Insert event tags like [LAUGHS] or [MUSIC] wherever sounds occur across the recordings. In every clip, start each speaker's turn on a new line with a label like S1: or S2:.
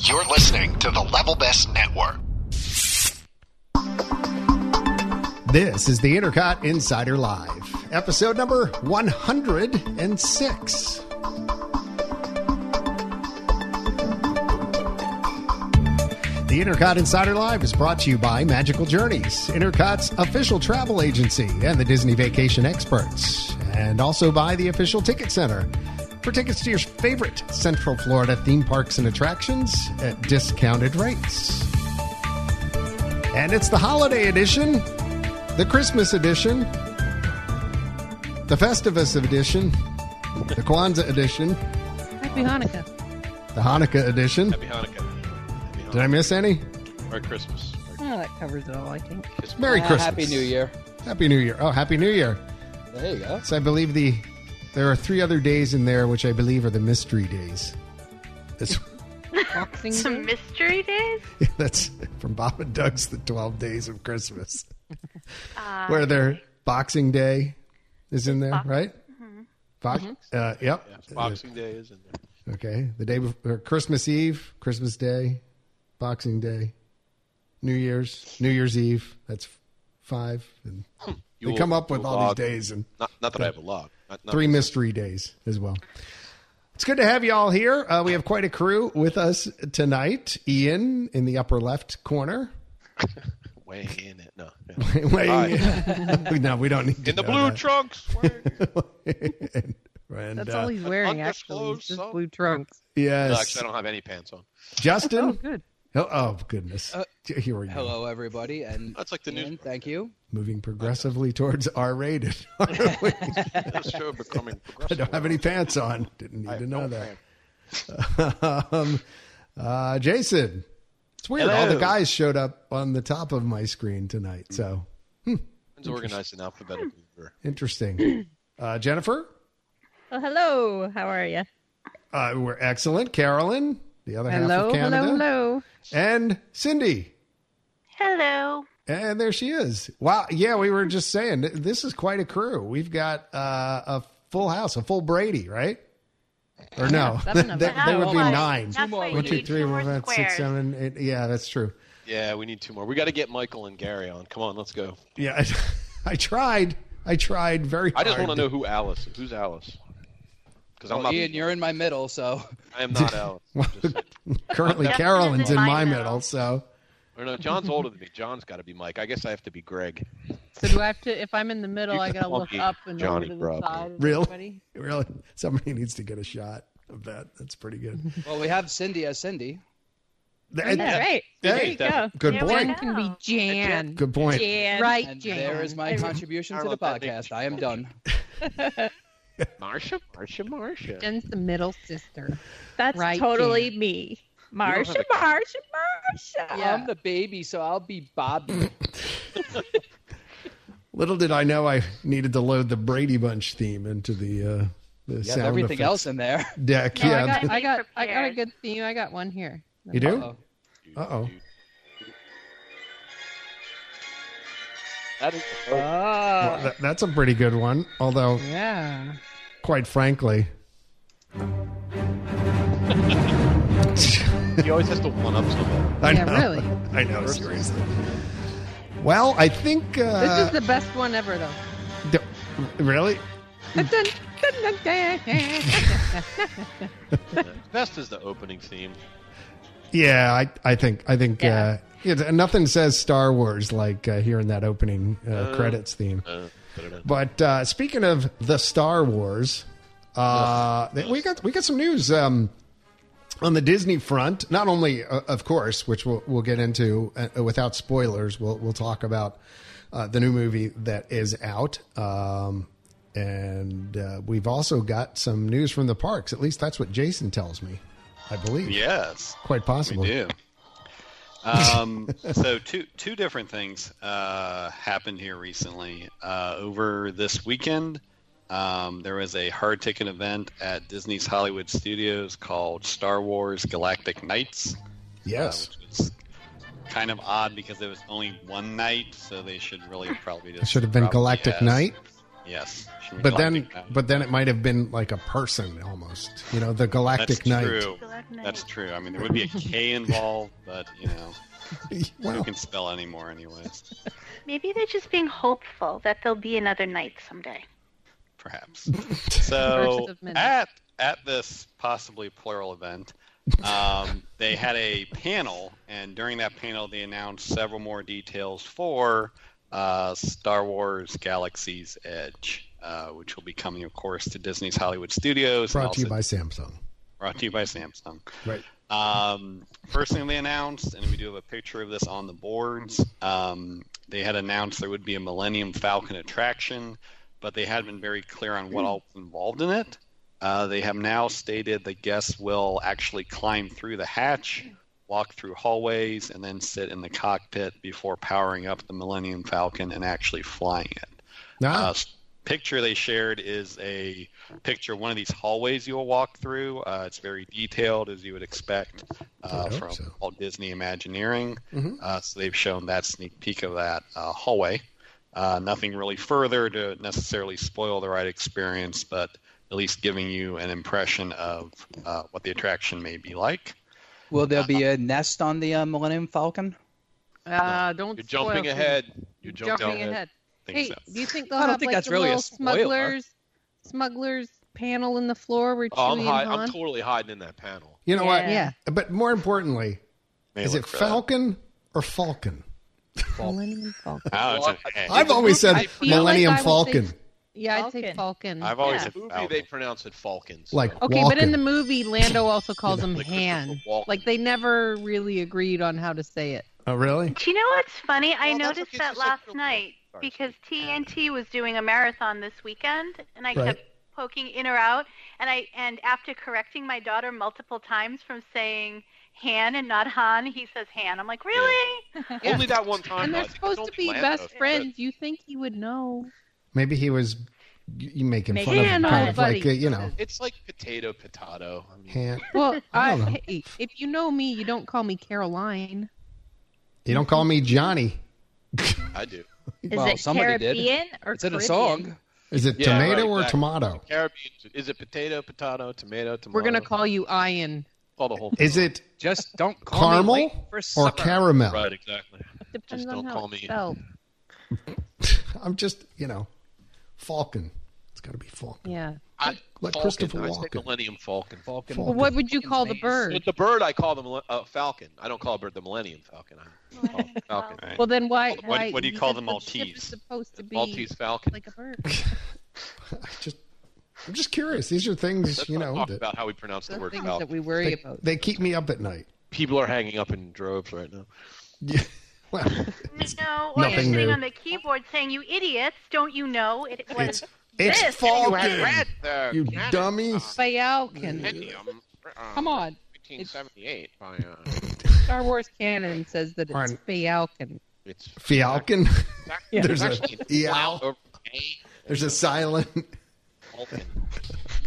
S1: You're listening to the Level Best Network.
S2: This is the Intercot Insider Live, episode number 106. The Intercot Insider Live is brought to you by Magical Journeys, Intercot's official travel agency, and the Disney vacation experts, and also by the Official Ticket Center. For tickets to your favorite Central Florida theme parks and attractions at discounted rates. And it's the holiday edition, the Christmas edition, the Festivus edition, the Kwanzaa edition,
S3: Happy Hanukkah.
S2: the Hanukkah edition.
S4: Happy Hanukkah. Happy Hanukkah.
S2: Did I miss any?
S4: Merry Christmas. Merry
S3: Oh, that covers it all, I think.
S4: Christmas.
S2: Merry
S5: Uh,
S2: Christmas.
S5: Happy New Year.
S2: Happy New Year. Oh, Happy New Year.
S5: There you go.
S2: So I believe the there are three other days in there which I believe are the mystery days. That's [LAUGHS]
S3: Boxing
S6: Some
S3: Day.
S6: mystery days?
S2: that's from Bob and Doug's The 12 Days of Christmas. Where their Boxing Day is in there, right? Box, uh, yep.
S4: Yes, Boxing Day is in there.
S2: Okay. The day before or Christmas Eve, Christmas Day, Boxing Day, New Year's, New Year's Eve. That's f- five. And
S4: You
S2: they come
S4: will-
S2: up with
S4: will
S2: all
S4: log-
S2: these days and
S4: Not, not that I have a log. Not, not
S2: three mystery days as well. It's good to have you all here. Uh, we have quite a crew with us tonight. Ian in the upper left corner. [LAUGHS]
S4: weighing in it. No. yeah.
S2: Wait, [LAUGHS] no, we don't need to
S4: In the
S2: know
S4: blue
S2: that.
S4: trunks.
S2: [LAUGHS]
S4: weighing in.
S2: And,
S3: That's
S2: uh,
S3: all he's wearing, actually.
S4: undisclosed
S3: It's just
S4: song.
S3: blue trunks.
S2: yes.
S4: No, actually, I don't have any pants on.
S3: Oh,
S2: Justin.
S3: good.
S2: Oh, oh, goodness.
S4: Uh,
S2: Here we go.
S5: Hello, everybody, and
S4: That's like the news
S5: Ian,
S4: part.
S5: Thank you.
S2: Moving progressively [LAUGHS] towards R-rated. [LAUGHS] I
S4: This
S2: [LAUGHS]
S4: show becoming progressive.
S2: don't have any pants on. Didn't need
S4: I
S2: to
S4: have
S2: know
S4: no
S2: that. [LAUGHS]
S4: pants.
S2: um, uh, Jason, it's weird. All the
S4: Hello.
S2: guys showed up on the top of my screen tonight. So
S4: It's organized in alphabetical order.
S2: interesting.
S4: [CLEARS THROAT]
S2: Uh, Jennifer,
S7: Oh, hello. How are you?
S2: uh, we're excellent. Carolyn, the other half
S3: Hello,
S2: of Canada,
S3: hello, hello.
S2: and Cindy.
S6: Hello.
S2: And there she is. Wow. Yeah, we were just saying th- this is quite a crew. We've got uh, a full house, a full Brady, right? Or no, [LAUGHS]
S7: seven of
S2: that,
S7: them.
S2: that
S6: Now
S2: would be
S6: what?
S2: nine.
S6: That's why you
S2: One, two,
S6: need
S2: three,
S6: two
S2: four,
S6: more
S2: five, six,
S6: squares.
S2: seven, eight. Yeah, that's true.
S4: Yeah, we need two more. We got to get Michael and Gary on. Come on, let's go.
S2: Yeah, I, [LAUGHS] I tried. I tried very
S4: I
S2: hard.
S4: just want to know who Alice is. Who's Alice? Because I'm
S5: Well,
S4: not.
S5: Ian, you're in my middle, so [LAUGHS]
S4: I
S2: [LAUGHS]
S4: am not Alice. Just saying.
S2: Currently,
S6: Justin
S2: Carolyn's
S6: is
S2: in
S6: in
S2: my
S6: my
S2: middle,
S6: middle.
S2: so
S4: Or no, John's older than me. John's got to be Mike. I guess I have to be Greg.
S3: So do I have to, if I'm in the middle,
S4: You
S3: I
S4: can
S3: gotta
S4: call
S3: look
S4: me
S3: up and
S4: Johnny
S3: over to the
S4: Bravo.
S3: side? of
S2: Really?
S3: everybody?
S2: really, somebody needs to get a shot of that. That's pretty good.
S5: well, we have Cindy as Cindy.
S2: And-
S7: That's right. There you go.
S2: Good
S6: There we
S2: point.
S6: go.
S3: Can be Jan.
S2: Good point.
S7: Jan.
S3: Right,
S5: And
S3: Jan.
S5: there is my contribution to the
S4: Carlo, that makes
S5: podcast. I am done.
S4: Marsha, Marsha, Marsha.
S3: Jen's the middle sister.
S7: That's
S3: Right,
S7: totally me. Marsha,
S4: have a-
S7: Marsha,
S6: Oh,
S7: Marsha.
S3: Yeah.
S5: I'm the baby, so I'll be Bobby.
S2: Little did I know I needed to load the Brady Bunch theme into the uh, the
S5: You have
S2: sound
S5: everything
S2: effects
S5: else in there.
S2: deck.
S3: Oh, I
S2: yeah,
S3: got, I
S6: Be
S3: got, I got a
S6: prepared.
S3: good theme. I got one here.
S2: you do.
S5: Uh-oh.
S2: Uh-oh.
S4: That is
S2: Well, that- that's a pretty good one. Although,
S3: Yeah.
S2: quite frankly, [LAUGHS]
S4: He always has to one up someone.
S2: I
S3: Yeah,
S2: know,
S3: really.
S2: I know. Seriously. Well, I think uh,
S3: This is the best one ever, though.
S2: d- really.
S3: Dun, dun, dun, dun, dun, dun.
S4: Best is the opening theme.
S2: Yeah, I, I think I think
S7: Yeah.
S2: Uh, it's- nothing says Star Wars like uh, hearing that opening uh, credits theme.
S4: Uh, I don't know.
S2: But uh, speaking of the Star Wars, uh, we got we got some news um, on the Disney front. Not only, uh, of course, which we'll we'll get into uh, without spoilers. We'll we'll talk about uh, the new movie that is out. Um, and uh, we've also got some news from the parks. At least that's what Jason tells me. I believe.
S8: Yes,
S2: Quite possible.
S8: we do. Um, so two two different things uh, happened here recently. Uh, over this weekend, um, there was a hard ticket event at Disney's Hollywood Studios called Star Wars Galactic Nights.
S2: Yes.
S8: Which was kind of odd because it was only one night, so they should really probably just
S2: should have been
S8: probably
S2: Galactic
S8: ask-
S2: Night.
S8: Yes.
S2: But then,
S8: Galactic Knight.
S2: but then it might have been like a person almost. You know, the Galactic
S8: that's
S2: Knight.
S8: true.
S6: Glad night.
S8: That's true. I mean, there would be a K involved, but you know, who
S2: [LAUGHS] Well,
S8: can spell anymore, anyways?
S6: Maybe they're just being hopeful that there'll be another night someday.
S2: [LAUGHS]
S8: Perhaps. So
S3: Verses of minutes.
S8: at at this possibly plural event, um, they had a panel, and during that panel, they announced several more details for uh, Star Wars Galaxy's Edge, uh, which will be coming, of course, to Disney's Hollywood Studios. and
S2: brought to you
S8: also
S2: by Samsung.
S8: brought to you by Samsung.
S2: Right.
S8: Um, first thing they announced, and we do have a picture of this on the boards, um, they had announced there would be a Millennium Falcon attraction, but they had been very clear on what all was involved in it. Uh, they have now stated the guests will actually climb through the hatch, walk through hallways, and then sit in the cockpit before powering up the Millennium Falcon and actually flying it.
S2: Ah,
S8: Uh, s- picture they shared is a picture of one of these hallways you'll walk through. Uh, it's very detailed, as you would expect uh,
S2: hope
S8: from
S2: so.
S8: Walt Disney Imagineering.
S2: Mhm.
S8: Uh, so they've shown that sneak peek of that uh, hallway. Uh, nothing really further to necessarily spoil the ride experience, but at least giving you an impression of uh, what the attraction may be like.
S5: Will there be a nest on the uh, Millennium Falcon?
S3: Ah, don't
S4: You're
S3: spoil
S4: jumping
S3: things.
S4: ahead. You're
S3: Jumping,
S4: jumping, ahead.
S3: ahead.
S8: Think
S3: Hey,
S8: so.
S3: do you think they'll
S5: I don't
S3: have
S5: think
S3: like
S5: that's
S3: the
S5: really a
S3: little
S5: spoiler.
S3: smugglers smugglers panel in the floor where
S4: Oh, I'm,
S3: Chewie
S4: hi-
S3: and Han?
S4: I'm totally hiding in that panel.
S2: you know what?
S7: Yeah.
S2: But more importantly,
S8: May
S2: is
S8: look uh,
S2: it
S8: for that.
S2: Falcon or Falcon?
S7: Millennium Falcon.
S8: [LAUGHS] Oh, it's an A.
S2: I've always said
S3: I feel like
S2: Millennium
S3: I would
S2: Falcon,
S3: think- yeah, I'd say Falcon.
S8: I've always
S7: Yeah.
S8: said
S4: Movie,
S8: Falcon.
S4: they pronounce it Falcons.
S2: like
S3: Okay, but in the movie, Lando also calls him
S4: Like Christopher
S3: Han.
S4: Walken.
S3: Like they never really agreed on how to say it.
S2: oh really?
S6: Do you know what's funny? I
S4: Well, that's
S6: noticed
S4: okay,
S6: that
S4: it's just like
S6: last
S4: real quick.
S6: night
S4: Sorry,
S6: because TNT was doing a marathon this weekend, and I
S2: Right.
S6: kept poking in or out, and I and after correcting my daughter multiple times from saying Han and not Han, he says Han. I'm like, really?
S3: Yeah.
S4: Only that one time.
S3: And
S4: though. I
S3: they're
S4: think it's
S3: supposed
S4: only
S3: to be
S4: Lando.
S3: best friends. You think he would know?
S2: Maybe he was y- you making
S7: Make-
S2: fun of
S3: Han,
S2: kind
S3: oh,
S2: of like
S3: buddy.
S2: uh, you know.
S4: It's like potato, potato. I mean,
S2: Han.
S3: Well,
S2: I
S3: I,
S2: don't know.
S3: hey, if you know me, you don't call me Caroline.
S2: You don't call me Johnny.
S4: I do.
S7: Is
S5: Well,
S7: it
S5: somebody did.
S7: Caribbean or
S5: It's in a
S7: Caribbean?
S5: song.
S2: Is it
S4: Yeah,
S2: tomato
S4: right,
S2: or
S4: exactly.
S2: tomato?
S4: Caribbean. Is it potato, potato, tomato, tomato?
S3: We're gonna call you Ian.
S4: Call the whole.
S2: Is it
S5: Just don't call me late
S2: caramel
S5: for
S2: or
S5: supper.
S2: caramel?
S4: Right, exactly.
S7: Depends
S4: Just
S7: on
S4: don't
S7: how
S4: call
S7: it's
S4: me-
S7: spelled.
S2: I'm just you know, Falcon. It's got to be Falcon. [LAUGHS]
S3: Yeah.
S4: I,
S2: Like
S4: Falcon.
S2: Christopher
S4: I say
S2: Walken.
S4: Millennium Falcon.
S5: Falcon.
S2: Well,
S3: Well, what would you
S5: Falcon's
S3: call the
S5: names.
S3: bird?
S4: With the bird, I call the mille- uh, Falcon. I don't call a bird the Millennium Falcon. I
S6: Millennium
S4: Falcon.
S6: Falcon.
S8: Right.
S3: Well, then why?
S8: What-
S3: why
S8: what do you call
S3: because
S8: the
S3: ship is
S8: Maltese?
S3: supposed to be
S4: Maltese Falcon.
S3: like a bird.
S2: I just I'm just curious. These are things
S4: Let's
S2: you
S4: not
S2: know
S4: talk
S2: that
S4: about how we pronounce the
S3: The
S4: word
S3: things
S4: Falcon.
S3: that we worry
S2: they,
S3: about.
S2: they keep me up at night.
S4: People are hanging up in droves right now.
S2: Well,
S6: No, or you're
S2: nothing
S6: sitting
S2: new.
S6: on the keyboard saying, "You idiots! Don't you know it was?"
S2: it's it's
S6: This-
S2: Falcon.
S4: the
S2: You dummies.
S3: Falcon.
S4: Millennium, uh,
S3: Come on.
S4: 1978 by, uh,
S3: Star Wars canon says that it's
S2: Alright.
S3: Falcon.
S4: it's
S2: Falcon. [LAUGHS]
S4: Yeah.
S2: There's a
S4: Actually,
S2: yeah.
S4: wow, over A
S2: There's a silent.
S4: Falcon.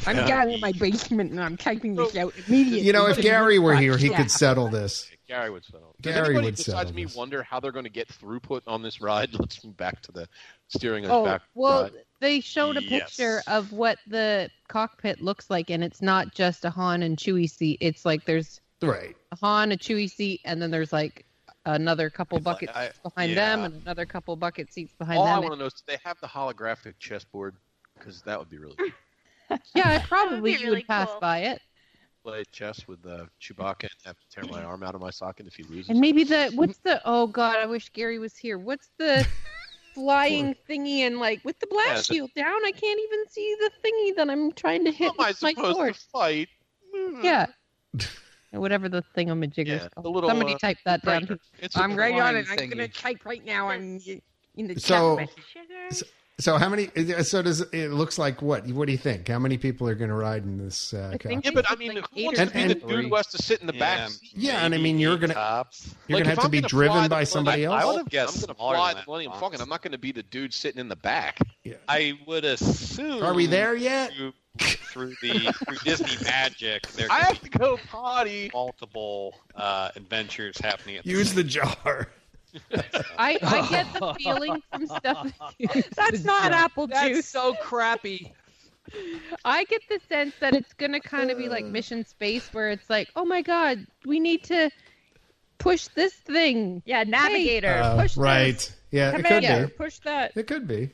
S3: I'm
S8: Yeah.
S3: down in my basement and I'm typing this out immediately.
S2: You know, if Gary were here, he
S3: Yeah.
S2: could settle this.
S4: Gary would settle. Does
S2: Gary
S4: anybody
S2: would
S4: besides
S2: settle
S4: me
S2: this.
S4: wonder how they're going to get throughput on this ride? [LAUGHS] Let's move back to the steering us
S3: Oh
S4: back.
S3: well,
S4: ride.
S3: they showed a picture
S8: Yes.
S3: of what the cockpit looks like, and it's not just a Han and Chewie seat. It's like there's
S2: Right.
S3: a Han, a Chewie seat, and then there's like another couple
S8: It's like,
S3: bucket
S8: I-
S3: seats behind
S8: yeah.
S3: them, and another couple bucket seats behind
S4: all Oh, I
S3: them.
S4: want to know is do they have the holographic chessboard? Because that would
S3: [CLEARS THROAT]
S4: be really cool.
S3: yeah, it probably you
S6: really
S3: would pass
S6: cool.
S3: by it,
S4: play chess with uh, Chewbacca and have to tear my arm out of my socket if he loses.
S3: and maybe the what's the oh god, I wish Gary was here. What's [LAUGHS] the flying thingy and like with the
S4: Yeah,
S3: blast
S4: the-
S3: shield down? I can't even see the thingy that I'm trying to
S4: How
S3: hit
S4: am I
S3: with my
S4: supposed [LAUGHS]
S3: sword.
S4: to fight?
S3: Yeah.
S4: [LAUGHS]
S3: Whatever the thingamajigger's
S4: Yeah, the
S3: called.
S4: little,
S3: Somebody
S4: uh,
S3: type that [LAUGHS] down.
S4: Trainer. It's
S3: I'm
S4: a
S3: right on
S5: flying
S3: it. I'm
S5: thingy.
S3: going to type right now. I'm in the
S2: So-
S3: chat. message.
S6: Sugars.
S2: So how many? So does it looks like what? What do you think? How many people are going to ride in this? Uh,
S3: I think-
S2: cockpit?
S4: Yeah, but I mean,
S3: Like
S4: who
S3: eight
S4: wants
S2: or
S4: to be the
S2: something.
S4: dude who has to sit in the back seat?
S2: Yeah, and I mean, you're
S8: Uh,
S2: gonna-
S8: Tops.
S2: you're going
S4: Like,
S2: to
S4: if
S2: have to
S4: I'm
S2: be
S4: gonna
S2: driven
S4: fly
S2: by
S4: the
S2: somebody
S4: Millennium-
S8: I
S2: else.
S8: would- guess
S4: I'm gonna
S8: smaller
S4: fly
S8: than
S4: the
S8: that
S4: Millennium
S8: box.
S4: Falcon. I'm not going to be the dude sitting in the back.
S8: I would assume.
S2: Are we there yet?
S8: Through, through the through Disney magic, there
S4: I
S8: could
S4: have
S8: be
S4: to go potty.
S8: multiple uh, adventures happening. At
S2: Use the jar.
S3: I,
S2: [LAUGHS]
S3: I get the feeling from stuff. That's not apple
S9: That's
S3: juice.
S9: so crappy.
S3: I get the sense that it's going to kind of be like Mission Space, where it's like, oh my God, we need to push this thing.
S6: Yeah, navigator.
S2: Uh,
S6: push
S2: right.
S6: This.
S2: Yeah, it could
S3: Commander,
S2: be.
S3: push that.
S2: It could be.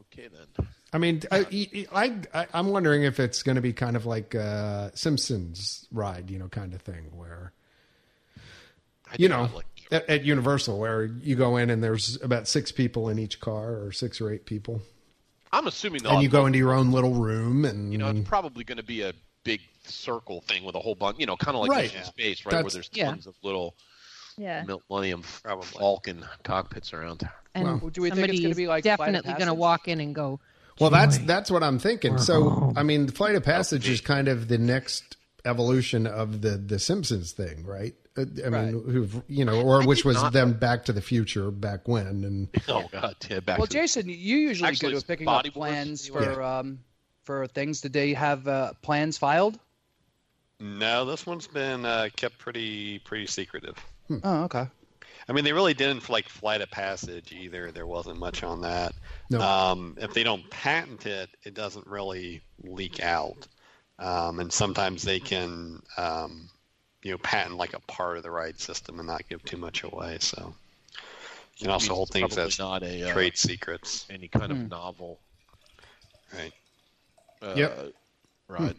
S4: Okay then.
S2: I mean, I, I, I, I'm wondering if it's going to be kind of like uh, Simpsons ride, you know, kind of thing where,
S4: I
S2: you
S4: do
S2: know,
S4: not like-
S2: at, at Universal, where you go in and there's about six people in each car or six or eight people.
S4: I'm assuming
S2: and
S4: they'll
S2: you go into your own little room and,
S4: Oh, You know, it's probably going to be a big circle thing with a whole bunch. You know, kind of like
S2: Right.
S4: Mission Space, right? where
S2: That's-
S4: there's
S3: Yeah.
S4: tons of little
S6: Yeah.
S4: Millennium Falcon cockpits around.
S8: [LAUGHS]
S3: And
S2: Wow.
S5: Do we think it's
S3: somebody
S5: going to
S3: is
S5: be like Flight of
S3: definitely going to
S5: Passage?
S3: walk in and go,
S2: well, that's, that's what I'm thinking. So, I mean, Flight of Passage is kind of the next evolution of the, the Simpsons thing, right? Uh, I
S5: Right.
S2: mean, who've, you know, or which was
S4: not-
S2: them Back to the Future back when, and
S4: Oh God, yeah, back [LAUGHS]
S5: Well,
S4: to
S5: Jason, you usually
S4: Actually,
S5: go to
S4: it's
S5: picking up
S4: Body Wars
S5: plans
S4: anyway.
S5: for um, for things. Did they have uh, plans filed?
S8: No, this one's been uh, kept pretty pretty secretive.
S5: Oh, okay.
S8: I mean, they really didn't like Flight of Passage either. There wasn't much on that.
S2: No.
S8: Um, if they don't patent it, it doesn't really leak out. Um, and sometimes they can, um, you know, patent like a part of the ride system and not give too much away. So you can also hold things
S4: probably
S8: as
S4: not a uh,
S8: trade secrets.
S4: any kind
S5: Hmm.
S4: of novel.
S8: Right.
S4: Uh,
S2: Yep. Hmm.
S4: Right.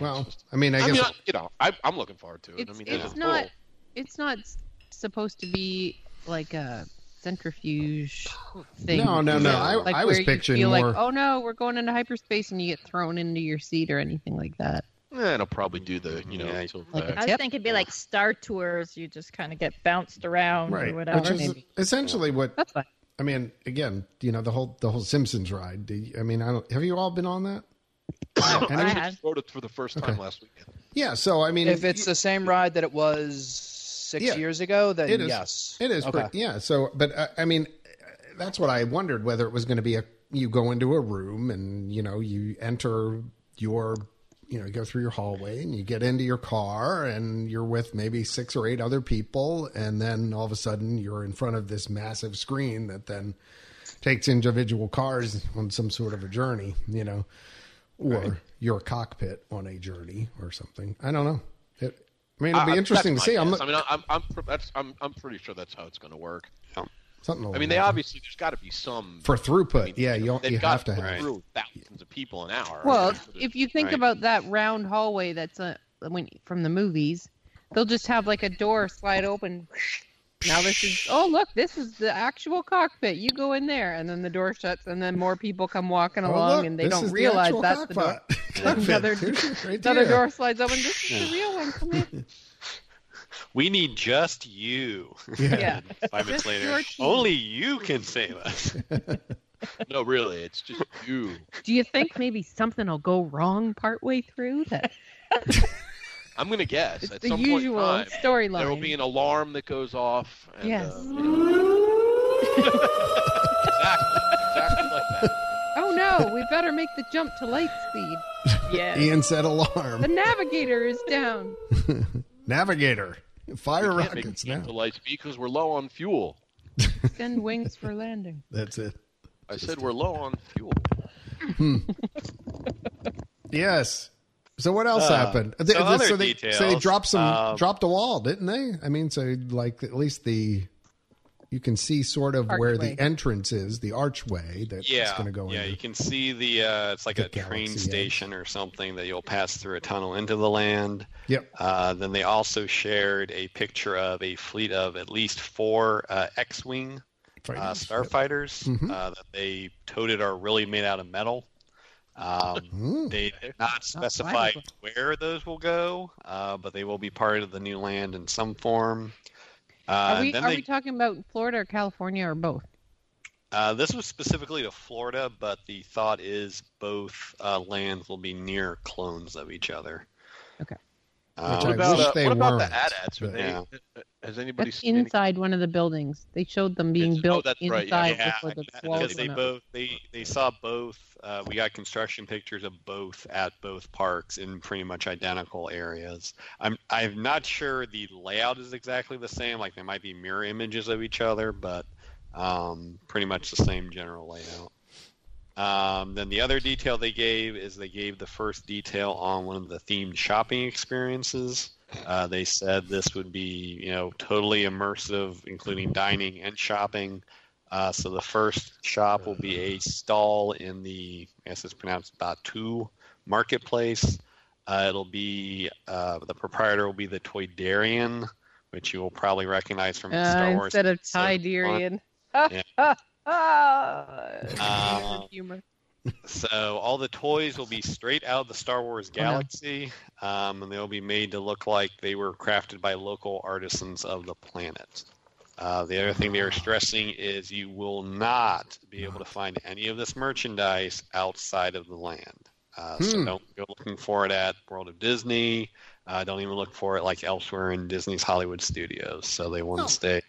S2: well, I mean, I
S4: I,
S2: guess.
S4: mean, I, you know, I, I'm looking forward to it.
S3: it's,
S4: I mean,
S3: it's
S4: as a
S3: not,
S4: whole,
S3: it's not s- supposed to be like a centrifuge thing.
S2: No, no, no.
S4: Yeah.
S2: I,
S3: Like
S2: I
S3: where
S2: was
S3: you
S2: picturing
S3: feel
S2: more.
S3: like, oh no, we're going into hyperspace and you get thrown into your seat or anything like that.
S4: eh, it'll probably do the you know
S8: Yeah.
S4: till
S3: Like
S4: the-
S3: a
S9: I was
S7: I was
S9: Yep.
S7: thinking it'd be like Star Tours. You just kind of get bounced around
S2: Right,
S7: or whatever.
S2: which is
S3: Maybe.
S2: essentially what
S3: That's fine.
S2: I mean. Again, you know the whole the whole Simpsons ride. The- I mean, I don't, have you all been on that?
S4: [COUGHS] I
S7: I
S4: actually
S7: had.
S4: rode it for the first time last weekend.
S2: Yeah. So I mean,
S5: If it's the same ride that it was six
S2: Yeah.
S5: years ago, then
S2: It is.
S5: yes,
S2: It is,
S3: [LAUGHS]
S5: Okay.
S2: pretty, yeah. So, but uh, I mean, that's what I wondered whether it was going to be a you go into a room and you know you enter your you know you go through your hallway and you get into your car and you're with maybe six or eight other people and then all of a sudden you're in front of this massive screen that then takes individual cars on some sort of a journey, you know, or your cockpit on a journey or something. I don't know. It, I mean, it'll be
S4: I- I-
S2: interesting to
S4: that's
S2: see.
S4: my
S2: I'm
S4: guess.
S2: not,
S4: I mean, I- I'm I'm pr- that's I'm I'm pretty sure that's how it's going to work.
S2: something.
S4: I mean, they obviously there's got to be some
S2: Oh, for throughput.
S4: I mean,
S2: yeah, you,
S4: they've
S2: you
S4: got
S2: have to
S4: put
S2: have.
S4: through thousands of people an hour.
S3: Well,
S4: That's what it-
S3: if you think
S8: Right.
S3: about that round hallway that's uh when, from the movies, they'll just have like a door slide open. Now this is oh look, this is the actual cockpit. You go in there, and then the door shuts, and then more people come walking
S2: Oh,
S3: along,
S2: look,
S3: and they
S2: this
S3: don't
S2: is the
S3: realize
S2: actual
S3: [LAUGHS] that's the door.
S2: cockpit. Cockpit.
S3: Another-
S2: Here's it [LAUGHS] right
S3: Another
S2: there. [LAUGHS]
S3: door slides open. This is the real one. Come in.
S8: We need just you. [LAUGHS]
S3: Yeah.
S8: Five minutes
S3: Just your
S8: later,
S3: team.
S8: only you can
S2: [LAUGHS]
S8: save us.
S4: no, really, it's just you.
S3: Do you think maybe something will go wrong partway through? That
S4: I'm going to guess
S3: it's
S4: at
S3: the
S4: some
S3: usual
S4: point in time
S3: storyline.
S4: there will be an alarm that goes off. And,
S3: Yes.
S4: uh, you know. [LAUGHS] exactly, exactly like that.
S3: Oh no, we better make the jump to light
S2: [LAUGHS]
S3: speed.
S7: yeah.
S2: Ian said alarm.
S3: [LAUGHS] The navigator is down.
S2: Navigator. Fire
S4: We can't make
S2: rockets
S4: it
S2: now.
S4: to lights because we're low on fuel.
S3: Send wings for landing.
S2: That's it.
S4: I said we're low on fuel.
S2: Yes. So what else
S8: Uh,
S2: happened?
S8: so
S2: They-
S8: other
S2: so they, so they
S8: details,
S2: dropped some
S8: um,
S2: dropped a wall, didn't they? I mean, so like at least the you can see sort of where
S3: Archway.
S2: the entrance is, the archway that's
S8: yeah,
S2: going to go
S8: yeah.
S2: in.
S8: You can see the uh, it's like
S2: The
S8: a train
S2: galaxy edge.
S8: station or something that you'll pass through a tunnel into the land.
S2: Yep.
S8: Uh, then they also shared a picture of a fleet of at least four uh, X-wing uh,
S2: Fighters.
S8: starfighters
S2: Mhm.
S8: uh, that they toted are really made out of metal. Um,
S2: Hmm.
S3: [LAUGHS]
S8: they did not specify where those will go, uh, but they will be part of the new land in some form. Uh,
S3: Are we
S8: then
S3: are
S8: they,
S3: we talking about Florida or California or both?
S8: Uh, this was specifically to Florida, but the thought is both uh, lands will be near clones of each other.
S3: Okay.
S8: Um,
S2: Which I
S4: What about,
S2: wish
S4: uh,
S2: they
S4: what about the
S2: weren't,
S4: AT-ATs? Are
S2: but-
S4: they, uh, Has anybody
S3: That's
S4: seen any-
S3: inside one of the buildings. They showed them being
S8: It's- oh,
S3: built
S8: that's right,
S3: inside
S8: yeah.
S3: before the walls
S8: because they
S3: went up.
S8: both they they saw both. Uh, we got construction pictures of both at both parks in pretty much identical areas. I'm I'm not sure the layout is exactly the same. Like they might be mirror images of each other, but um, pretty much the same general layout. Um, then the other detail they gave is they gave the first detail on one of the themed shopping experiences. Uh, they said this would be, you know, totally immersive, including dining and shopping. Uh, so the first shop will be a stall in the, I guess it's pronounced Batu Marketplace. Uh, it'll be uh, the proprietor will be the Toydarian, which you will probably recognize from
S3: Uh,
S8: Star Wars.
S3: instead of
S8: Episode
S3: Tiderian.
S8: one. Yeah.
S3: Ah,
S8: Uh,
S3: humor.
S8: So all the toys will be straight out of the Star Wars
S3: Oh, no.
S8: galaxy, um, and they'll be made to look like they were crafted by local artisans of the planet. Uh, the other thing they are stressing is you will not be able to find any of this merchandise outside of the land. Uh,
S2: Hmm.
S8: So don't go looking for it at World of Disney. Uh, don't even look for it like elsewhere in Disney's Hollywood studios. So they want
S2: No.
S8: to stay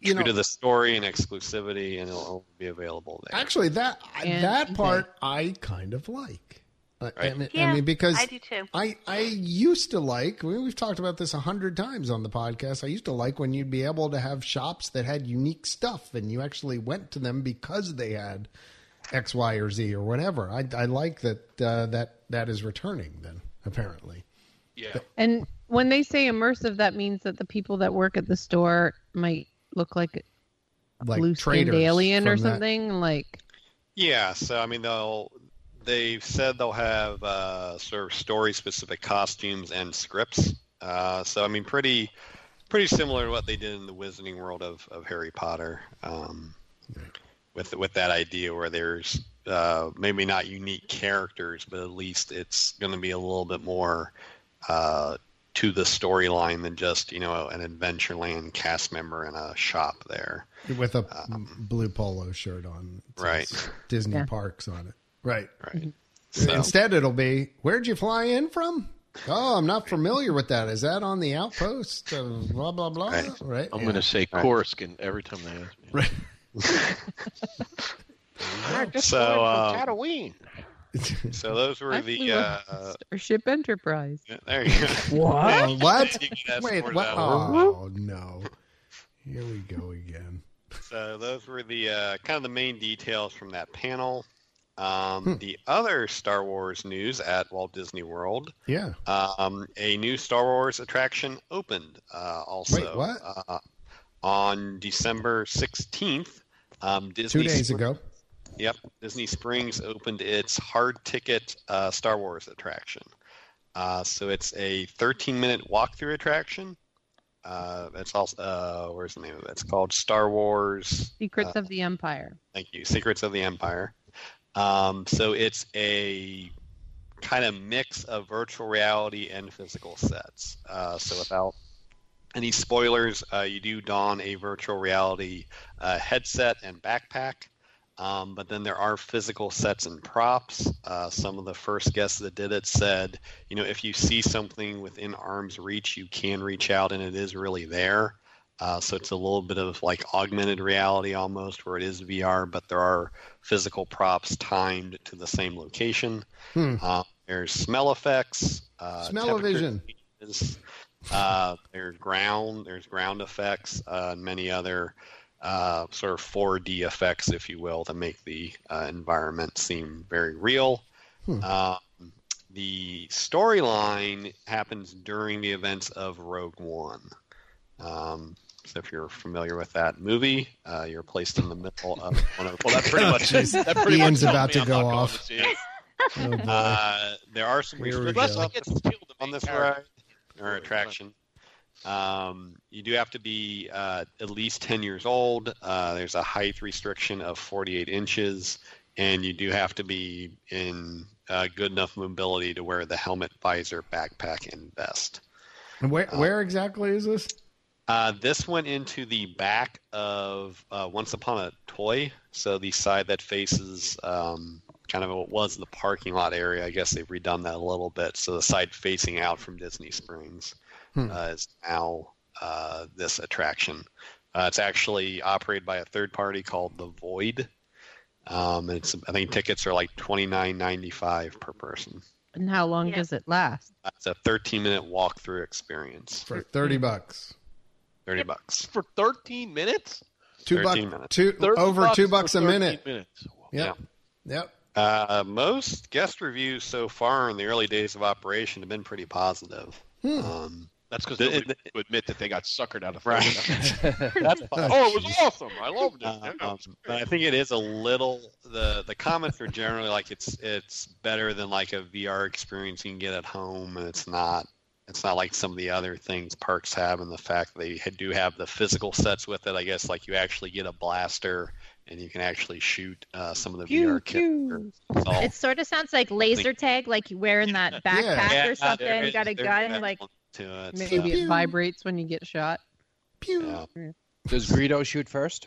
S2: You
S8: true
S2: know,
S8: to the story and exclusivity, and it'll only be available there.
S2: actually, that I-
S3: And
S2: that
S3: eBay.
S2: part I kind of like. I, I,
S8: Right.
S2: mean, I
S6: Yeah,
S2: mean, because
S6: I do too.
S2: I I used to like. We, we've talked about this a hundred times on the podcast. I used to like when you'd be able to have shops that had unique stuff, and you actually went to them because they had X, Y, or Z or whatever. I I like that uh, that that is returning then apparently.
S8: yeah.
S3: [LAUGHS] And when they say immersive, that means that the people that work at the store might look like a
S2: Like
S3: loose-skinned
S2: traders
S3: alien or
S2: from that-
S3: something. Like,
S8: Yeah, so I mean they'll they've said they'll have uh, sort of story specific costumes and scripts. Uh, so I mean pretty pretty similar to what they did in the Wizarding World of, of Harry Potter. Um, with with that idea where there's uh, maybe not unique characters, but at least it's going to be a little bit more uh, to the storyline than just you know an Adventureland cast member in a shop there.
S2: with a
S8: Um,
S2: blue polo shirt on. It says
S8: Right.
S2: Disney
S3: Uh, Yeah.
S2: parks on it. Right.
S8: Right. So,
S2: Instead, it'll be where'd you fly in from? Oh, I'm not familiar with that. Is that on the outpost of blah blah blah? Right.
S8: Right.
S4: I'm
S2: Yeah.
S4: going to say Kursk, and every time they ask me.
S2: Right.
S4: I just
S8: So,
S4: wanted
S8: um,
S4: from Tatooine.
S8: [LAUGHS] so those were
S3: I
S8: the
S3: flew
S8: uh,
S3: a Starship Enterprise.
S8: Yeah, There you
S2: [LAUGHS]
S8: go.
S5: What?
S2: Oh, what?
S8: You can ask
S2: Wait,
S8: for
S2: what?
S8: that one.
S2: Oh no! Here we go again.
S8: So those were the uh, kind of the main details from that panel. Um,
S2: Hmm.
S8: The other Star Wars news at Walt Disney World,
S2: Yeah.
S8: um, a new Star Wars attraction opened. Uh, also,
S2: Wait, what?
S8: Uh, on December sixteenth, um,
S2: Two
S8: Disney
S2: days
S8: Spr- [LAUGHS]
S2: ago.
S8: Yep, Disney Springs opened its hard ticket uh, Star Wars attraction. Uh, so it's a 13 minute walkthrough attraction. Uh, it's also uh, where's the name of it? It's called Star Wars.
S3: Secrets
S8: Uh,
S3: of the Empire.
S8: Thank you, Secrets of the Empire. Um, so it's a kind of mix of virtual reality and physical sets. Uh, so without any spoilers, uh, you do don a virtual reality uh, headset and backpack. Um, but then there are physical sets and props. Uh, some of the first guests that did it said, you know, if you see something within arm's reach, you can reach out and it is really there. Uh, so it's a little bit of like augmented reality almost, where it is VR, but there are physical props timed to the same location.
S2: Hmm.
S8: Uh, there's smell effects, uh,
S2: Smell-o-vision.
S8: temperature changes, Uh, there's ground, there's ground effects, uh, and many other uh, sort of 4D effects, if you will, to make the uh, environment seem very real.
S2: Hmm.
S8: Um, the storyline happens during the events of Rogue One. Um, so if you're familiar with that movie, uh, you're placed in the middle
S2: [LAUGHS]
S8: of one of. Well, that pretty much.
S2: Jeez.
S8: [LAUGHS] That pretty
S2: Ian's
S8: much
S2: about
S8: tells me
S2: to
S8: I'm
S2: go
S8: not going
S2: off.
S8: to see it.
S2: Oh, boy.
S8: Uh, there are some
S2: Here we
S8: restrictions
S2: go.
S8: on
S2: Unless
S8: this- on this ride or attraction. Um, you do have to be uh, at least 10 years old. Uh, there's a height restriction of 48 inches, and you do have to be in uh, good enough mobility to wear the helmet, visor, backpack, and vest.
S2: And where where exactly is this?
S8: Uh, this went into the back of uh, Once Upon a Toy, so the side that faces um, kind of what was the parking lot area. I guess they've redone that a little bit, so the side facing out from Disney Springs
S2: Hmm.
S8: uh, is now uh, this attraction. Uh, it's actually operated by a third party called The Void. Um, and it's, I think tickets are like twenty nine ninety five per person.
S3: And how long
S6: Yeah.
S3: does it last?
S8: It's a thirteen minute walkthrough experience.
S2: for thirty bucks.
S8: Thirty bucks.
S4: For 13 minutes?
S2: Two
S8: 13
S2: bucks,
S8: minutes.
S2: two
S4: 30
S2: over two bucks
S4: for
S2: a
S4: 13
S2: minute.
S4: Minutes.
S2: Yep. Yep.
S8: Uh, most guest reviews so far in the early days of operation have been pretty positive.
S2: Hmm.
S8: Um,
S4: That's because
S8: The-
S4: nobody
S8: the-
S4: would admit that they got suckered out of
S8: Right. [LAUGHS]
S4: Florida.
S8: that's
S2: Hmm.
S4: oh, it was awesome. I loved it.
S8: Uh,
S4: Yeah.
S8: um, but I think it is a little the the comments are generally like it's it's better than like a VR experience you can get at home, and it's not it's not like some of the other things parks have, and the fact that they ha- do have the physical sets with it. I guess like you actually get a blaster and you can actually shoot uh, some of the
S3: Pew,
S8: VR characters. It's all-
S7: It sort of sounds like laser tag, like you wear in that
S2: Oh. [LAUGHS] Yeah.
S7: backpack
S8: Yeah,
S7: or
S8: there
S7: something.
S8: is-
S7: you got a
S8: there's
S7: gun,
S8: that
S7: like
S8: to it.
S3: Maybe
S8: so,
S3: it vibrates when you get shot.
S2: Pew.
S8: yeah.
S5: Does Greedo shoot first?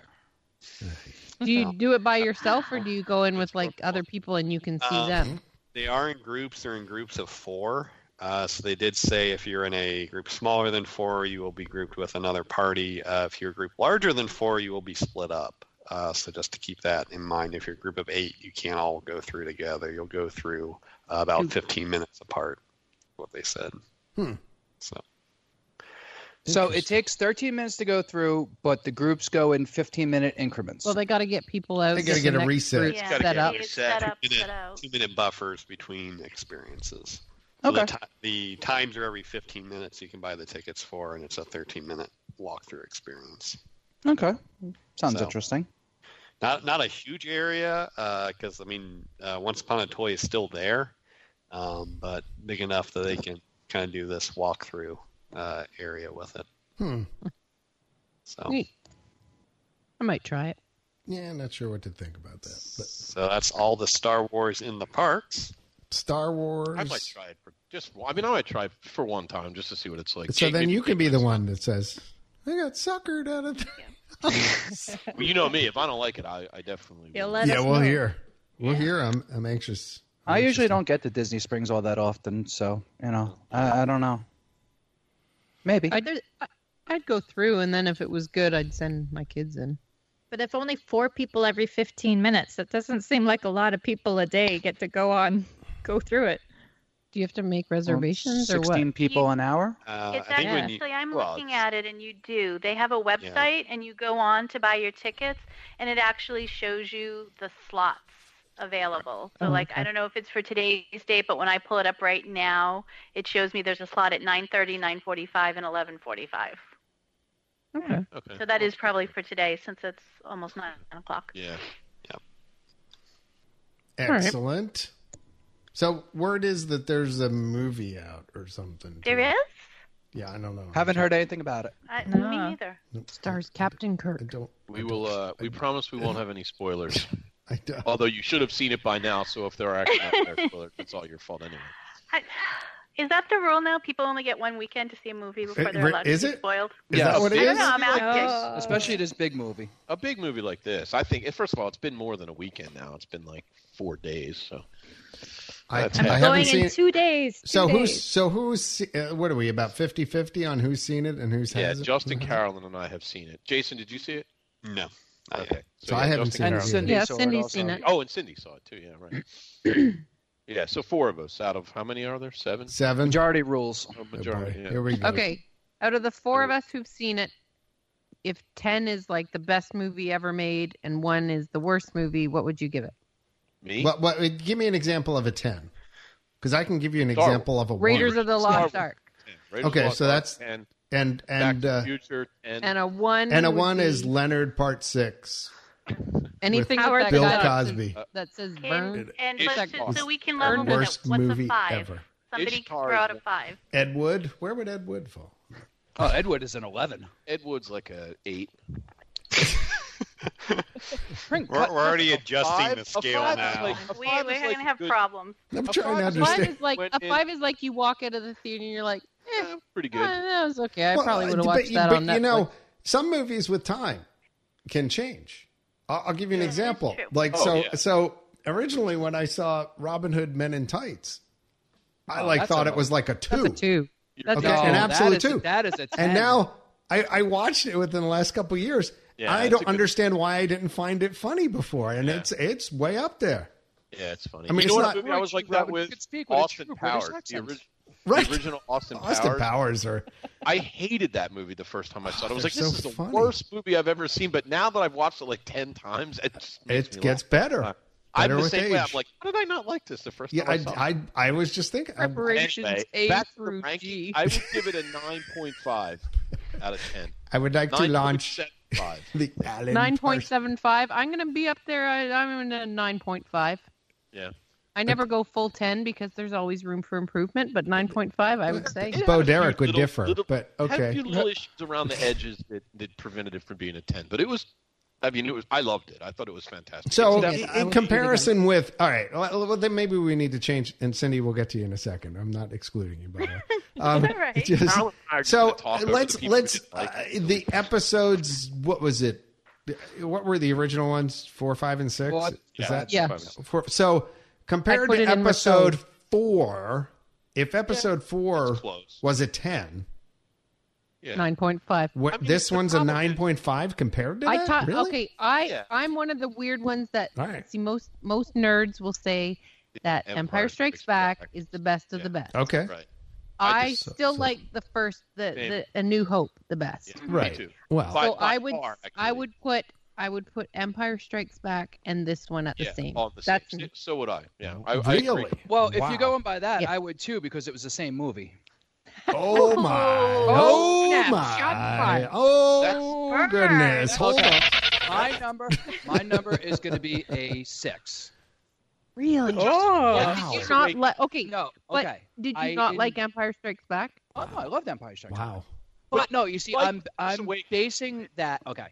S3: Do you do it [LAUGHS] by yourself or do you go in with like other people and you can see
S2: Uh,
S8: Um,
S3: them?
S8: They are in groups. They're in groups of four. Uh, so they did say if you're in a group smaller than four, you will be grouped with another party. Uh, if you're a group larger than four, you will be split up. Uh, so just to keep that in mind, if you're a group of eight, you can't all go through together. You'll go through uh, about 15 minutes apart. is What they said.
S2: Hmm.
S8: So
S5: So it
S2: Interesting.
S5: takes 13 minutes to go through, but the groups go in 15 minute increments.
S3: Well, they got to get people out.
S2: They gotta
S3: the
S2: get a
S3: next
S2: reset.
S3: group
S6: It's
S8: gotta
S3: set
S8: get
S3: up.
S8: a
S6: It's
S8: set,
S6: set up,
S8: two minute-
S6: set out.
S8: two minute buffers between experiences.
S5: okay.
S8: The, ti- the times are every 15 minutes you can buy the tickets for, and it's a 13 minute walkthrough experience.
S5: okay. Sounds
S8: So.
S5: interesting.
S8: Not not a huge area, because I mean, uh, Once Upon a Toy is still there, um, but big enough that they can kind of do this walkthrough uh, area with it.
S2: Hmm.
S8: So,
S3: Neat. I might try it.
S2: Yeah, not sure what to think about that. But
S8: so that's all the Star Wars in the parks.
S2: Star Wars.
S4: I might try it for just. I mean, I might try it for one time just to see what it's like.
S2: So
S4: Jake
S2: then
S4: made
S2: you
S4: me
S2: can
S4: think
S2: be the
S4: this.
S2: one that says, "I got suckered out of."
S4: [LAUGHS] Well, you know me. If I don't like it, I, I definitely.
S7: You'll
S4: will.
S7: let
S2: yeah,
S7: us
S2: we'll
S7: know.
S2: hear. We'll hear. I'm. I'm anxious. I'm
S5: I usually
S2: anxious.
S5: don't get to Disney Springs all that often, so, you know, I, I don't know. Maybe.
S3: I'd, I- I'd go through and then if it was good, I'd send my kids in.
S7: But if only four people every 15 minutes, that doesn't seem like a lot of people a day get to go on, go through it.
S3: Do you have to make
S5: Well,
S3: reservations or
S5: 16
S3: what?
S5: people an hour?
S8: Uh,
S6: It's
S8: I think when
S6: actually,
S8: you,
S6: I'm
S4: well,
S6: looking
S4: it's-
S6: at it, and you do. They have a website, and you go on to buy your tickets, and it actually shows you the slots available. So,
S3: Oh,
S6: like,
S3: okay.
S6: I don't know if it's for today's date, but when I pull it up right now, it shows me there's a slot at 9:30, 9:45, and 11:45.
S3: Okay.
S4: Okay.
S6: So that is probably for today, since it's almost nine o'clock.
S4: Yeah.
S3: right.
S2: Excellent. So word is that there's a movie out or something.
S6: There
S2: too.
S6: is?
S2: Yeah, I don't know.
S5: Haven't heard anything about it.
S6: I,
S3: Nah.
S6: Me neither.
S2: Nope.
S3: Stars Captain
S2: I
S3: Kirk.
S2: don't. I
S4: We
S2: don't-
S4: will.
S2: [LAUGHS]
S4: Uh, oh, we promise we won't have any spoilers.
S2: I don't.
S4: Although you should have seen it by now. So if there are actually not there spoilers, it's all your fault anyway.
S6: I, [SIGHS] is that the rule now? People only get one weekend to see a movie before
S2: It
S6: they're
S2: re-
S6: allowed
S2: is
S6: to
S2: it?
S6: be spoiled.
S2: Is
S5: Yeah.
S2: that what it Oh.
S6: I don't
S2: is?
S6: know. I'm asking.
S5: Especially this big movie.
S4: A big movie like this, I think. First of all, it's been more than a weekend now. It's been like four days. So
S2: I,
S4: That's
S2: I
S4: it.
S2: haven't
S7: Going
S2: seen.
S7: in
S2: it.
S7: two days. two
S2: So who's
S7: days.
S2: so who's se- uh, what are we about 50-50 on who's seen it Uh-huh. and who's
S4: yeah,
S2: hasn't?
S4: Justin Carolyn and I have seen it. Jason, did you see it?
S8: no,
S4: Okay.
S2: So I haven't
S4: Justin
S2: seen it
S5: And
S2: Yeah.
S4: Carolyn.
S5: Cindy
S3: Yeah,
S5: saw
S3: Cindy's
S5: also.
S3: seen it.
S4: Oh, and Cindy saw it too. Yeah, right. yeah, so four of us out of how many are there? Seven.
S2: Seven.
S5: Majority rules.
S4: Oh,
S2: Oh, boy.
S4: majority. yeah.
S2: Here we go.
S3: Okay. Out of the four of us who've seen it, if 10 is like the best movie ever made and one is the worst movie, what would you give it?
S4: Me.
S2: What, what, uh, give me an example of a ten, because I can give you an
S4: Star Wars.
S2: example of a
S3: Raiders
S2: one.
S3: of the
S4: Star
S3: Lost
S4: Wars.
S3: Ark.
S4: Raiders
S2: okay,
S4: Lost
S2: so
S4: Ark,
S2: that's-
S4: ten.
S2: and
S4: Back to
S2: and
S4: the
S2: uh,
S4: Future and,
S3: And a one.
S2: and a
S3: would
S2: one
S3: be
S2: is Leonard Part Six.
S3: anything
S7: Howard
S3: that
S2: Bill
S3: got up to-
S2: Cosby.
S3: that says burn.
S6: And, and
S4: It's
S6: let's
S4: like
S6: just, so we can
S3: Or
S6: level
S3: Well,
S2: Worst
S6: it up. What's
S2: movie
S6: a five?
S2: ever.
S6: Somebody
S4: It's hard,
S6: throw out a
S4: but-
S6: five.
S2: Ed Wood. Where would Ed Wood fall?
S5: Oh, Edward is an 11.
S4: Ed Wood's like a eight.
S3: Print
S8: we're, we're already adjusting
S4: five-
S8: the
S4: a
S8: scale
S4: five is
S8: now.
S4: like- a
S6: We, we're
S4: five is
S6: going
S4: like
S6: to
S4: a
S6: have
S4: good-
S6: problems.
S2: I'm
S4: A
S2: trying to
S4: five-
S3: five
S2: understand.
S3: is like
S4: When
S3: a
S4: it-
S3: five is like you walk out of the theater and you're like, eh,
S4: eh, pretty
S3: eh,
S4: good.
S3: that was okay. I
S2: Well,
S3: probably would have
S2: but-
S3: watched that
S2: but
S3: on Netflix.
S2: you know, some movies with time can change. I'll, I'll give you an
S6: Yeah, that's
S2: example.
S6: true.
S2: Like
S4: Oh,
S2: so,
S4: yeah.
S2: so originally when I saw Robin Hood Men in Tights, I
S5: Oh,
S2: like
S5: that's
S2: thought
S5: a-
S2: it was like a two.
S3: that's a two. That's
S2: Okay,
S3: a
S2: an
S3: two.
S5: that
S2: absolute
S5: is a-
S2: two.
S5: that is a 10.
S2: And now I, I watched it within the last couple of years.
S8: Yeah,
S2: I
S8: it's
S2: don't
S8: a good-
S2: understand why I didn't find it funny before, and
S8: Yeah.
S2: it's it's way up there.
S4: Yeah, it's funny.
S2: I mean,
S4: you
S2: it's
S4: know what
S2: not-
S4: movie I was like that with
S5: could speak with a
S4: Austin
S5: true British
S4: Powers. The,
S5: accent.
S4: orig-
S2: Right,
S4: the original Austin,
S2: Austin
S4: Powers.
S2: Powers are
S4: I hated that movie the first time I saw it. I was
S2: They're
S4: like, this
S2: so
S4: is the
S2: funny.
S4: worst movie I've ever seen. But now that I've watched it like ten times, it just makes
S2: it
S4: me
S2: gets
S4: laugh.
S2: better.
S4: I'm
S2: better
S4: the
S2: with
S4: same way. I'm
S2: age.
S4: like, how did I not like this the first
S2: Yeah,
S4: time I saw it?
S2: I, I I was just thinking. I,
S3: Preparations
S4: Anyway,
S3: A
S4: back to the
S3: through
S4: ranking.
S3: G.
S4: I would give it a 9.5 out of
S2: [LAUGHS]
S4: 10.
S2: I would like to launch
S4: 9.75.
S2: the Alan
S3: Nine point
S2: Parsons-
S3: seven five. I'm gonna be up there. I, I'm in a nine point five.
S4: Yeah.
S3: I never go full ten because there's always room for improvement, but nine point five, I would say.
S2: Bo
S4: Have a few
S2: Derek would
S4: little-
S2: differ,
S4: little-
S2: but
S4: Had
S2: [LAUGHS]
S4: a
S2: okay.
S4: few little issues around the edges that, that prevented it from being a 10. But it was, I mean, it was. I loved it. I thought it was fantastic.
S2: So,
S4: It's-
S3: That's-
S2: in,
S3: I
S2: in
S3: would-
S2: comparison with, all right, well, well, then maybe we need to change. And Cindy, we'll get to you in a second. I'm not excluding you, by the way. Um,
S6: All right.
S2: just-
S4: Alan and I are just
S2: so
S4: gonna talk over the
S2: let's
S4: people who
S2: let's
S4: didn't like
S2: uh,
S4: it.
S2: the episodes. What was it? What were the original ones? Four, five, and six.
S5: Well,
S2: Is
S4: Yeah,
S2: that
S3: Yeah.
S2: four? So compared
S3: put
S2: to
S3: it in with
S2: episode
S3: those.
S2: four, if episode four
S4: It's close.
S2: was a ten,
S4: Yeah.
S3: Nine point five.
S2: what
S4: I mean,
S2: this
S4: the
S2: one's a
S4: problem is-
S2: nine point five compared to
S3: I
S2: that.
S3: taught.
S2: really?
S3: Okay, I
S4: Yeah.
S3: I'm one of the weird ones that
S2: All right.
S3: see most most nerds will say that Empire, Strikes Back, is the best of
S4: Yeah.
S3: the best.
S2: Okay.
S4: Right.
S3: I,
S4: I just-
S3: still
S2: so-
S3: like the first, the,
S4: Same.
S3: the A New Hope, the best.
S4: Yeah,
S2: Right.
S4: Me too.
S2: Well,
S4: By-
S3: so
S4: by
S3: I would
S4: far,
S3: I
S4: actually.
S3: would put I would put Empire Strikes Back and this one at the
S4: Yeah,
S3: same.
S4: on the
S3: That's
S4: same. So would I. Yeah. I, I agree.
S2: really?
S5: Well, if
S2: Wow.
S5: you're going by that,
S3: Yeah.
S5: I would too because it was the same movie.
S2: Oh my!
S3: Oh,
S2: Oh
S3: snap. Shots
S2: my!
S3: fired.
S2: Oh goodness! Hold on.
S5: My number, my number is going to be a six.
S3: Really?
S5: Oh,
S3: Yeah, Did you not like? Okay,
S5: no,
S3: but
S5: okay.
S3: did you
S5: I
S3: not
S5: didn't-
S3: like Empire Strikes Back?
S5: Oh, no, I love Empire Strikes.
S2: Wow!
S5: But no, you see,
S4: Like,
S5: I'm I'm
S4: wait.
S5: basing that. Okay,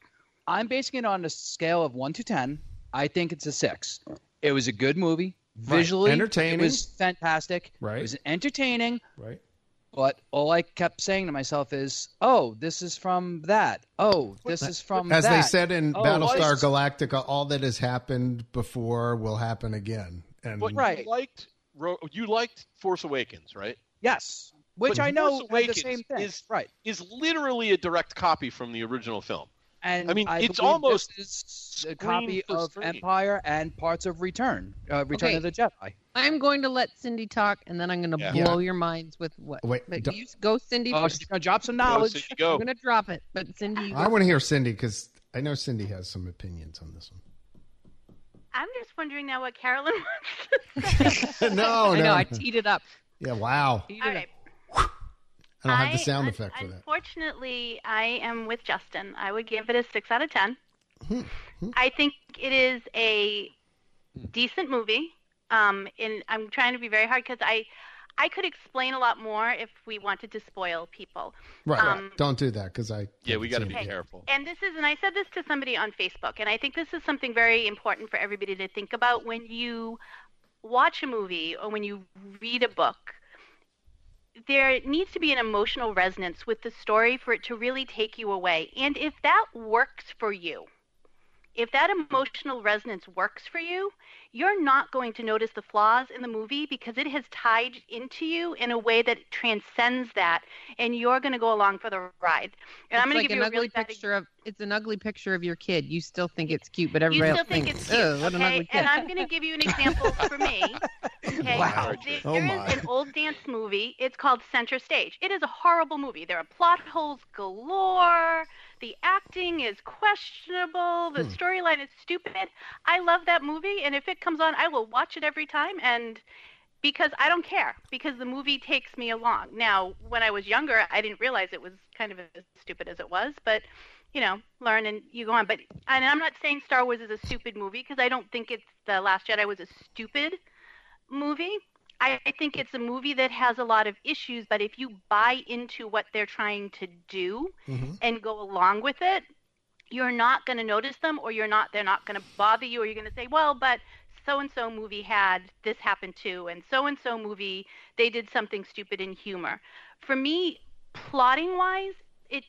S5: I'm basing it on a scale of one to ten. I think it's a six. It was a good movie visually.
S2: Entertaining.
S5: It was fantastic.
S2: Right.
S5: It was entertaining.
S2: Right?
S5: But all I kept saying to myself is, "Oh, this is from that. Oh, this is from
S2: As
S5: that."
S2: they said in
S5: Oh,
S2: Battlestar
S5: what?
S2: Galactica, all that has happened before will happen again. And
S4: But
S5: Right.
S4: you liked Ro- you liked Force Awakens, right?
S5: yes, which
S4: But
S5: I know
S4: Force
S5: had the
S4: Awakens
S5: same thing.
S4: is-
S5: right.
S4: Is literally a direct copy from the original film.
S5: And
S4: I mean, it's
S5: believe
S4: almost
S5: this is a
S4: screen
S5: copy
S4: for
S5: of
S4: screen.
S5: Empire and parts of Return, uh, Return
S3: Okay.
S5: of the Jedi.
S3: I'm going to let Cindy talk, and then I'm going to
S4: Yeah.
S3: blow your minds with what.
S2: Wait,
S3: but
S2: don't-
S3: you s- go, Cindy.
S5: Oh,
S3: first.
S5: she's gonna drop some
S4: Go, [LAUGHS]
S5: knowledge.
S4: Cindy,
S3: I'm
S4: go.
S3: going to drop it, but Cindy, you
S2: I want to hear Cindy because I know Cindy has some opinions on this
S6: I'm just wondering now what Carolyn [LAUGHS] wants. to
S3: [LAUGHS]
S6: say.
S2: one. [LAUGHS] no,
S3: I
S5: [LAUGHS]
S2: no.
S3: know I teed it up.
S2: yeah, wow.
S3: Teed
S6: All
S3: it
S6: right.
S2: I don't have the
S6: I-
S2: sound
S6: un-
S2: effect for that.
S6: Unfortunately, I am with Justin. I would give it a six out of ten.
S2: Hmm, hmm.
S6: I think it is a decent movie. Um, and I'm trying to be very hard because I, I could explain a lot more if we wanted to spoil people.
S2: Right.
S6: um,
S2: don't do that because I.
S4: Yeah, we got to
S2: haven't
S4: be
S2: seen it yet.
S4: careful.
S6: And this is, and I said this to somebody on Facebook, and I think this is something very important for everybody to think about when you watch a movie or when you read a book. There needs to be an emotional resonance with the story for it to really take you away. And if that works for you, if that emotional resonance works for you, you're not going to notice the flaws in the movie because it has tied into you in a way that transcends that, and you're going to go along for the ride. And I'm
S3: It's
S6: going
S3: like
S6: to give
S3: an
S6: you a
S3: ugly
S6: really bad
S3: picture of it's an ugly picture of your kid. You still think it's cute, but everybody
S6: you still
S3: else
S6: think
S3: thinks,
S6: it's cute,
S3: "Ugh, what an ugly
S6: okay?
S3: kid.
S6: And I'm going to give you an example
S3: [LAUGHS]
S6: for me. Okay,
S5: Wow.
S6: there
S2: Oh
S6: there
S2: my.
S6: is an old dance movie. It's called Center Stage. It is a horrible movie. There are plot holes galore. The acting is questionable.
S2: Hmm.
S6: The storyline is stupid. I love that movie, and if it comes on, I will watch it every time. And because I don't care, because the movie takes me along. Now, when I was younger, I didn't realize it was kind of as stupid as it was, but you know, learn and you go on. But and I'm not saying Star Wars is a stupid movie because I don't think it's the Last Jedi was a stupid movie. I I think it's a movie that has a lot of issues, but if you buy into what they're trying to do
S2: Mhm.
S4: Mm-hmm.
S6: and go along with it, you're not going to notice them, or you're not they're not going to bother you, or you're going to say, well, but so and so movie had this happen too, and so and so movie they did something stupid in humor. For me, plotting wise, it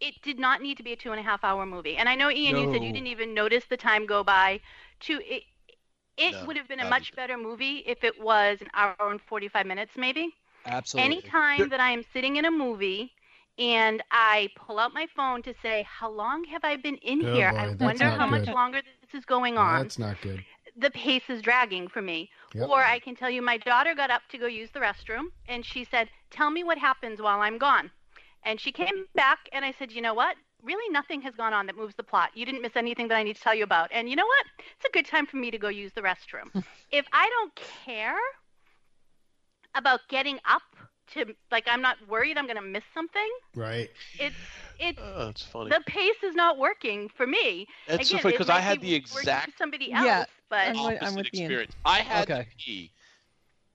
S6: it did not need to be a two and a half hour movie. And I know Ian, you said you
S5: No.
S6: didn't even notice the time go by. To it, it
S4: No,
S6: would have been a
S4: not
S6: much
S4: either.
S6: better movie if it was an hour and forty five minutes, maybe.
S5: Absolutely.
S6: Anytime that I am sitting in a movie and I pull out my phone to say, "How long have I been in
S2: Oh,
S6: here?
S2: boy,
S6: I
S2: that's
S6: wonder
S2: not
S6: how much
S2: good.
S6: longer this is going
S2: Yeah,
S6: on."
S2: That's not good.
S6: the pace is dragging for me.
S2: Yep.
S6: Or I can tell you, my daughter got up to go use the restroom, and she said, "Tell me what happens while I'm gone." And she came back, and I said, "You know what? Really, nothing has gone on that moves the plot. You didn't miss anything that I need to tell you about. And you know what? It's a good time for me to go use the
S4: [LAUGHS]
S6: restroom. if I don't care about getting up to, like, I'm not worried I'm going to miss something.
S2: Right.
S6: It's it's
S4: Oh, that's funny.
S6: the pace is not working for me.
S4: That's so
S6: Again,
S4: funny
S6: it
S4: because
S6: might
S4: I had
S6: be
S4: the
S6: working for
S4: exact
S6: somebody else,
S3: Yeah,
S6: but
S3: I'm with- I'm with
S4: opposite
S3: Ian.
S4: experience. I had
S5: Okay.
S4: to pee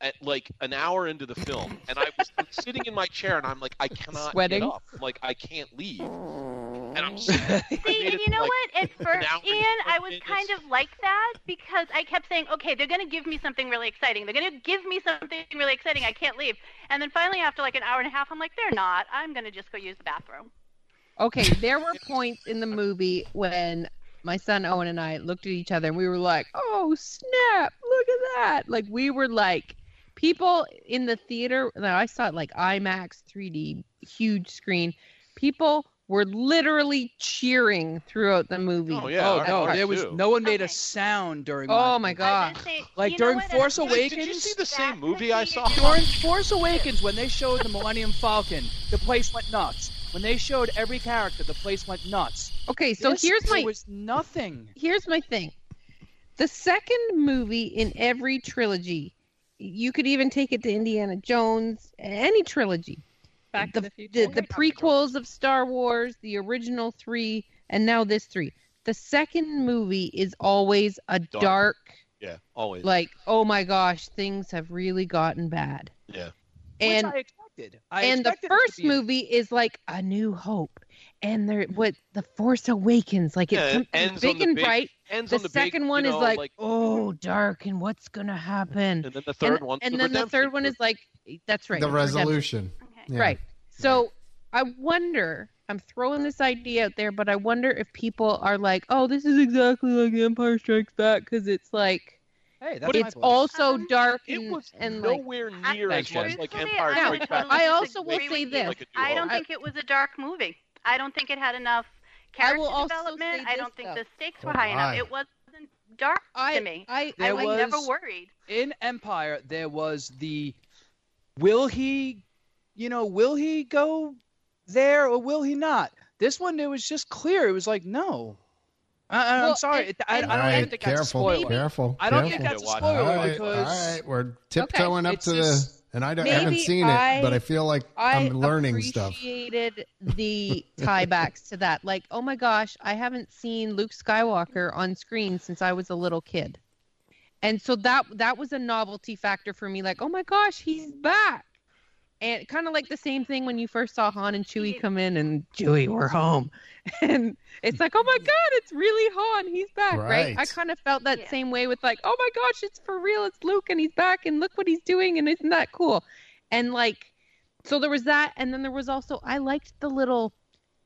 S4: at like an hour into the film, and I was sitting in my chair, and I'm like, I cannot
S3: Sweating.
S4: get up. I'm like, I can't leave, and I'm.
S5: [LAUGHS]
S4: sitting- I
S6: See,
S4: made
S6: and
S4: it
S6: you know
S4: like-
S6: what? At first,
S4: hour and
S6: Ian, I
S4: 20
S6: was
S4: minutes.
S6: kind of like that because I kept saying, okay, they're going to give me something really exciting. They're going to give me something really exciting. I can't leave. And then finally, after like an hour and a half, I'm like, they're not. I'm going to just go use the bathroom.
S3: [LAUGHS] Okay, there were points in the movie when my son Owen and I looked at each other and we were like, "Oh snap! Look at that!" Like we were like people in the theater. Now I saw it like IMAX 3D, huge screen. People were literally cheering throughout the movie.
S4: Oh, yeah.
S5: oh no,
S4: I- I
S5: there was
S4: too.
S5: no one made a
S6: Okay.
S5: sound during.
S3: Oh,
S5: one.
S3: my
S6: I was
S3: God.
S6: gonna say,
S5: Like
S6: you know
S5: during
S6: what?
S5: Force
S6: That's-
S5: Awakens?
S4: Did you see the
S6: that's
S4: same
S6: the
S4: movie I saw?
S6: theater you
S5: During Force Awakens, when they showed the Millennium Falcon, the place went nuts. When they showed every character, the place went nuts.
S3: Okay, so
S5: This,
S3: here's my
S5: There was nothing.
S3: here's my thing. The second movie in every trilogy, you could even take it to Indiana Jones, any trilogy.
S7: Back
S3: the,
S7: to the
S3: the,
S7: future.
S3: the prequels of Star Wars, the original three, and now this three. The second movie is always a dark,
S4: Dark. Yeah, always.
S3: like, oh my gosh, things have really gotten bad.
S4: Yeah.
S3: And
S5: which I expected. I
S3: and the
S5: expected it to
S3: first
S5: be-
S3: movie is like a new hope. And there what the Force Awakens, like
S4: Yeah, it
S3: it's something
S4: ends on
S3: big
S4: the
S3: and
S4: big-
S3: bright.
S4: Ends
S3: The,
S4: on the big,
S3: second
S4: you
S3: one
S4: know,
S3: is like, oh dark and what's gonna happen?
S4: and then the third one.
S3: and then the third one is like eh, that's right.
S2: The
S3: redemption.
S2: resolution.
S6: Okay.
S2: Yeah.
S3: Right. So I wonder, I'm throwing this idea out there, but I wonder if people are like, oh, this is exactly like Empire Strikes Back because it's like,
S5: Hey, that's
S4: But
S5: my
S3: it's
S5: point.
S3: also
S6: Um,
S3: dark
S4: It
S3: and,
S4: was
S3: and like,
S4: nowhere
S6: I-
S4: near as much like
S6: truthfully,
S4: Empire
S6: I
S4: Strikes
S6: would
S4: Back.
S6: totally
S3: I also will
S6: disagree
S3: say
S6: with
S3: this.
S6: you.
S4: Like a
S6: I
S4: duo.
S6: don't
S3: I-
S6: think it was a dark movie. I don't think it had enough
S3: I
S6: character
S3: will also
S6: development.
S3: say
S6: I don't
S3: this,
S6: think the stakes were
S2: Oh,
S6: high
S2: my.
S6: enough. It wasn't dark to
S3: I,
S6: me.
S3: I,
S5: There
S6: I was never
S5: was-
S6: worried.
S5: in Empire, there was the will he, you know, will he go there or will he not? This one, it was just clear. It was like, no. I, I- I'm
S3: Well,
S5: sorry.
S3: and-
S5: It- I, I
S3: and
S5: don't
S2: All
S5: even
S2: right,
S5: think that's a
S2: careful,
S5: spoiler.
S2: careful.
S5: I don't
S2: careful.
S5: think that's a
S4: Yeah, watch.
S5: spoiler
S2: all right,
S5: because
S2: all right, we're tiptoeing up
S5: it's
S2: to
S5: just-
S2: the, and I, don't- I
S3: Maybe
S2: haven't seen
S3: I-
S2: it, but I feel like
S3: I
S2: am learning stuff.
S3: appreciated the tiebacks to that. Like, oh my gosh, I haven't seen Luke Skywalker on screen since I was a little kid. And so that that was a novelty factor for me. Like, oh my gosh, he's back. And kind of like the same thing when you first saw Han and Chewie come in and Chewie, we're home. [LAUGHS] And it's like, oh my God, it's really Han. He's back,
S2: Right.
S3: right? I kind of felt that
S6: Yeah.
S3: same way with like, oh my gosh, it's for real. It's Luke and he's back and look what he's doing. And isn't that cool? And like, so there was that, and then there was also I liked the little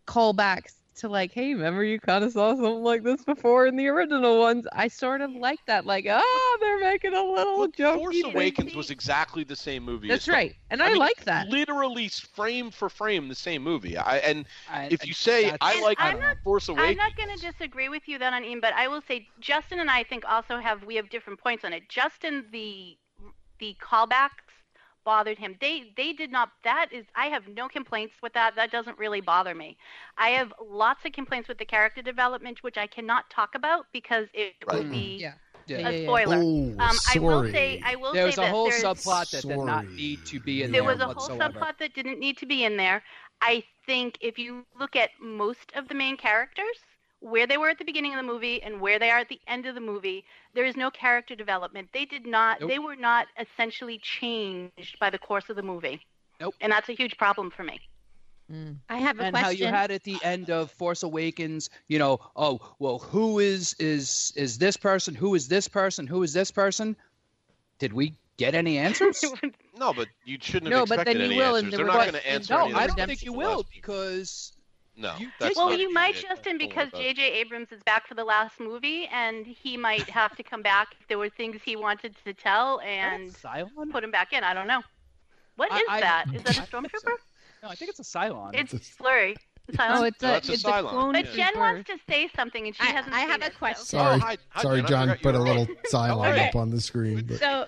S3: callbacks to like, hey, remember you kind of saw something like this before in the original ones. I sort of like that, like, ah, they're making a little joke.
S4: Force Awakens was exactly the same movie. as
S3: That's
S4: Star
S3: right, and
S4: I
S3: I,
S4: mean,
S3: like that.
S4: literally frame for frame the same movie. I, and
S5: I-
S4: if you say
S5: that's-
S4: I
S6: And
S4: like
S6: I'm not-
S4: Force Awakens,
S6: I'm not going to disagree with you then on Ian, but I will say Justin and I think also have we have different points on it. Justin, the the callbacks bothered him. They they did not. That is, I have no complaints with that. That doesn't really bother me. I have lots of complaints with the character development, which I cannot talk about because it
S4: Right.
S6: would
S5: Mm.
S6: be
S3: Yeah.
S5: Yeah.
S3: Yeah, yeah,
S6: a
S3: yeah.
S6: spoiler.
S2: Oh,
S6: um, I will
S2: sorry.
S6: say I will
S5: there
S6: say
S5: was a
S6: this,
S5: whole
S6: there's-
S5: subplot that did not
S2: Sorry.
S5: need to be in
S6: there
S5: there,
S6: was a whole
S5: whatsoever.
S6: subplot that didn't need to be in there. I think if you look at most of the main characters, where they were at the beginning of the movie and where they are at the end of the movie, there is no character development. They did not
S5: Nope.
S6: they were not essentially changed by the course of the movie.
S5: Nope.
S6: And that's a huge problem for
S5: [LAUGHS]
S6: me.
S3: Mm.
S7: I have a
S5: and how you
S7: question.
S5: had at the end of Force Awakens, you know, oh well, who is is is this person? Who is this person? Who is this person? Did we get
S6: [LAUGHS]
S5: any [LAUGHS] answers?
S4: no, but you shouldn't
S3: No,
S4: have
S3: but
S4: expected
S3: then
S4: any
S3: you will, and
S4: answers.
S3: there
S4: They're
S3: were-
S4: not going
S3: but-
S4: to answer.
S3: no,
S4: any of
S5: I
S4: the
S5: don't
S3: redemption
S5: think you
S4: questions
S5: will
S4: last week.
S5: because
S4: No,
S5: you
S4: that's
S5: did-
S6: well,
S4: not
S6: you
S4: what
S6: might,
S4: did.
S6: Justin,
S4: Don't worry
S6: because
S4: about it.
S6: J.J. Abrams is back for the last movie, and he might have to come back if there were things he wanted to tell and
S5: Silent.
S6: put him back in. I don't know. What
S5: I-
S6: is
S5: I-
S6: that? Is that a
S5: I think so.
S6: stormtrooper?
S5: No, I think it's a Cylon.
S6: It's [LAUGHS] slurry. Silence.
S3: Oh, it's
S4: No,
S3: a,
S4: that's a
S3: it's a
S4: Cylon,
S3: clone.
S4: yeah.
S3: of
S6: but
S3: his
S6: Jen
S3: birth.
S6: wants to say something, and she
S9: I-
S6: hasn't.
S9: I have
S6: seen
S9: a
S6: it, so-
S9: question.
S2: Sorry,
S4: Oh, hi- hi,
S2: sorry,
S4: Jen. I
S2: John.
S4: forgot you
S2: Put a
S4: [LAUGHS] were-
S2: little Cylon
S7: Okay.
S2: up on the screen. But
S7: So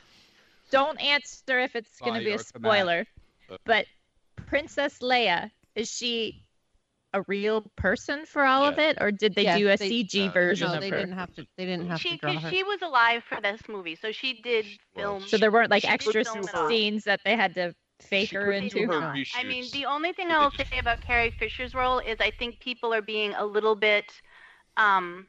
S7: don't answer if it's going
S5: Sorry,
S7: to be a
S5: Orca Matt.
S7: spoiler. But Princess Leia, is she a real person for all of it, or did they
S3: Yes,
S7: do a
S3: they-
S7: CG
S4: No,
S7: version
S3: No,
S7: of
S3: they
S7: her?
S3: didn't have to. They didn't have to
S6: She,
S3: draw
S6: 'cause
S3: her.
S6: she was alive for this movie, so she did
S4: Well,
S6: film.
S7: So there weren't like
S6: She
S7: extra
S6: could do her-
S7: scenes that they had to fake
S4: She
S7: her
S4: could do
S7: into.
S4: her
S3: No.
S4: reshoots.
S6: I mean, the only thing
S4: But they
S6: I'll
S4: just-
S6: say about Carrie Fisher's role is I think people are being a little bit. Um,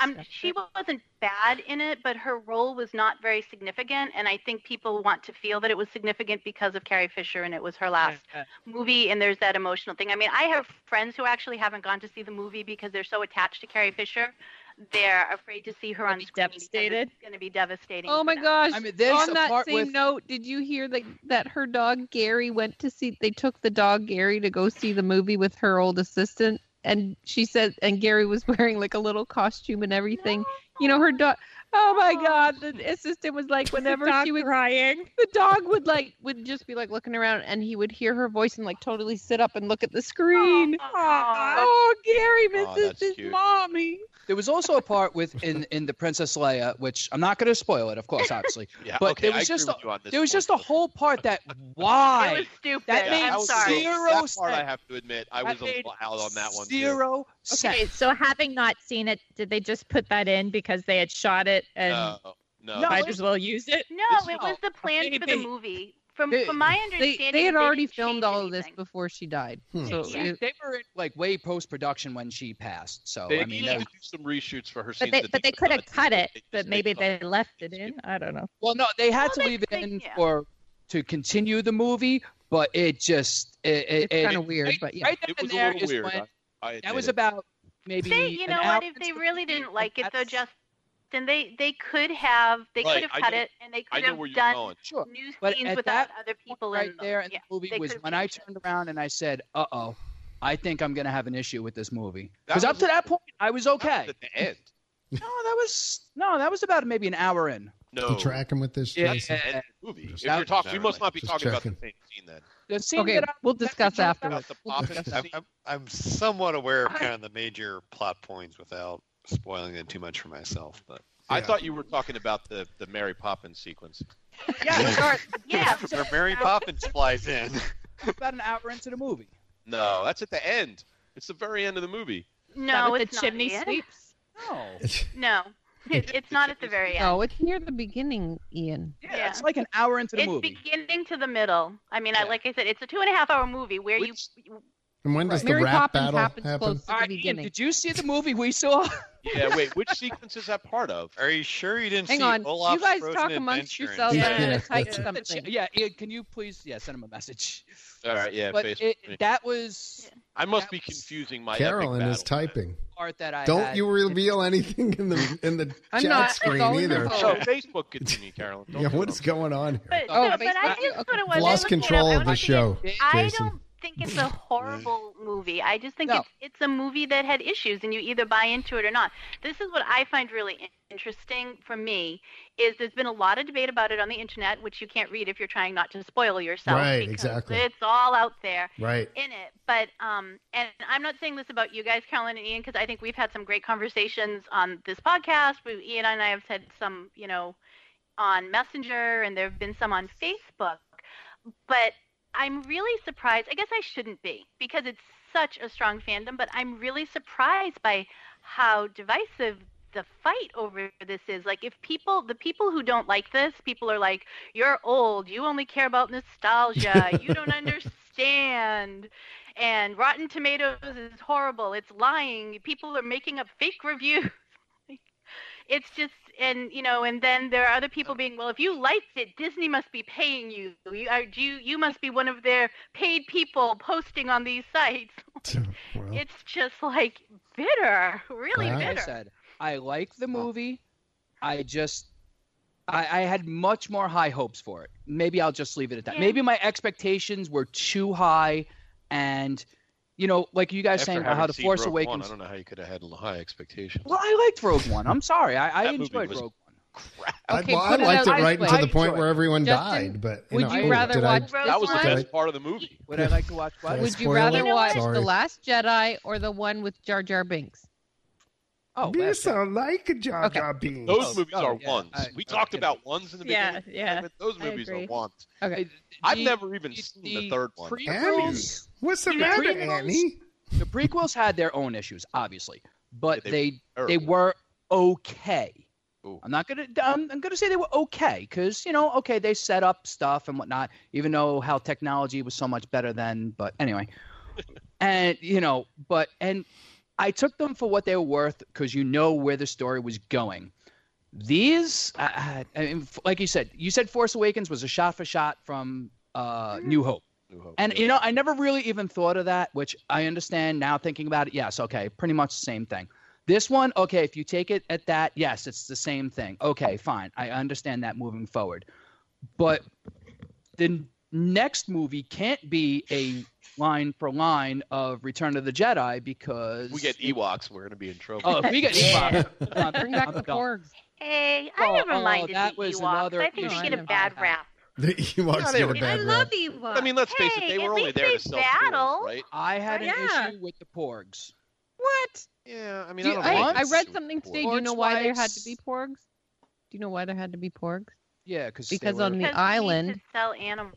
S6: um, she wasn't bad in it, but her role was not very significant, and I think people want to feel that it was significant because of Carrie Fisher, and it was her last movie, and there's that emotional thing. I mean, I have friends who actually haven't gone to see the movie because they're so attached to Carrie Fisher, they're afraid to see her on
S7: be
S6: screen. because
S7: devastated.
S6: It's going to be devastating.
S3: Oh
S6: for
S3: my
S6: them.
S3: gosh!
S5: I mean, there's
S3: On
S5: a
S3: that
S5: part
S3: same
S5: with-
S3: note, did you hear that that her dog Gary went to see? They took the dog Gary to go see the movie with her old assistant, and she said, and Gary was [LAUGHS] wearing like a little costume and everything. You know, her dog. Oh my God! The assistant was
S7: [LAUGHS]
S3: like, whenever she would,
S7: crying.
S3: the dog would like would just be like looking around, and he would hear her voice and like totally sit up and look at the screen.
S6: Aw.
S3: Oh, Gary
S4: Aw,
S3: misses
S4: that's
S3: his
S4: cute.
S3: mommy.
S5: There was also a part with in in the Princess Leia, which I'm not going to spoil it, of
S4: [LAUGHS]
S5: course, obviously.
S4: yeah,
S5: but
S4: okay,
S5: there
S4: I
S5: was just
S4: agree
S5: a-
S4: with you on this
S5: There was
S4: one.
S5: just a whole part that
S6: It
S5: why
S6: was stupid.
S5: That made
S6: I'm
S4: I was-
S6: sorry.
S5: zero
S4: that part I
S5: sense.
S4: have to admit, I
S5: That
S4: was a
S5: made
S4: little out on that one. too.
S5: zero. sense.
S7: Okay, so having not seen it, did they just put that in because they had shot it and
S4: No, no.
S5: No,
S7: might
S5: it's-
S7: as well use it?
S6: No,
S5: This
S6: it was
S5: is all
S6: the plan for the
S5: baby.
S6: movie. From
S5: They-
S6: from my
S3: They
S6: understanding,
S3: they had already
S6: didn't
S3: filmed
S6: change
S3: all of this
S6: anything.
S3: before she died.
S2: Hmm.
S3: So
S5: She-
S3: it-
S5: they were in like way post production when she passed. So
S4: They
S5: I mean,
S4: had
S5: that-
S4: to do some reshoots for her
S7: But
S4: scenes.
S7: they,
S4: that
S7: but they could have cut it,
S4: They just-
S7: but maybe
S4: they
S7: they left it
S4: they
S7: in. I don't know.
S5: well, no, they had
S6: Well,
S5: to
S6: they-
S5: leave it
S6: they-
S5: in
S6: yeah.
S5: for to continue the movie, but it just it, it,
S3: it's kind of weird,
S5: right-
S3: but yeah.
S5: right then
S4: It
S5: and
S4: was a
S5: there
S4: little
S5: is
S4: weird.
S5: when-
S4: I, I
S5: that
S4: admit
S5: was
S4: it.
S5: about maybe
S6: They, you
S5: an
S6: know
S5: hour
S6: what? If
S5: into
S6: they
S5: the
S6: really
S5: movie,
S6: didn't like it, though,
S5: that's-
S6: just then they they could have they
S4: Right,
S6: could
S4: I
S6: have cut
S4: know-
S6: it and they
S4: I
S6: could
S4: know
S6: have
S4: where you're
S6: done
S4: going.
S5: Sure.
S6: new
S5: But
S6: scenes
S5: at
S6: without
S5: that
S6: other people
S5: right
S6: in them.
S5: there in
S6: Yeah.
S5: the movie
S6: they
S5: was
S6: could've
S5: when I
S6: finished it.
S5: turned around and I said, "Uh oh, I think I'm gonna have an issue with this movie."
S4: That
S5: Because up
S4: was-
S5: to that point, I was
S4: That was
S5: okay.
S4: At the end.
S5: No, that was no, that was about maybe an hour in.
S4: No.
S2: you track him with this.
S5: Yeah.
S2: Jason? [LAUGHS]
S4: End of the movie. If
S5: Just-
S4: you're talking, we must not be
S2: Just
S4: talking about the
S2: checking.
S4: same scene then.
S5: The scene
S3: Okay,
S5: that I-
S3: we'll
S5: that
S3: discuss
S5: we talked about-
S3: afterwards.
S4: About the
S2: We'll
S4: pop scene.
S8: I'm, I'm, I'm somewhat aware of kind of the major plot points without spoiling it too much for myself. But
S4: I
S2: Yeah.
S4: thought you were talking about the, the Mary Poppins sequence.
S3: [LAUGHS]
S6: Yeah,
S8: [LAUGHS] where Mary Poppins flies in.
S5: about an hour into the movie.
S4: No, that's at the end. It's the very end of the movie.
S7: That
S6: no,
S7: with
S6: it's
S7: the chimney
S6: not. Ian.
S7: sweeps.
S5: No.
S6: No, It- [LAUGHS] it's not at the very end.
S3: No, it's near the beginning, Ian.
S5: Yeah,
S6: Yeah.
S5: it's like an hour into the
S6: It's
S5: movie.
S6: beginning to the middle. I mean, I
S5: Yeah.
S6: like I said, it's a two and a half hour movie where
S4: Which-
S6: you
S2: And when does the
S3: Mary
S2: rap
S3: Poppins
S2: battle
S3: happens
S2: happen?
S3: close to the
S5: Ian,
S3: beginning.
S5: did you see the movie we saw?
S4: Yeah, wait,
S5: [LAUGHS]
S4: which sequence is that part of?
S8: Are you sure you didn't
S3: Hang
S8: see
S3: on,
S8: Olaf's
S3: you guys
S8: Frozen
S3: talk amongst
S8: Adventure in
S3: yourselves.
S2: Yeah.
S3: I'm gonna
S2: [LAUGHS] Yeah.
S3: type
S2: That's
S3: something.
S5: yeah, Ian, can you please yeah send him a message?
S4: All right, yeah,
S5: but
S4: Facebook.
S5: it, that was
S4: I must be
S5: that was-
S4: confusing my epic
S2: Carolyn is
S4: battle then.
S2: typing.
S5: the part that I
S2: Don't
S5: had.
S2: you reveal anything in the in the
S3: [LAUGHS] I'm
S2: chat
S3: not. It's
S2: screen
S3: all in the
S2: either.
S3: phone.
S4: No, Oh, Facebook continue, Carolyn. Don't
S2: Yeah,
S4: do
S2: what
S4: it.
S2: is going on here?
S6: But,
S5: Oh,
S6: no, but I
S3: Facebook.
S6: just sort
S2: I've
S6: of was
S2: lost control of the show.
S6: I
S2: Jason.
S6: don't think
S5: [LAUGHS]
S6: it's a horrible movie. I just think
S5: No.
S6: it's, it's a movie that had issues, and you either buy into it or not. This is what I find really in- interesting for me is there's been a lot of debate about it on the internet, which you can't read if you're trying not to spoil yourself.
S2: Right,
S6: because
S2: exactly.
S6: It's all out there
S3: [LAUGHS]
S2: Right.
S6: in it. But um, and I'm not saying this about you guys, Carolyn and Ian, because I think we've had some great conversations on this podcast. We, Ian and I have had some, you know, on Messenger, and there have been some on Facebook. But I'm really surprised. I guess I shouldn't be because it's such a strong fandom. But I'm really surprised by how divisive the fight over this is like if people the people who don't like this people are like you're old you only care about nostalgia you don't understand and rotten tomatoes is horrible it's lying people are making up fake reviews [LAUGHS] it's just and you know and then there are other people being well if you liked it disney must be paying you you are do you, you must be one of their paid people posting on these sites
S2: Well,
S6: it's just like bitter really
S2: Wow.
S5: Like I
S6: bitter
S5: said, I like
S2: Oh.
S5: the movie. I just, I, I had much more high hopes for it. Maybe I'll just leave it at that.
S6: Yeah.
S5: Maybe my expectations were too high, and, you know, like you guys
S4: After
S5: saying about
S4: having
S5: how the
S4: seen
S5: Force
S4: Rogue One,
S5: Awakens.
S4: I don't know how you could have had high expectations.
S5: well, I liked Rogue One. I'm sorry. I, I
S4: That movie
S5: enjoyed
S4: was
S5: Rogue One.
S4: crap.
S2: I-
S3: Okay,
S2: well, I
S3: put it
S2: liked it
S3: out
S2: right
S3: this
S2: until
S3: way.
S2: the point where everyone
S3: Justin,
S2: died. But
S3: would
S2: know,
S3: you
S2: oh,
S3: rather
S2: did I-
S3: watch
S6: That
S3: this
S4: That was the
S3: one?
S6: Right.
S4: best part of the movie.
S5: Would I like to watch what?
S2: Yeah.
S3: Would you
S2: Spoiler
S3: rather
S2: alert.
S3: watch
S2: Sorry.
S3: The Last Jedi or the one with Jar Jar Binks?
S5: Oh,
S2: These
S5: last-
S2: are like Jar
S3: Okay.
S2: Jar Binks.
S4: Those
S5: Oh,
S4: movies
S5: oh,
S4: are
S5: yeah,
S4: ones.
S5: I-
S4: we
S5: I
S4: talked
S5: get it.
S4: about ones in the
S7: Yeah,
S4: beginning.
S7: yeah,
S4: but Those
S7: I
S4: movies
S7: agree.
S4: are ones.
S3: Okay.
S4: I've
S5: The-
S4: never even
S5: the-
S4: seen the third one.
S5: Prequels,
S2: What's the
S5: Yeah.
S2: matter, [LAUGHS]
S5: Prequels?
S2: Annie?
S5: the prequels had their own issues, obviously, but
S4: Yeah,
S5: they
S4: Or-
S5: they were okay.
S4: Ooh.
S5: I'm not gonna. I'm, I'm gonna say they were okay because you know, okay, they set up stuff and whatnot. Even though how technology was so much better then, but anyway, and you know, but and I took them for what they were worth because you know where the story was going. These, I, I, I mean, f- like you said, you said Force Awakens was a shot for shot from uh, New Hope.
S4: New Hope,
S5: And
S4: yeah.
S5: you know, I never really even thought of that, which I understand now thinking about it. Yes, okay, pretty much the same thing. This one, okay, if you take it at that, yes, it's the same thing. Okay, fine. I understand that moving forward. But the next movie can't be a line for line of Return of the Jedi because
S4: we get Ewoks, we're going to be in trouble.
S5: [LAUGHS] Oh, if
S3: [LAUGHS]
S5: we get Ewoks. I'm-
S3: Bring back
S5: I'm
S3: the
S5: done.
S3: Porgs.
S6: Hey,
S5: Oh,
S6: I never
S5: oh,
S6: minded
S5: that
S6: the
S5: was
S6: Ewoks.
S5: another
S6: I think
S3: issue.
S6: they get
S3: I
S6: a bad
S5: never-
S6: rap.
S2: The Ewoks
S4: Yeah, they
S2: get a
S4: were-
S7: I
S2: bad
S7: love
S2: rap.
S7: Ewoks.
S4: I mean, let's face it,
S6: Hey,
S4: they
S6: at
S4: were only
S6: least
S4: there
S6: they
S4: to sell
S6: battle.
S4: toys, right?
S5: I had
S3: Oh,
S5: an
S7: Yeah.
S5: issue with the Porgs.
S3: What?
S4: Yeah, I mean,
S3: Do you-
S4: I don't
S3: I,
S4: mind
S3: I
S4: the
S3: read
S4: suit
S3: something
S4: for
S3: today.
S4: it.
S3: Do you know why there had to
S5: Porgs.
S3: be Porgs? Do you know why there had to be Porgs?
S5: Yeah, cause they
S3: Because
S5: were-
S3: on the
S6: Because
S3: island-
S6: We need to sell animals.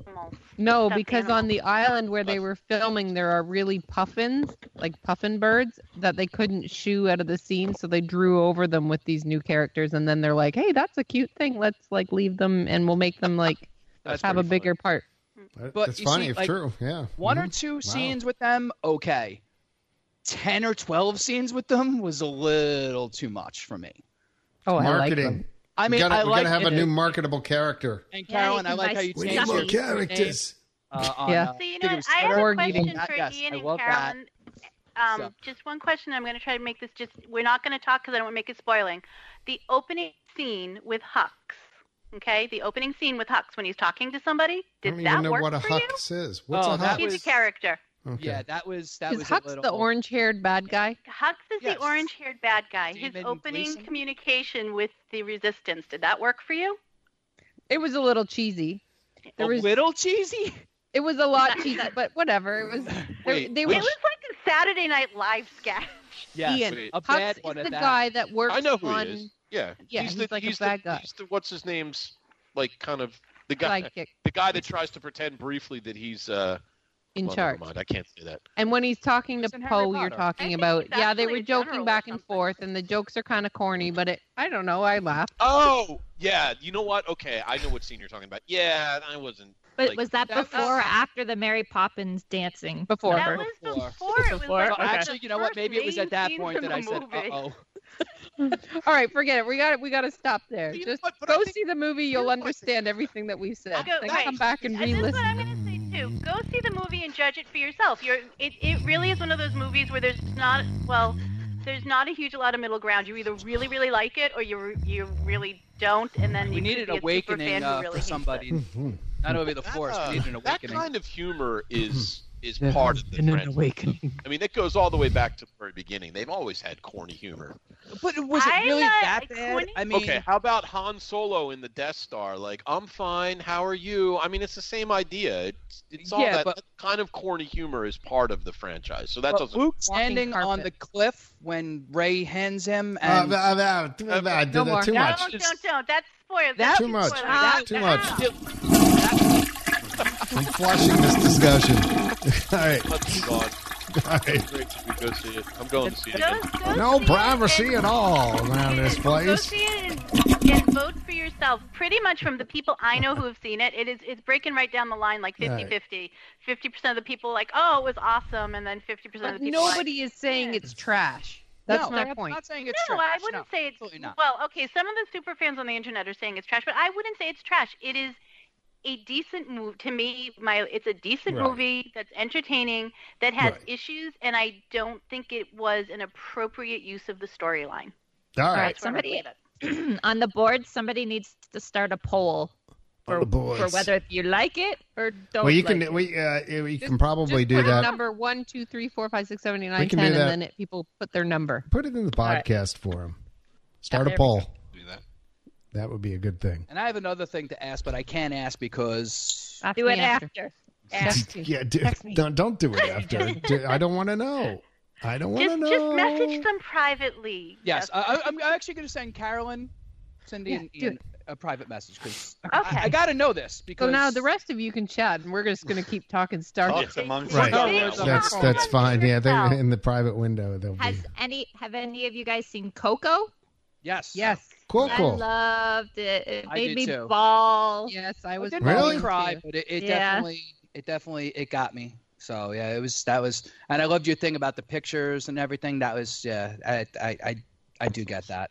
S3: No,
S6: Stuffed
S3: because on
S6: animal.
S3: the island where they were filming, there are really puffins, like puffin birds, that they couldn't shoo out of the scene, so they drew over them with these new characters, and then they're like, "Hey, that's a cute thing. Let's like leave them, and we'll make them like
S4: [LAUGHS] That's
S3: have a
S4: pretty funny.
S3: bigger part."
S5: But
S2: it's
S5: you
S2: funny
S5: see,
S2: if
S5: like,
S2: true. Yeah.
S5: one or
S2: Mhm.
S5: two scenes with them okay 10 or 12 scenes with them was a little too much for me
S3: Oh,
S2: marketing.
S3: I like them.
S5: i mean
S2: we gotta,
S5: I
S2: we
S5: like
S2: gotta have a
S5: it-
S2: new marketable character.
S5: and
S7: Yeah,
S5: carolyn i
S7: you can
S5: like how
S7: buy
S5: you
S7: We need
S5: changed
S7: more
S5: your characters. uh, on,
S3: Yeah.
S5: uh,
S6: So you
S5: I
S6: know
S5: think it
S6: what?
S5: was
S6: I have
S5: Twitter.
S6: a
S3: Or
S6: question
S3: eating.
S6: for
S5: Yes,
S6: Ian
S5: I
S6: and
S5: love that.
S6: Carolyn. Um,
S5: So-
S6: Just one question. I'm going to try to make this just. We're not going to talk because I don't want to make it spoiling. The opening scene with Hux. Okay, the opening scene with Hux when he's talking to somebody.
S2: I
S6: Did
S2: don't
S6: that
S2: even know
S6: work
S2: what a
S6: for
S2: huck
S6: you?
S2: is. What's
S5: Oh,
S2: a
S5: that
S2: huck?
S6: He's
S5: was-
S6: a character.
S2: Okay.
S5: yeah that was that
S3: Is
S5: was
S3: Hux
S5: a little
S3: the orange-haired bad guy?
S6: Hux is
S5: Yes.
S6: the orange-haired bad guy.
S5: David
S6: His opening
S5: Gleason?
S6: communication with the Resistance. Did that work for you?
S3: It was a little cheesy.
S5: a
S4: Oh,
S3: There was
S5: little cheesy [LAUGHS]
S3: it was a
S4: [LAUGHS]
S3: lot cheesy, but whatever. It was they,
S4: Wait,
S3: they
S6: It
S3: were
S4: which-
S6: was like a Saturday Night Live sketch.
S5: oh, yes
S3: Ian.
S4: wait.
S5: a
S3: Hux
S5: bad
S3: is
S5: one
S3: the
S5: at that
S3: guy that works.
S4: I know who
S3: on,
S4: he is. Yeah,
S3: Yeah,
S4: he's,
S3: he's
S4: the,
S3: like a
S4: he's
S3: bad
S4: the,
S3: guy.
S4: He's the, what's his name's like kind of the guy,
S3: Sidekick
S4: the guy that tries to pretend briefly that he's uh.
S3: in
S4: well,
S3: charge.
S4: Never mind, I can't say that.
S3: And when he's talking to
S5: He's in Harry
S3: Poe, you're
S5: Potter.
S6: I
S3: talking
S6: think
S3: about
S6: he's
S3: yeah, they
S6: actually
S3: were
S6: a
S3: joking
S6: general
S3: back
S6: or
S3: and
S6: something.
S3: forth, and the jokes are kind of corny, but it I don't know, I laughed.
S4: Oh yeah, you know what? Okay, I know what scene you're talking about. Yeah, I wasn't.
S7: but
S4: like-
S7: was that
S5: That-
S7: before or after the Mary Poppins dancing?
S3: Before.
S7: number?
S6: That was
S5: Before.
S6: before. It was
S7: Before?
S6: like one
S5: Well,
S7: Okay.
S6: of the
S5: actually you know what
S6: first
S5: maybe it was at
S6: main
S5: that
S6: scenes
S5: point
S6: in
S5: that
S6: the
S5: i said
S6: movie.
S5: oh
S3: All right, forget it. We got it. We got to stop there.
S4: You know
S3: Just
S4: what, but I
S3: go
S4: think-
S3: see the movie.
S4: know
S3: You'll
S4: what, I think-
S3: understand everything that we said.
S6: Go-
S3: Then
S6: right.
S3: come back and
S6: And this is what
S3: re-listen.
S6: I'm going to say too. Go see the movie and judge it for yourself. You're, it, it really is one of those movies where there's not well, there's not a huge lot of middle ground. You either really really like it or you you really don't, and then
S5: we
S6: you
S5: need
S6: could
S5: an
S6: be a
S5: awakening
S6: superfan who
S5: uh,
S6: really
S5: for
S6: hates it.
S5: somebody
S2: Mhm.
S5: not over the
S4: That,
S5: force
S4: uh,
S5: we need an
S4: that
S5: awakening
S4: kind of humor is is part of the trend.
S3: awakening.
S4: I mean, it goes all the way back to the very beginning. They've always had corny humor.
S5: but was it
S6: I'm
S5: really
S6: not
S5: that bad
S6: corny.
S5: i mean
S4: okay, how about Han Solo in the Death Star? Like, I'm fine. How are you? I mean, it's the same idea. It's, it's all
S5: Yeah,
S4: that,
S5: but-
S4: that kind of corny humor is part of the franchise. So that
S5: But
S4: doesn't.
S5: Luke
S3: Walking
S5: standing on
S3: carpet.
S5: the cliff when Ray hands him
S2: Uh,
S5: and
S2: uh, uh, too uh, uh,
S3: no more.
S2: too
S6: No,
S2: much.
S6: don't, don't,
S5: Just-
S6: don't. That's spoiler.
S5: That-
S6: That's
S2: Too much.
S6: Spoiler.
S5: That-
S2: Too much.
S6: That,
S2: I'm flushing this discussion. [LAUGHS] All right.
S4: Let's move on.
S2: All right.
S4: Great to go see it. I'm going to see it.
S6: Go-
S4: again.
S6: go
S2: No
S6: see it
S2: privacy
S6: and-
S2: at all around this
S6: Go
S2: place.
S6: see it and, and vote for yourself. Pretty much from the people I know who have seen it, it is it's breaking right down the line like 50
S2: Right.
S6: 50. 50% of the people like, oh, it was awesome. And then 50% of the
S3: But
S6: people.
S3: nobody is saying it's trash. That's
S5: no,
S3: my
S5: I'm
S3: point.
S5: not saying it's
S6: Like, no,
S5: trash.
S6: I wouldn't say it's.
S5: absolutely not.
S6: Well, okay, some of the super fans on the internet are saying it's trash, but I wouldn't say it's trash. It is a decent move to me my it's a decent
S2: Right.
S6: movie that's entertaining that has
S2: Right.
S6: issues and i don't think it was an appropriate use of the storyline
S2: All
S7: All
S2: right.
S7: right,
S6: That's where I'm
S7: somebody-
S6: with it.
S7: [CLEARS THROAT] on the board, somebody needs to start a poll for,
S2: Oh, boys.
S7: for whether you like it or don't.
S2: Well, you
S7: like
S2: can
S7: it.
S2: we uh, you
S3: Just-
S2: can probably
S3: Just
S2: do
S3: put a
S2: that.
S3: Number one, two, three, four, five, six, seven, eight,
S2: We
S3: nine,
S2: can
S3: ten,
S2: do that.
S3: and then it, people put their number.
S2: Put it in the
S7: All right.
S2: podcast forum. Start a
S7: there we
S2: poll.
S8: Do that.
S2: That would be a good thing.
S5: And I have another thing to ask, but I can't ask because
S3: Uh,
S7: Ask
S6: Do
S7: me
S6: it after.
S2: [LAUGHS]
S7: Ask.
S3: me.
S2: Yeah, do,
S3: Text me.
S2: don't don't
S7: [LAUGHS]
S2: do it after. Do- I don't want to know. I don't want to
S6: Just,
S2: know.
S6: just message them privately.
S5: yes,
S6: Just-
S5: I, I- I'm actually going to send Carolyn, Cindy,
S3: Yeah,
S5: and
S3: do
S5: Ian a private message because
S6: Okay.
S5: I, got to know this because
S3: So now the rest of you can chat, and we're just going to keep talking Star
S2: Oh.
S8: Talk
S3: Trek.
S6: Okay.
S8: amongst
S2: Right.
S6: Talk
S2: That's
S6: amongst
S2: that's fine. Yeah, they
S6: yourself.
S2: in the private window. They'll be
S7: Has any have any of you guys seen Coco?
S5: Yes.
S3: Yes,
S2: cool.
S7: I
S2: cool.
S7: loved it. It
S5: I
S7: made
S5: did
S7: me
S5: too.
S7: ball.
S3: yes, I
S5: I
S3: was
S5: was
S2: Really?
S3: falling
S5: cry,
S3: too.
S5: but it, it
S7: Yeah.
S5: definitely, it definitely, it got me. So yeah, it was that was, and I loved your thing about the pictures and everything. That was yeah, I I I, I do get that.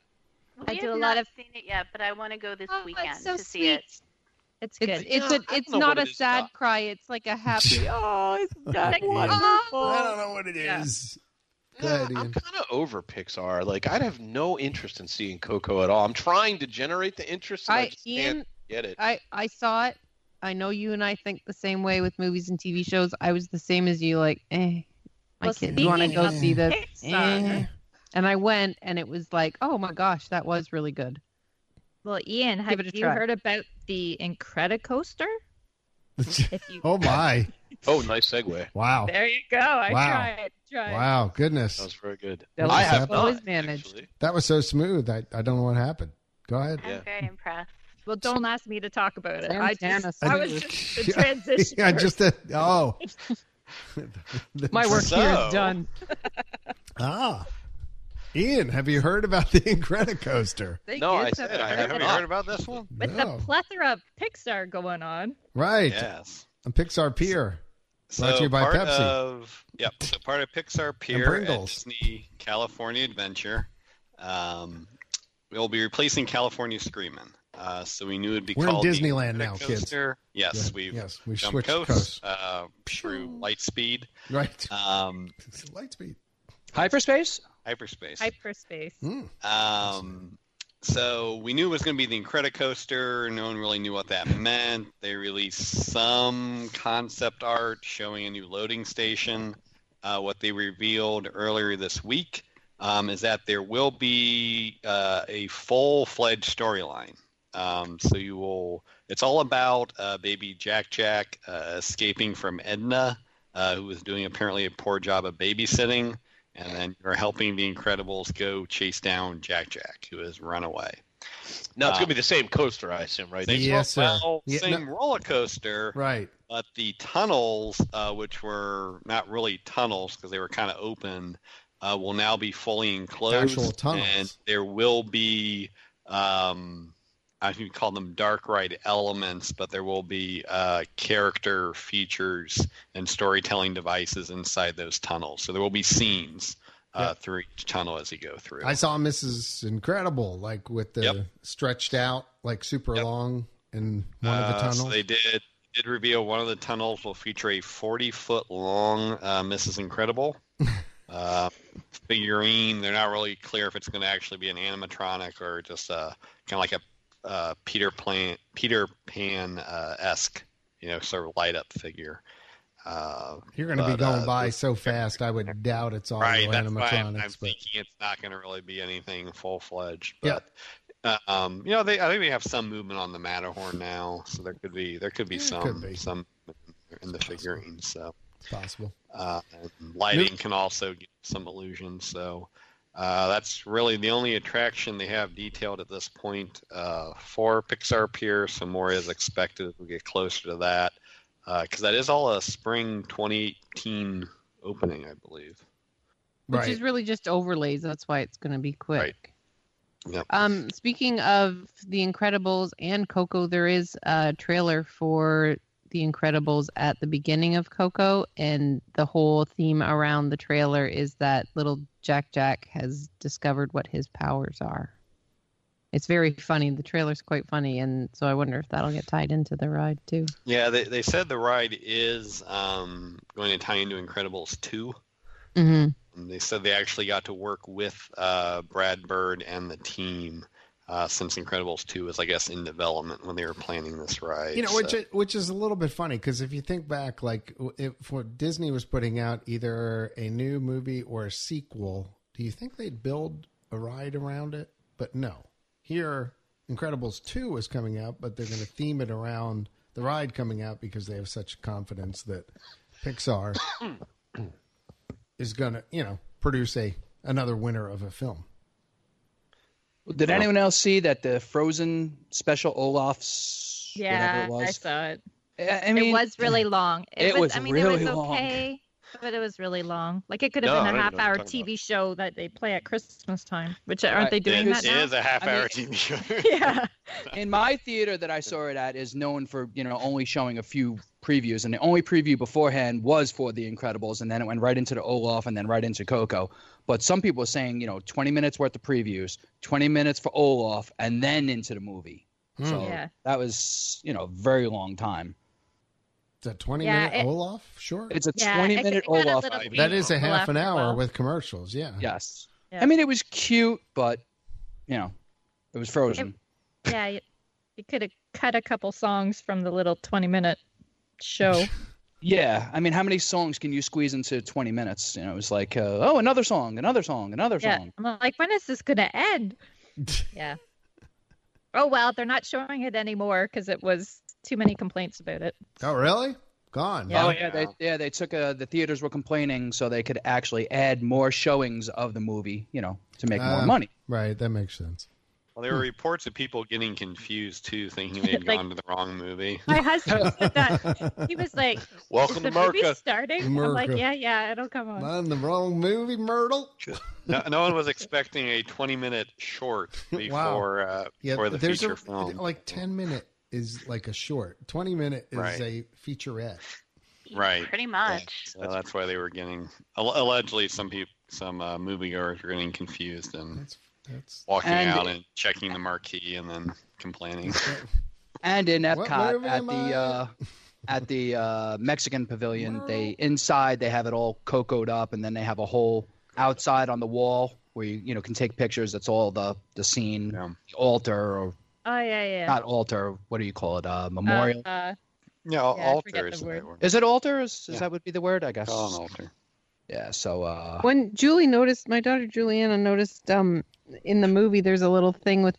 S6: We
S7: I
S6: have
S7: do a
S6: not
S7: lot of-
S6: seen it yet, but I want to go this
S7: Oh,
S6: weekend
S7: it's so
S6: to see
S7: sweet.
S6: it.
S7: It's
S3: It's
S7: good.
S3: it's
S8: Yeah,
S3: a
S8: I don't
S3: it's
S8: know
S3: not
S8: what
S3: a
S8: it is
S3: sad
S8: about.
S3: cry. It's like a happy. oh, it's
S6: Like,
S3: got
S2: I
S3: wonderful.
S2: don't know what it
S3: Yeah.
S2: is. Go
S4: Nah,
S2: ahead,
S4: I'm
S2: Ian.
S4: kind of over Pixar. Like, I'd have no interest in seeing Coco at all. I'm trying to generate the interest, and I,
S3: I
S4: just
S3: Ian,
S4: can't get it.
S3: I I saw it. I know you and I think the same way with movies and TV shows. I was the same as you. Like, eh, my
S7: Well,
S3: kids want to
S7: speaking
S3: go
S7: of
S3: see
S7: [LAUGHS]
S3: this.
S7: Pixar.
S3: [LAUGHS] Eh. And I went, and it was like, oh my gosh, that was really good.
S7: Well, Ian, have
S3: it a
S7: you
S3: try.
S7: heard about the Incredicoaster? If you
S2: [LAUGHS] oh my!
S4: Oh, nice segue.
S2: Wow!
S7: there you go. I
S2: Wow.
S7: tried. Tried.
S2: Wow!
S4: That was
S2: Goodness,
S4: very good.
S3: That
S4: I
S2: was
S4: have
S2: well
S4: not,
S3: managed.
S4: actually.
S2: that was so smooth. I I don't know what happened. Go ahead.
S6: I'm
S4: Yeah.
S6: very impressed.
S7: Well, don't ask me to talk about it. I just,
S3: Santana
S7: I was
S3: smooth.
S5: [LAUGHS]
S7: just the transition.
S2: [LAUGHS] Yeah,
S7: person.
S2: just a, oh.
S3: [LAUGHS] My work
S8: So-
S3: here is done.
S2: Ah, Ian, have you heard about the [LAUGHS] Incredicoaster?
S3: They
S4: No,
S3: did
S4: I
S3: set
S4: said
S3: it
S4: I
S3: up.
S8: Have
S4: haven't
S8: you heard about this one?
S7: With
S2: No.
S7: the plethora of Pixar going on,
S5: Hmm.
S2: Right,
S8: Yes.
S2: a Pixar Pier. Brought
S8: so
S2: to you by
S8: part
S2: Pepsi.
S8: Of, yep, so part of Pixar Pier at
S2: Pringles.
S8: Disney California Adventure. Um, we'll be replacing California Screamin'. Uh, so we knew it'd be
S2: We're in
S8: called the
S2: Disneyland now, kids.
S8: Coaster. Yes,
S2: Yeah,
S8: we've
S2: yes, we
S8: jumped
S2: switched
S8: coast,
S2: coasts.
S8: Uh, through Lightspeed,
S2: Right,
S8: um,
S2: [LAUGHS] light speed.
S5: Hyperspace.
S8: hyperspace.
S7: hyperspace.
S5: Hmm.
S2: Mm.
S8: Um, so we knew it was going to be the Incredicoaster. No one really knew what that meant. They released some concept art showing a new loading station. Uh, what they revealed earlier this week um, is that there will be uh, a full-fledged storyline. Um, so you will. It's all about uh, baby Jack Jack uh, escaping from Edna, uh, who was doing apparently a poor job of babysitting and then you're helping the Incredibles go chase down Jack Jack, who has run away.
S4: No, it's
S8: Uh,
S4: gonna be the same coaster, I assume, right?
S2: They-
S4: They,
S2: Yes, sir.
S8: Well,
S2: Yeah,
S8: same roller coaster,
S2: Right,
S8: but the tunnels, uh, which were not really tunnels because they were kind of open, uh, will now be fully enclosed.
S2: Actual tunnels.
S8: And there will be, um, I think we call them dark ride elements, but there will be uh, character features and storytelling devices inside those tunnels. So there will be scenes uh, through each tunnel as you go through.
S2: I saw Mrs. Incredible like with the
S8: Yep.
S2: stretched out, like super
S8: Yep.
S2: long, in one of the
S8: Uh,
S2: tunnels.
S8: So they did did reveal one of the tunnels will feature a 40 foot long uh,
S2: [LAUGHS]
S8: Mrs. Incredible uh, figurine. They're not really clear if it's going to actually be an animatronic or just uh, kind of like a uh, Peter Plan Peter Pan uh, esque, you know, sort of light up figure. Uh,
S2: You're going to be
S8: but, uh,
S2: going by
S8: the-
S2: so fast, I would doubt it's all
S8: right,
S2: real
S8: that's why I'm, I'm
S2: animatronics. But
S8: thinking it's not going to really be anything full fledged.
S2: Yeah.
S8: But uh, um, you know, they I think they have some movement on the Matterhorn now, so there could be there could be
S2: Yeah, it
S8: some
S2: could be.
S8: some in the
S2: It's possible.
S8: figurines. So
S2: it's possible.
S8: uh, and lighting can also give some illusions. So uh, that's really the only attraction they have detailed at this point uh, for Pixar Pier. Some more is expected as we get closer to that, because that is all a spring 2018 opening, I believe.
S3: which
S2: Right.
S3: is really just overlays. That's why it's going to be quick.
S8: Yep.
S3: Um, speaking of The Incredibles and Coco, there is a trailer for The Incredibles at the beginning of Coco, and the whole theme around the trailer is that little Jack Jack has discovered what his powers are. It's very funny. The trailer's quite funny, and so I wonder if that'll get tied into the ride too.
S8: Yeah, they, they said the ride is um, going to tie into Incredibles 2.
S3: Mm-hmm.
S8: And they said they actually got to work with uh, Brad Bird and the team uh, since Incredibles 2 was, I guess, in development when they were planning this ride.
S2: you know,
S8: so-
S5: uh,
S2: which is, which is a little bit funny because if you think back, like w- if what Disney was putting out either a new movie or a sequel, do you think they'd build a ride around it? But no, here Incredibles 2 is coming out, but they're going to theme it around the ride coming out because they have such confidence that Pixar [COUGHS] is going to, you know, produce a another winner of a film.
S5: Did anyone else see that the Frozen special Olaf's?
S7: Yeah,
S5: whatever it
S7: I
S5: was.
S7: saw it.
S5: I, I mean,
S7: it was really long.
S5: it was
S7: I mean,
S5: really
S7: it was
S5: long.
S7: okay, but it was really long. Like it could
S4: No,
S7: have
S4: I
S7: been
S4: don't
S7: a
S4: even know what
S7: half-hour
S4: you're talking
S7: TV
S4: about.
S7: show that they play at Christmas time. Which aren't they
S5: Right.
S7: doing
S8: It
S7: that now?
S8: is a half hour
S5: mean-
S2: [LAUGHS]
S8: TV show.
S7: [LAUGHS] yeah.
S5: [LAUGHS] in my theater that I saw it at is known for you know only showing a few previews, and the only preview beforehand was for The Incredibles, and then it went right into the Olaf, and then right into Coco. But some people are saying you know 20 minutes worth of previews, 20 minutes for Olaf, and then into the movie.
S2: Hmm.
S5: So
S7: Yeah.
S5: that was you know a very long time.
S2: It's a 20
S7: Yeah,
S2: minute
S7: it-
S2: Olaf? Sure.
S5: It's a
S7: Yeah,
S5: 20
S7: it-
S5: minute
S7: it got a
S5: Olaf.
S7: little
S8: I-
S2: That is a
S7: painful
S2: half an
S7: after a
S2: hour
S7: while.
S2: with commercials.
S5: Mm-hmm.
S2: Yeah.
S5: Yes.
S7: Yeah.
S5: I mean it was cute, but you know it was Frozen.
S7: Yeah, you, you could have cut a couple songs from the little 20-minute show.
S5: Yeah, I mean, how many songs can you squeeze into 20 minutes? You know, it was like, uh, oh, another song, another song, another
S7: yeah.
S5: song.
S7: I'm like, when is this gonna end?
S2: [LAUGHS]
S7: yeah. Oh well, they're not showing it anymore because it was too many complaints about it.
S2: Oh, really? Gone.
S7: Yeah.
S5: Oh yeah, they, yeah, they took uh, the theaters were complaining so they could actually add more showings of the movie, you know, to make
S2: Uh,
S5: more money.
S2: Right. That makes
S3: [LAUGHS]
S2: sense.
S8: Well, there were reports of people getting confused too, thinking they had
S7: Like-
S8: gone to the wrong movie.
S7: My husband said that. He was like,
S8: Welcome
S7: "The
S8: to America.
S7: movie's starting." I'm like,
S2: America.
S7: "Yeah, yeah, it'll come on."
S2: Not in the wrong movie, Myrtle.
S8: No, no one was expecting a 20-minute
S2: [LAUGHS]
S8: short before uh, for the
S2: there's
S8: feature
S2: a,
S8: film.
S2: Like 10 minute is like a short, 20 minute is
S8: Right.
S2: a featurette.
S8: Right.
S6: Pretty much.
S8: So that's why they were getting al- allegedly some people, some uh, moviegoers were getting confused and
S2: That's, that's
S8: [LAUGHS] walking
S5: And-
S8: out and checking the marquee and then complaining.
S5: And in
S2: What
S5: Epcot
S2: movie
S5: at
S2: am
S5: the
S2: I
S5: uh, at the uh, Mexican Pavilion,
S2: Well-
S5: they inside they have it all cocoed up, and then they have a whole outside on the wall where you you know can take pictures. That's all the the scene,
S8: Yeah.
S5: altar or
S7: Oh yeah, yeah.
S5: not altar. What do you call it? Uh, memorial.
S7: Uh, uh,
S8: Yeah,
S7: Yeah, I forget
S8: alter
S7: the
S8: is the
S7: word.
S8: right word.
S5: Is it altar? Is, is
S8: Yeah.
S5: that would be the word? I guess.
S8: Call it an altar.
S5: Yeah. So uh,
S3: When Julie noticed, my daughter Juliana noticed um, in the movie, there's a little thing with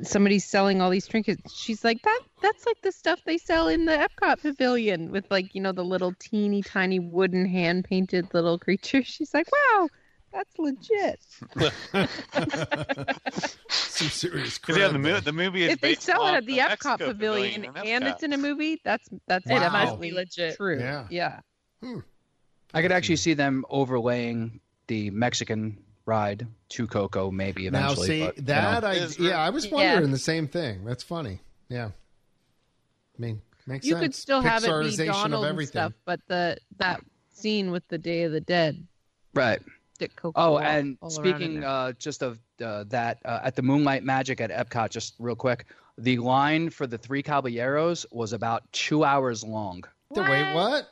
S3: somebody selling all these trinkets. She's like, that that's like the stuff they sell in the Epcot Pavilion with like, you know, the little teeny tiny wooden hand painted little creature. [LAUGHS] She's like, wow, that's legit.
S2: some serious
S8: Because yeah, the,
S2: crud
S8: mo-
S2: there.
S8: the movie is
S3: if they
S8: based
S3: sell it
S8: on
S3: at the
S8: Mexico
S3: Epcot Pavilion,
S8: in
S3: and
S8: Epcot.
S3: it's in a movie, that's that's
S7: It
S2: Wow.
S7: must be
S3: definitely
S7: legit.
S3: true.
S2: Yeah.
S3: yeah.
S5: I could actually see them overlaying the Mexican ride to Coco maybe
S2: Now
S5: eventually.
S2: see
S5: but, you know.
S2: that I
S8: Is-
S2: yeah I was
S7: Yeah.
S2: wondering the same thing. That's funny. Yeah, I mean makes
S3: you
S2: sense.
S3: could still have it be
S2: Pixarization
S3: Donald
S2: of
S3: and
S2: everything.
S3: stuff, but the that scene with the Day of the Dead,
S5: right.
S3: Dick Coco.
S5: Oh,
S3: all-
S5: and
S3: all around in
S5: speaking
S3: there.
S5: uh, just of uh, that, uh, at the Moonlight Magic at Epcot, just real quick, the line for the Three Caballeros was about two hours long.
S2: The- wait, what?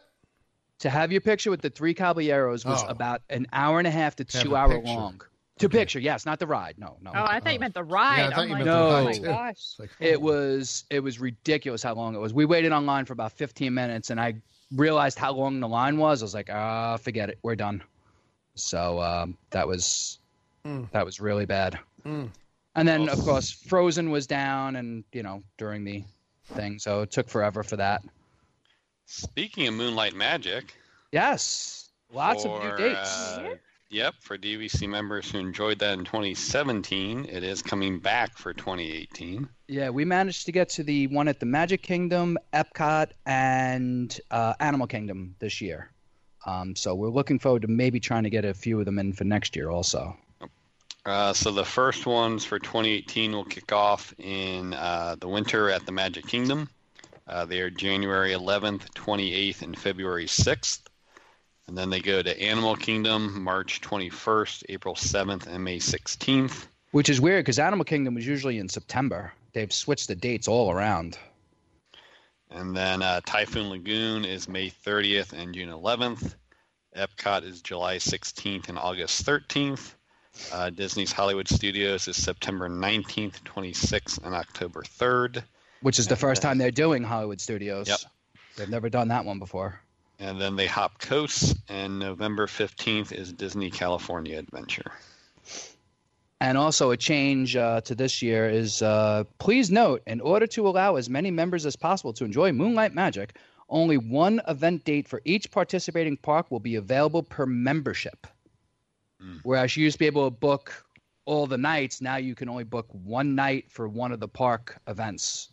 S5: To have your picture with the Three Caballeros was
S2: Oh.
S5: about an hour and a half to
S2: To have
S5: two
S2: a
S5: hour
S2: picture.
S5: long. To
S2: Okay.
S5: picture, yes, not the ride. No, no.
S7: Oh, I thought you meant the ride.
S2: Yeah, I thought
S7: I'm
S2: you
S7: like,
S2: meant the
S5: No.
S7: oh
S2: ride
S7: my
S2: too.
S7: gosh.
S2: It's like, oh.
S5: It was it was ridiculous how long it was. We waited online for about 15 minutes, and I realized how long the line was. I was like, ah, forget it, we're done. So um, that was
S2: Mm.
S5: that was really bad.
S2: Mm.
S5: And then
S8: Oh.
S5: of course Frozen was down, and you know during the thing, so it took forever for that.
S8: Speaking of Moonlight Magic,
S5: Yes, lots of new
S8: for,
S5: dates.
S8: uh, yep, for DVC members who enjoyed that in 2017, it is coming back for 2018.
S5: Yeah, we managed to get to the one at the Magic Kingdom, Epcot, and uh, Animal Kingdom this year. Um, so we're looking forward to maybe trying to get a few of them in for next year also.
S8: Uh, so the first ones for 2018 will kick off in uh, the winter at the Magic Kingdom. Uh, they are January 11th, 28th, and February 6th. And then they go to Animal Kingdom March 21st, April 7th, and May 16th.
S5: Which is weird because Animal Kingdom was usually in September. They've switched the dates all around.
S8: And then uh, Typhoon Lagoon is May 30th and June 11th. Epcot is July 16th and August 13th. Uh, Disney's Hollywood Studios is September 19th, 26th, and October 3rd.
S5: Which is the
S8: Yeah,
S5: first
S8: that
S5: time they're doing Hollywood Studios.
S8: Yep.
S5: They've never done that one before.
S8: And then they hop coasts, and November 15th is Disney California Adventure.
S5: And also, a change uh, to this year is uh, please note, in order to allow as many members as possible to enjoy Moonlight Magic, only one event date for each participating park will be available per membership.
S8: Hmm.
S5: Whereas you used to be able to book all the nights, now you can only book one night for one of the park events.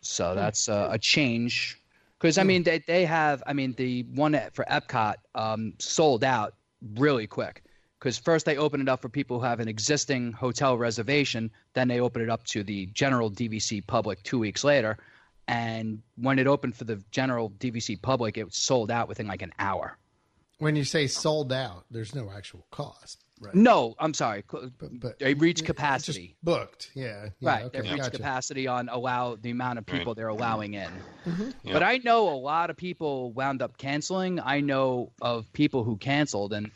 S5: So that's uh, a change. Because, I mean, they, they have, I mean, the one at- for Epcot um, sold out really quick. Because first they open it up for people who have an existing hotel reservation, then they open it up to the general DVC public two weeks later. And when it opened for the general DVC public, it sold out within like an hour.
S2: When you say sold out, there's no actual cost, right?
S5: No, I'm sorry. cl-
S2: But, but
S5: They reached
S2: Just
S5: capacity.
S2: booked. Yeah. yeah,
S5: Right.
S2: Okay.
S5: They've reached
S2: Gotcha.
S5: capacity on allow the amount of
S8: Right.
S5: people they're allowing in.
S2: Mm-hmm.
S8: Yeah.
S5: But I know a lot of people wound up canceling. I know of people who canceled, and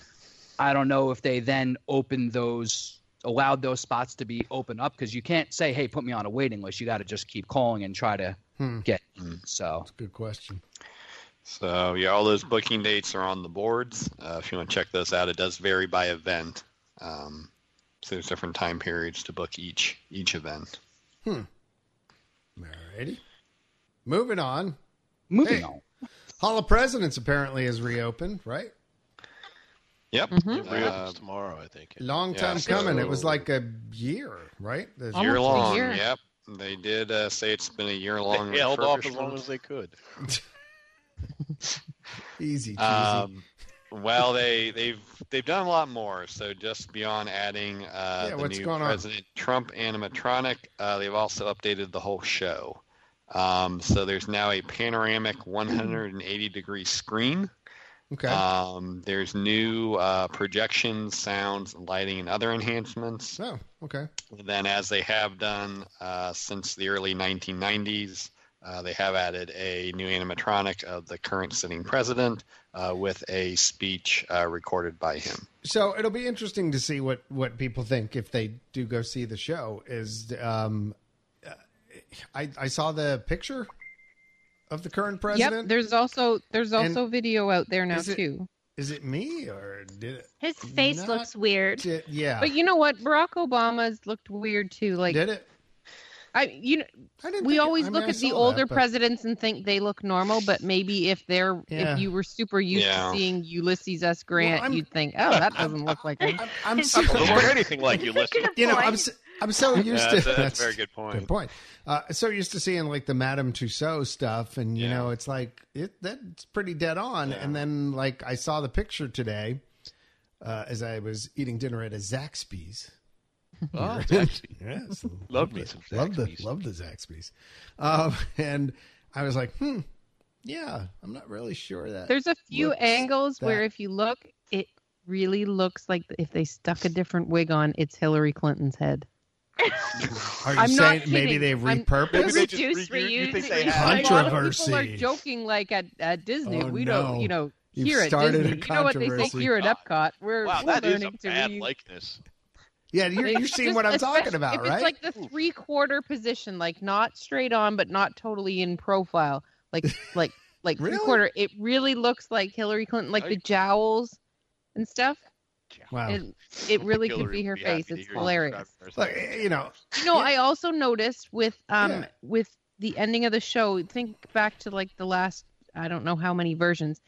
S5: I don't know if they then opened those, allowed those spots to be open up because you can't say, "Hey, put me on a waiting list." You got to just keep calling and try to
S2: Hmm.
S5: get.
S8: Hmm.
S5: So
S2: Good question.
S8: So yeah, all those booking dates are on the boards. Uh, if you want to check those out, it does vary by event. Um, so there's different time periods to book each each event.
S2: Alrighty. Moving on.
S5: moving
S2: Hey.
S5: on.
S2: Hall of Presidents apparently is reopened, right?
S8: Yep.
S3: Mhm.
S4: It
S5: Mm-hmm.
S4: reopens
S8: Uh,
S4: tomorrow, I think.
S2: Long
S8: Yeah,
S2: time coming. It was
S8: so-
S2: like a year, right? There's-
S3: Almost
S8: year
S3: a
S8: long.
S3: year.
S8: Yep. They did uh, say it's been a year long.
S4: They held off as long as they could.
S2: Easy cheesy.
S8: Um, well, they they've they've done a lot more. So just beyond adding uh,
S2: Yeah,
S8: the
S2: what's
S8: new
S2: going on?
S8: President Trump animatronic, uh, they've also updated the whole show. Um, so there's now a panoramic 180 degree screen.
S2: okay.
S8: Um, there's new uh, projections, sounds, lighting, and other enhancements.
S2: so Oh, okay.
S8: And then, as they have done uh, since the early 1990s, uh, they have added a new animatronic of the current sitting president uh, with a speech uh, recorded by him.
S2: So it'll be interesting to see what what people think if they do go see the show. Is um, uh, I I saw the picture of the current
S3: Yep.
S2: president.
S3: There's also there's also video out there now
S2: is it-
S3: too.
S2: Is it me or did it?
S7: His face
S2: Not
S7: looks weird.
S2: Did, yeah,
S3: But you know what? Barack Obama's looked weird too. Like
S2: did it?
S3: I, you know,
S2: I didn't
S3: we
S2: think it-
S3: always
S2: I mean,
S3: look
S2: I
S3: at
S2: saw
S3: the
S2: that,
S3: older
S2: but-
S3: presidents and think they look normal, but maybe if they're
S2: Yeah.
S3: if you were super used
S8: Yeah.
S3: to seeing Ulysses S. Grant,
S2: I'm-
S3: you'd
S2: [LAUGHS]
S3: think, oh, that doesn't look like him.
S2: I'm, I'm
S6: It's
S2: so,
S6: just-
S4: Doesn't look anything like
S2: [LAUGHS]
S4: you
S6: Good
S4: listen.
S2: you know I'm
S6: point.
S2: so, I'm so used
S8: Yeah,
S2: to
S8: that's, a, that's a very good point.
S2: Good point. Uh, so used to seeing like the Madame Tussauds stuff, and you
S8: Yeah.
S2: know, it's like it that's pretty dead on.
S8: Yeah.
S2: And then like I saw the picture today uh, as I was eating dinner at a Zaxby's.
S4: Oh, Zaxby.
S2: [LAUGHS] Yes,
S4: Love me some
S2: love the
S4: Zaxby's.
S2: love the Zaxby's, um, and I was like, hmm, yeah, I'm not really sure that
S3: There's a few
S2: looks
S3: angles where
S2: that-
S3: if you look, it really looks like if they stuck a different wig on, it's Hillary Clinton's head.
S2: Are you
S3: I'm not
S2: saying maybe
S3: kidding.
S2: they
S3: I'm-
S2: repurposed?
S4: Maybe they just
S7: Reduce,
S4: re- you- you think
S7: reuse,
S4: they
S7: reuse.
S4: had-
S3: A lot of people are
S2: Controversy.
S3: joking like at, at Disney.
S2: Oh,
S3: we
S2: no.
S3: don't, you know,
S2: You've
S3: here at
S2: started
S3: Disney.
S2: a
S3: You know what they say
S2: controversy.
S3: here at Epcot. We're,
S4: Wow,
S3: we're
S4: that is a
S3: learning to
S4: bad
S2: [LAUGHS]
S3: reuse.
S4: likeness.
S2: yeah, you're, you're
S3: [LAUGHS] It's
S2: seeing
S3: just
S2: what I'm
S3: especially
S2: talking about,
S3: if
S2: right?
S3: It's like the three quarter position, like not straight on, but not totally in profile. Like
S2: [LAUGHS]
S3: like like
S2: Really?
S3: three quarter. It really looks like Hillary Clinton, like
S4: I-
S3: the jowls and stuff.
S2: wow.
S3: It it really could
S4: Hillary
S3: be
S4: would
S3: her
S4: happy
S3: face.
S4: to
S3: It's
S4: hear you
S3: hilarious.
S4: describe herself.
S2: Look, you know,
S3: You know,
S2: Yeah.
S3: I also noticed with um
S2: Yeah.
S3: with the ending of the show, think back to like the last I don't know how many versions.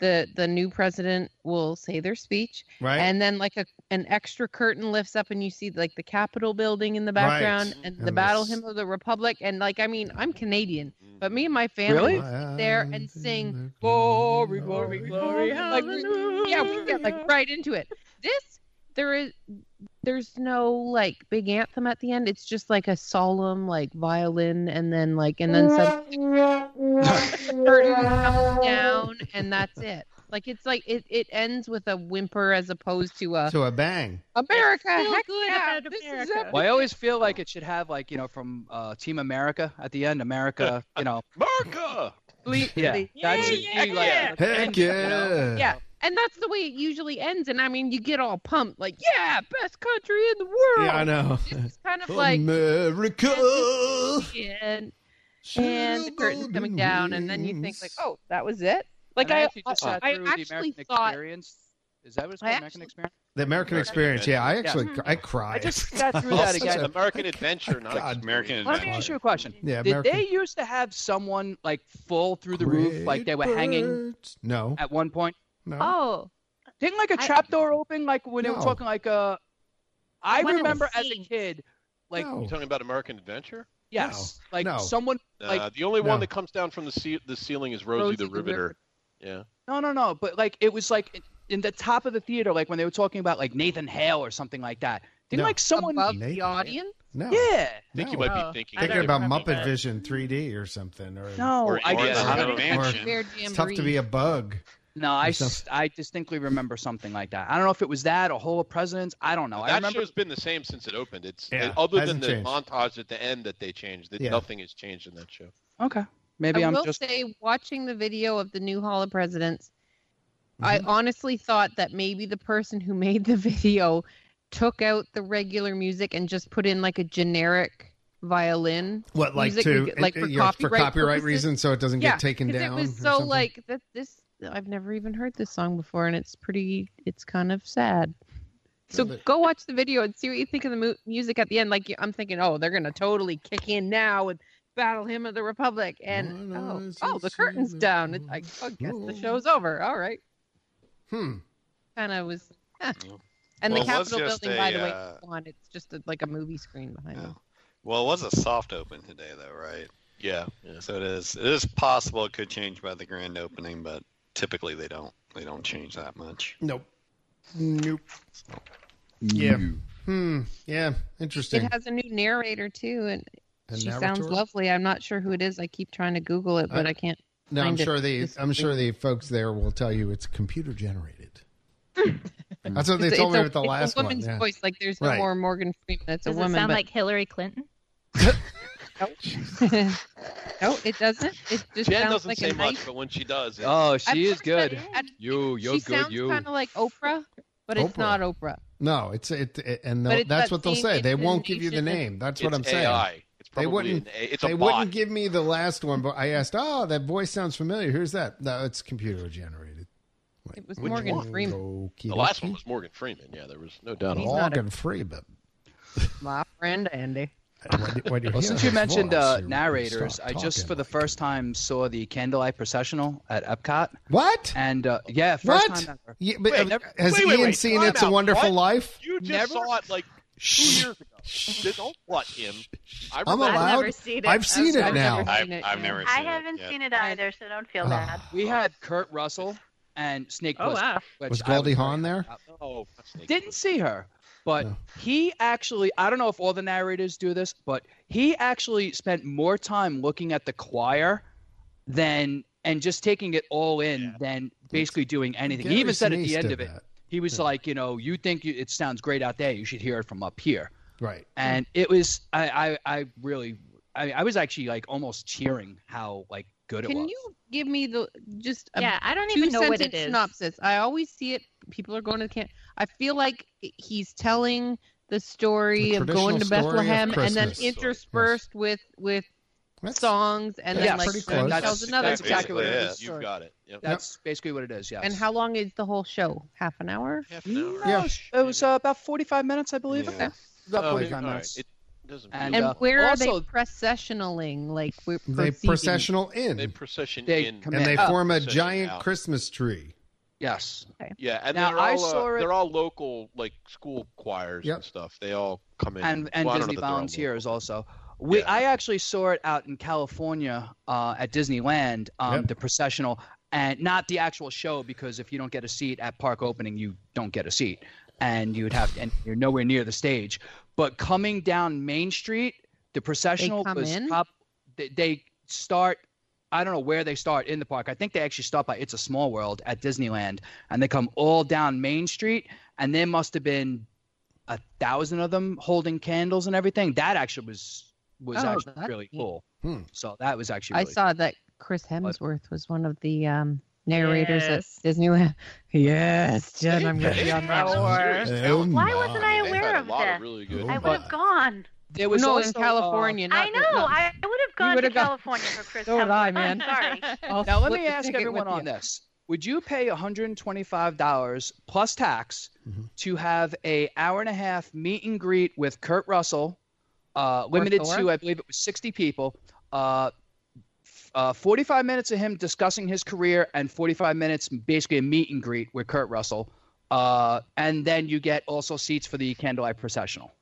S3: The the new president will say their speech
S2: right?
S3: and then like a an extra curtain lifts up and you see like the capitol building in the
S2: Right.
S3: background and,
S2: And
S3: the battle
S2: this-
S3: hymn of the republic and like i mean i'm canadian
S4: Mhm.
S3: but
S8: [LAUGHS]
S3: me and my family
S5: Really?
S3: there and sing,
S2: glory,
S3: glory, glory, like we, yeah we get like right into it this there is there's no like big anthem at the end it's just like a solemn like violin and then like and then suddenly curtain comes down and that's it like it's like it, it ends with a whimper as opposed to a
S2: to a bang.
S3: America,
S7: feel
S3: heck
S7: good
S3: yeah,
S7: about
S3: this is
S7: America.
S3: epic.
S5: Well, I always feel like it should have like you know from uh, Team America at the end,
S8: [LAUGHS]
S5: America, you know,
S4: America!
S5: yeah, that should
S7: Yeah,
S5: be like
S7: yeah.
S2: Heck
S5: you know?
S2: yeah.
S3: Yeah, and that's the way it usually ends. And I mean, you get all pumped, like, yeah, best country in the world.
S2: Yeah, I know.
S3: [LAUGHS] It's kind of like,
S2: America.
S3: and, and the curtain's coming down, and then you think, like, oh, that was it? Like,
S5: And
S3: I,
S5: actually just
S3: I,
S5: sat
S3: I
S5: through the
S3: actually
S5: American
S3: thought
S5: Experience Is that what it's
S3: I
S5: called? American
S3: actually-
S5: Experience.
S2: The American Experience. Yeah, I actually
S5: Yeah.
S2: cr- I cried. [LAUGHS]
S5: I just got through that
S2: Such
S5: again.
S2: a-
S4: American Adventure, not
S2: God.
S8: American
S5: Let me
S8: Adventure.
S5: ask you a question.
S2: yeah,
S5: Did
S2: American
S5: they used to have someone like full through the roof, like they were hanging
S2: Birds. No,
S5: at one point?
S2: no.
S7: Oh,
S5: Didn't like a
S7: I-
S5: trapdoor open, like when they were
S2: No.
S5: talking like a. I
S7: One of the
S5: remember as a
S7: scenes.
S5: kid, like
S2: No.
S4: You talking about American Adventure?
S5: yes, like
S2: No.
S5: someone
S4: Nah,
S5: Like-
S4: the only one
S2: No.
S4: that comes down from the ce- the ceiling is Rosie, the Riveter. Yeah.
S5: No, no, no. But like it was like in- in the top of the theater, like when they were talking about like Nathan Hale or something like that. Didn't
S2: No.
S5: like someone?
S3: above
S2: Nathan.
S3: the audience.
S2: no.
S5: Yeah.
S4: I think you
S2: No.
S4: might be
S7: Oh,
S4: thinking,
S7: I
S2: thinking
S7: don't
S2: about
S7: remember
S2: Muppet
S7: that.
S2: Vision 3D or something. Or
S5: No,
S8: Or-
S5: I
S8: or
S5: just
S8: the Haunted
S2: Or-
S8: Mansion.
S3: Fair
S2: it's tough to be a bug.
S5: no, I,
S2: or
S5: s-
S2: something.
S5: I distinctly remember something like that. I don't know if it was that or Whole of Presidents. I don't know. I
S4: that
S5: remember.
S4: show's been the same since it opened. It's
S2: Yeah,
S4: other than
S2: hasn't
S4: the
S2: changed.
S4: montage at the end that they changed. That
S2: Yeah.
S4: Nothing has changed in that show.
S5: Okay, maybe
S3: I
S5: I'm
S3: will
S5: just.
S3: say, watching the video of the new Hall of Presidents,
S2: Mhm.
S3: I honestly thought that maybe the person who made the [LAUGHS] video took out the regular music and just put in like a generic violin.
S2: What like
S3: Music
S2: to eh,
S3: we get- like for
S2: you know, for
S3: copyright
S2: copyright
S3: purposes?
S2: reasons, so it doesn't
S3: Yeah,
S2: get taken
S3: 'Cause
S2: down.
S3: it was
S2: or
S3: so
S2: something?
S3: like that. This I've never even heard this song before, and it's pretty. It's kind of sad. So
S2: Love it.
S3: go watch the video and see what you think of the mu- music at the end. Like I'm thinking, oh, they're gonna totally kick in now and battle him of the Republic. And
S2: What
S3: oh,
S2: is
S3: oh, the
S2: this
S3: curtain's
S2: in the
S3: down. It, I, I guess the show's over. All right,
S2: hmm.
S3: kind of was. [LAUGHS] eh.
S8: Yeah.
S3: And
S8: Well,
S3: the
S8: it was
S3: Capitol
S8: just
S3: building, by the
S8: a,
S3: way,
S8: uh,
S3: is on. It's just a, like a movie screen behind
S8: Yeah.
S3: me.
S8: Well, it was a soft open today, though, right?
S4: Yeah. yeah.
S8: So it is. It is possible it could change by the grand opening, but typically they don't. They don't change that much.
S2: Nope. Nope. Yeah. Hmm. Yeah. Interesting.
S3: It has a new narrator too, and
S2: A
S3: she sounds
S2: narrator?
S3: lovely. I'm not sure who it is. I keep trying to Google it, but
S2: I-
S3: I can't.
S2: No, I'm
S3: find it.
S2: sure the
S3: It's-
S2: I'm sure the folks there will tell you it's computer generated. That's what they
S3: Hmm. It's-
S2: told
S3: it's
S2: me
S3: a-
S2: with the
S3: it's
S2: last
S3: a woman's
S2: one. yeah.
S3: voice. Like there's no
S2: Right.
S3: more Morgan Freeman. That's a
S7: does
S3: woman.
S7: it sound
S3: but...
S7: like Hillary Clinton?
S3: [LAUGHS] no, it doesn't. It just
S4: Jen
S3: sounds
S4: doesn't
S3: like
S4: say
S3: a
S4: much,
S3: nice.
S4: but when she does, it's,
S5: Oh,
S3: At
S5: she is
S3: first I-
S5: good.
S3: at-
S5: You,
S3: she sounds kind of like Oprah, but it's
S2: Oprah.
S3: not Oprah.
S2: No, it's it, it and
S3: But
S2: they'll-
S3: it's
S2: that's
S3: that
S2: what they'll
S3: same
S2: say. They won't give you the
S3: intonation
S2: name. That's
S4: it's
S2: what I'm saying.
S4: AI. It's
S2: They
S4: probably
S2: wouldn't-
S4: an, A- it's
S2: They
S4: a bot.
S2: wouldn't give me the last one, but I asked, "Oh, that voice sounds familiar. Who's that?" No, it's computer generated. Like,
S3: It was
S2: which
S3: Morgan
S2: one?
S3: Freeman.
S2: Okey
S4: the last
S2: dokey.
S4: one was Morgan Freeman. Yeah, there was no doubt.
S3: He's
S4: about it.
S3: not a-
S2: Morgan Freeman.
S3: My friend Andy.
S2: When, when you hear
S5: Well, since you
S2: his
S5: mentioned
S2: voice,
S5: uh,
S2: you- you
S5: narrators,
S2: stop
S5: I just
S2: talking
S5: for the
S2: like-
S5: first time saw the Candlelight Processional at Epcot,
S2: what?
S5: and uh, yeah, first
S2: What?
S5: time ever.
S2: Yeah, but,
S4: Wait,
S2: uh,
S4: never-
S2: has
S4: wait, wait,
S2: Ian
S4: wait.
S2: seen
S4: Time
S2: It's a
S4: out.
S2: Wonderful
S4: What?
S2: Life?
S4: You just
S5: Never-
S4: saw it like two
S2: Shh.
S4: years ago. Don't butt him. I
S2: I'm
S4: remember-
S2: allowed?
S7: I've never seen it.
S2: I've seen it
S3: I've
S2: now.
S3: never-
S8: I've,
S3: seen it,
S8: I've
S3: yeah.
S8: never. Seen
S6: I haven't
S8: it yet.
S6: seen it either, so don't feel
S2: Ah.
S6: bad.
S5: We had Kurt Russell and Snake
S7: Oh
S5: Plissken,
S7: wow.
S5: which
S2: Was
S5: I
S2: Goldie
S5: very
S2: Hawn there?
S5: about.
S4: Oh, that's naked.
S5: didn't see her but
S2: No.
S5: he actually i don't know if all the narrators do this but he actually spent more time looking at the choir than and just taking it all in than basically doing anything he even
S2: Gary
S5: said at
S2: Sinise
S5: the end
S2: did
S5: of it
S2: that.
S5: he was like you know you think you, it sounds great out there you should hear it from up here
S2: Right.
S5: and it was i i, I really I, I was actually like almost cheering how like good it
S3: Can
S5: was
S3: you give me the just a
S7: Yeah, I don't
S3: two
S7: even know what it
S3: sentence
S7: is. [LAUGHS]
S3: synopsis. I always see it. People are going to the camp. I feel like he's telling the story
S2: The
S3: of going to
S2: traditional story of
S3: Bethlehem and then
S2: Christmas.
S3: interspersed with with
S2: That's-
S3: songs and
S2: that's
S3: then like
S2: pretty
S3: tells
S2: close.
S5: That's-
S3: another
S5: that's
S4: basically
S5: exactly what it is.
S4: You've got it. Yep.
S5: that's basically what it is yes
S3: And how long is the whole show? Half an hour?
S4: Half an
S5: No,
S4: hour.
S2: Yeah.
S5: it was uh, about 45 minutes i believe
S8: Yeah.
S5: about
S4: Oh,
S5: 45
S4: all right.
S5: minutes
S4: It doesn't.
S5: And,
S3: And,
S5: uh,
S3: where are
S5: also-
S3: they processionaling? Like we're
S2: They
S3: proceeding?
S2: processional in,
S4: they procession
S5: They
S4: in.
S5: come
S2: and they
S5: Oh.
S2: form a
S4: procession
S2: giant
S4: out.
S2: Christmas tree.
S5: yes
S4: Yeah, and
S5: Now,
S4: they're all
S5: I
S4: uh,
S5: saw it-
S4: they're all local like school choirs
S2: Yep.
S4: and stuff. They all come in
S5: and and
S4: well, I don't
S5: Disney
S4: know that they're all
S5: volunteers also. We
S4: Yeah.
S5: I actually saw it out in California uh, at Disneyland, um,
S2: Yep.
S5: the processional, and not the actual show because if you don't get a seat at park opening, you don't get a seat, and you would have and you're nowhere near the stage. But coming down Main Street, the processional
S3: come
S5: was
S3: in?
S5: prob- they, they start. I don't know where they start in the park. I think they actually start by It's a Small World at Disneyland, and they come all down Main Street, and there must have been a thousand of them holding candles and everything. That actually was was
S3: Oh,
S5: actually
S3: that's
S5: really
S3: neat.
S5: cool.
S2: Hmm.
S5: So that was actually
S3: I
S5: really
S3: saw that Chris Hemsworth was one of the um, narrators
S7: Yes.
S3: at Disneyland. [LAUGHS] Yes, Jen, I'm going to be on that
S4: Well,
S3: one.
S4: seriously,
S2: Oh,
S6: Why
S2: my.
S6: wasn't
S4: I
S6: I
S4: mean, they
S6: aware
S4: had a
S6: of
S4: lot
S6: this?
S4: of really good.
S2: I
S6: I
S2: Oh,
S6: would
S2: my.
S6: have gone.
S5: There was
S3: no, in
S5: also, uh,
S3: California. not-
S6: I know.
S3: not-
S6: I I would have gone to
S3: would've gone-
S6: California for Chris.
S3: So would
S6: Hemsworth.
S3: I, man.
S7: [LAUGHS]
S6: I'm sorry.
S3: I'll
S5: now let
S3: split
S5: me
S3: the
S5: ask
S3: ticket
S5: everyone
S3: with
S5: on
S3: you.
S5: this: Would you pay $125 plus tax
S2: Mhm.
S5: to have a hour and a half meet and greet with Kurt Russell, uh, limited
S3: Thor?
S5: to I believe it was 60 people, uh, f- uh, 45 minutes of him discussing his career and 45 minutes basically a meet and greet with Kurt Russell, uh, and then you get also seats for the candlelight processional.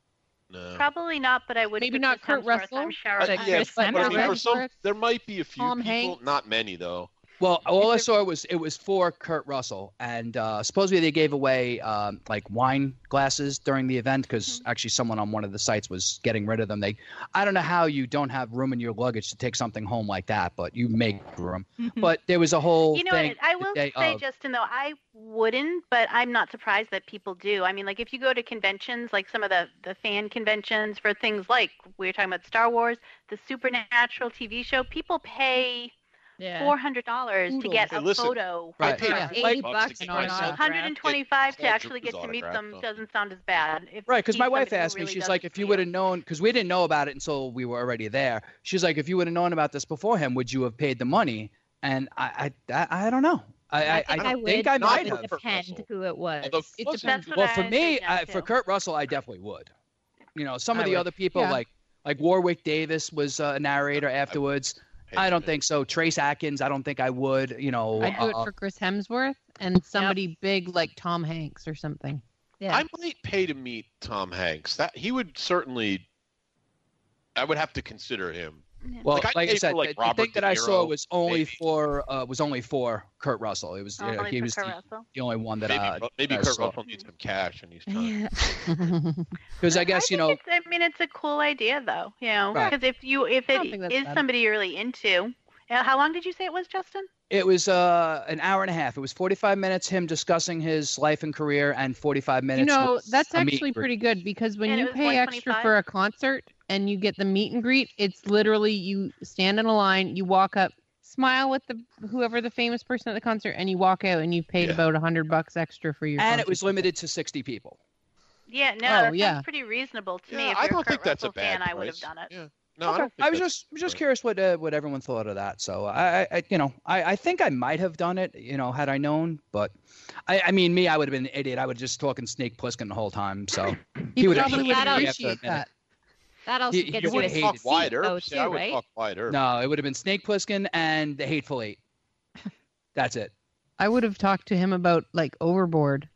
S4: No.
S6: Probably not, but I would.
S3: Maybe
S6: give
S3: not
S6: this
S3: Kurt
S6: Hemsworth,
S3: Russell,
S6: I'm sure.
S4: Uh,
S7: Like
S6: I-
S4: yeah,
S7: Chris
S4: but I mean, for
S3: Hemsworth?
S4: some, there might be a few
S3: Tom
S4: people,
S3: Hanks?
S4: not many though.
S5: Well, all I
S3: there-
S5: saw was it was for Kurt Russell, and uh, supposedly they gave away um, like wine glasses during the event because actually someone on one of the sites was getting rid of them. They, I don't know how you don't have room in your luggage to take something home like that, but you make room.
S7: Mhm.
S5: But there was a whole
S6: You know
S5: thing.
S6: what? I will
S5: they,
S6: say,
S5: uh,
S6: Justin, though, I wouldn't, but I'm not surprised that people do. I mean, like if you go to conventions, like some of the the fan conventions for things like we were talking about Star Wars, the Supernatural TV show, people pay
S7: yeah.
S6: four hundred dollars to
S3: Oodles.
S6: get
S4: Hey,
S6: a
S4: listen,
S6: photo.
S4: I
S5: Right.
S4: paid
S3: Yeah,
S4: 50
S7: 80
S4: bucks to
S7: bucks
S4: get
S7: and
S5: uh,
S7: all
S4: myself-
S7: that.
S6: One hundred and twenty-five to
S4: Paul
S6: actually get
S4: Drew's
S6: to meet
S4: autograph,
S6: them
S4: so-
S6: doesn't sound as bad. If
S5: Right, because
S6: you
S5: my
S6: meet
S5: wife
S6: somebody who
S5: asked me,
S6: really
S5: she's
S6: does
S5: like,
S6: it
S5: if
S6: for
S5: you would have known, because we didn't know about it until we were already there. She's like, if you would have known about this beforehand, would you have paid the money? And I, I, I, I don't know. I, I, I,
S7: think I, would.
S5: think I
S7: but
S5: might
S7: it
S5: have.
S7: would depend
S4: Russell.
S7: who it was.
S4: Although
S6: It
S4: wasn't-
S6: depends what
S5: well, for
S6: I
S5: me,
S6: suggest
S5: I, for
S6: too.
S5: Kurt Russell, I definitely would. You know, some of
S3: I
S5: the
S3: would.
S5: other people
S3: Yeah.
S5: like like Warwick Davis was uh, a narrator afterwards. I, don't think so. Trace Atkins, I don't think I would. You know,
S3: I'd do it
S5: uh,
S3: for Chris Hemsworth and somebody big like Tom Hanks or something.
S7: Yeah.
S4: I might pay to meet Tom Hanks. That he would certainly. I would have to consider him.
S5: well,
S4: Like, I'd
S5: like, I
S4: pay for,
S5: said,
S4: like,
S5: the- the
S4: Robert
S5: thing that I saw
S4: De Niro,
S5: was only
S4: maybe.
S5: for uh, was only for Kurt Russell. It was uh,
S6: Only
S5: he
S6: for
S5: was
S6: Kurt
S5: the,
S6: Russell.
S5: the only one that
S4: maybe
S5: uh,
S4: Ru- maybe
S5: I
S4: Kurt
S5: saw.
S4: Russell needs some cash and he's trying.
S3: [LAUGHS]
S7: yeah.
S5: because I guess you
S6: think
S5: know
S6: it's- I mean, it's a cool idea though. You know,
S5: Right.
S6: because if you if
S3: I don't
S6: it
S3: think that's
S6: is
S3: bad.
S6: somebody you're really into, Uh, how long did you say it was, Justin?
S5: it was uh, an hour and a half. It was forty five minutes him discussing his life and career, and forty five minutes.
S3: you know,
S5: was
S3: that's
S5: a meet and
S3: actually
S5: greet.
S3: pretty good because when
S6: And it
S3: you
S6: was
S3: pay extra
S6: 125?
S3: for a concert and you get the meet and greet, it's literally you stand in a line, you walk up, smile with the whoever the famous person at the concert, and you walk out and you paid
S4: Yeah.
S3: about a hundred bucks extra for your.
S5: and it
S3: concert
S5: was
S3: ticket.
S5: limited to sixty people.
S6: Yeah, no,
S3: Oh,
S6: that sounds
S3: yeah.
S6: pretty reasonable to me.
S4: Yeah,
S6: If
S4: I
S6: you're
S4: don't
S6: a Kurt
S4: think that's a
S6: Russell fan,
S4: bad.
S6: I would have
S4: price.
S6: done it.
S4: Yeah. No, I
S5: Okay.
S4: don't think
S5: I was
S4: that's-
S5: just just
S4: right.
S5: curious what uh, what everyone thought of that. So I, I- I you know I, I think I might have done it. You know, had I known. But I, I mean, me, I would have been an idiot. I would just talking Snake Plissken the whole time.
S4: [LAUGHS]
S5: So
S3: He,
S5: He would've
S3: probably
S7: hated
S3: would
S7: it after a
S3: appreciate
S5: minute.
S3: that.
S7: That also
S5: You-
S7: gets
S5: you
S7: you,
S4: would
S7: a
S5: would've
S4: have
S5: hated
S7: seat
S4: talked wide
S7: though,
S4: earth.
S7: too,
S4: I would
S7: Oh, right?
S4: talk wide earth.
S5: no, it would have been Snake Plissken and the Hateful
S4: [LAUGHS]
S5: Eight. That's it.
S3: I would have talked to him about like overboard.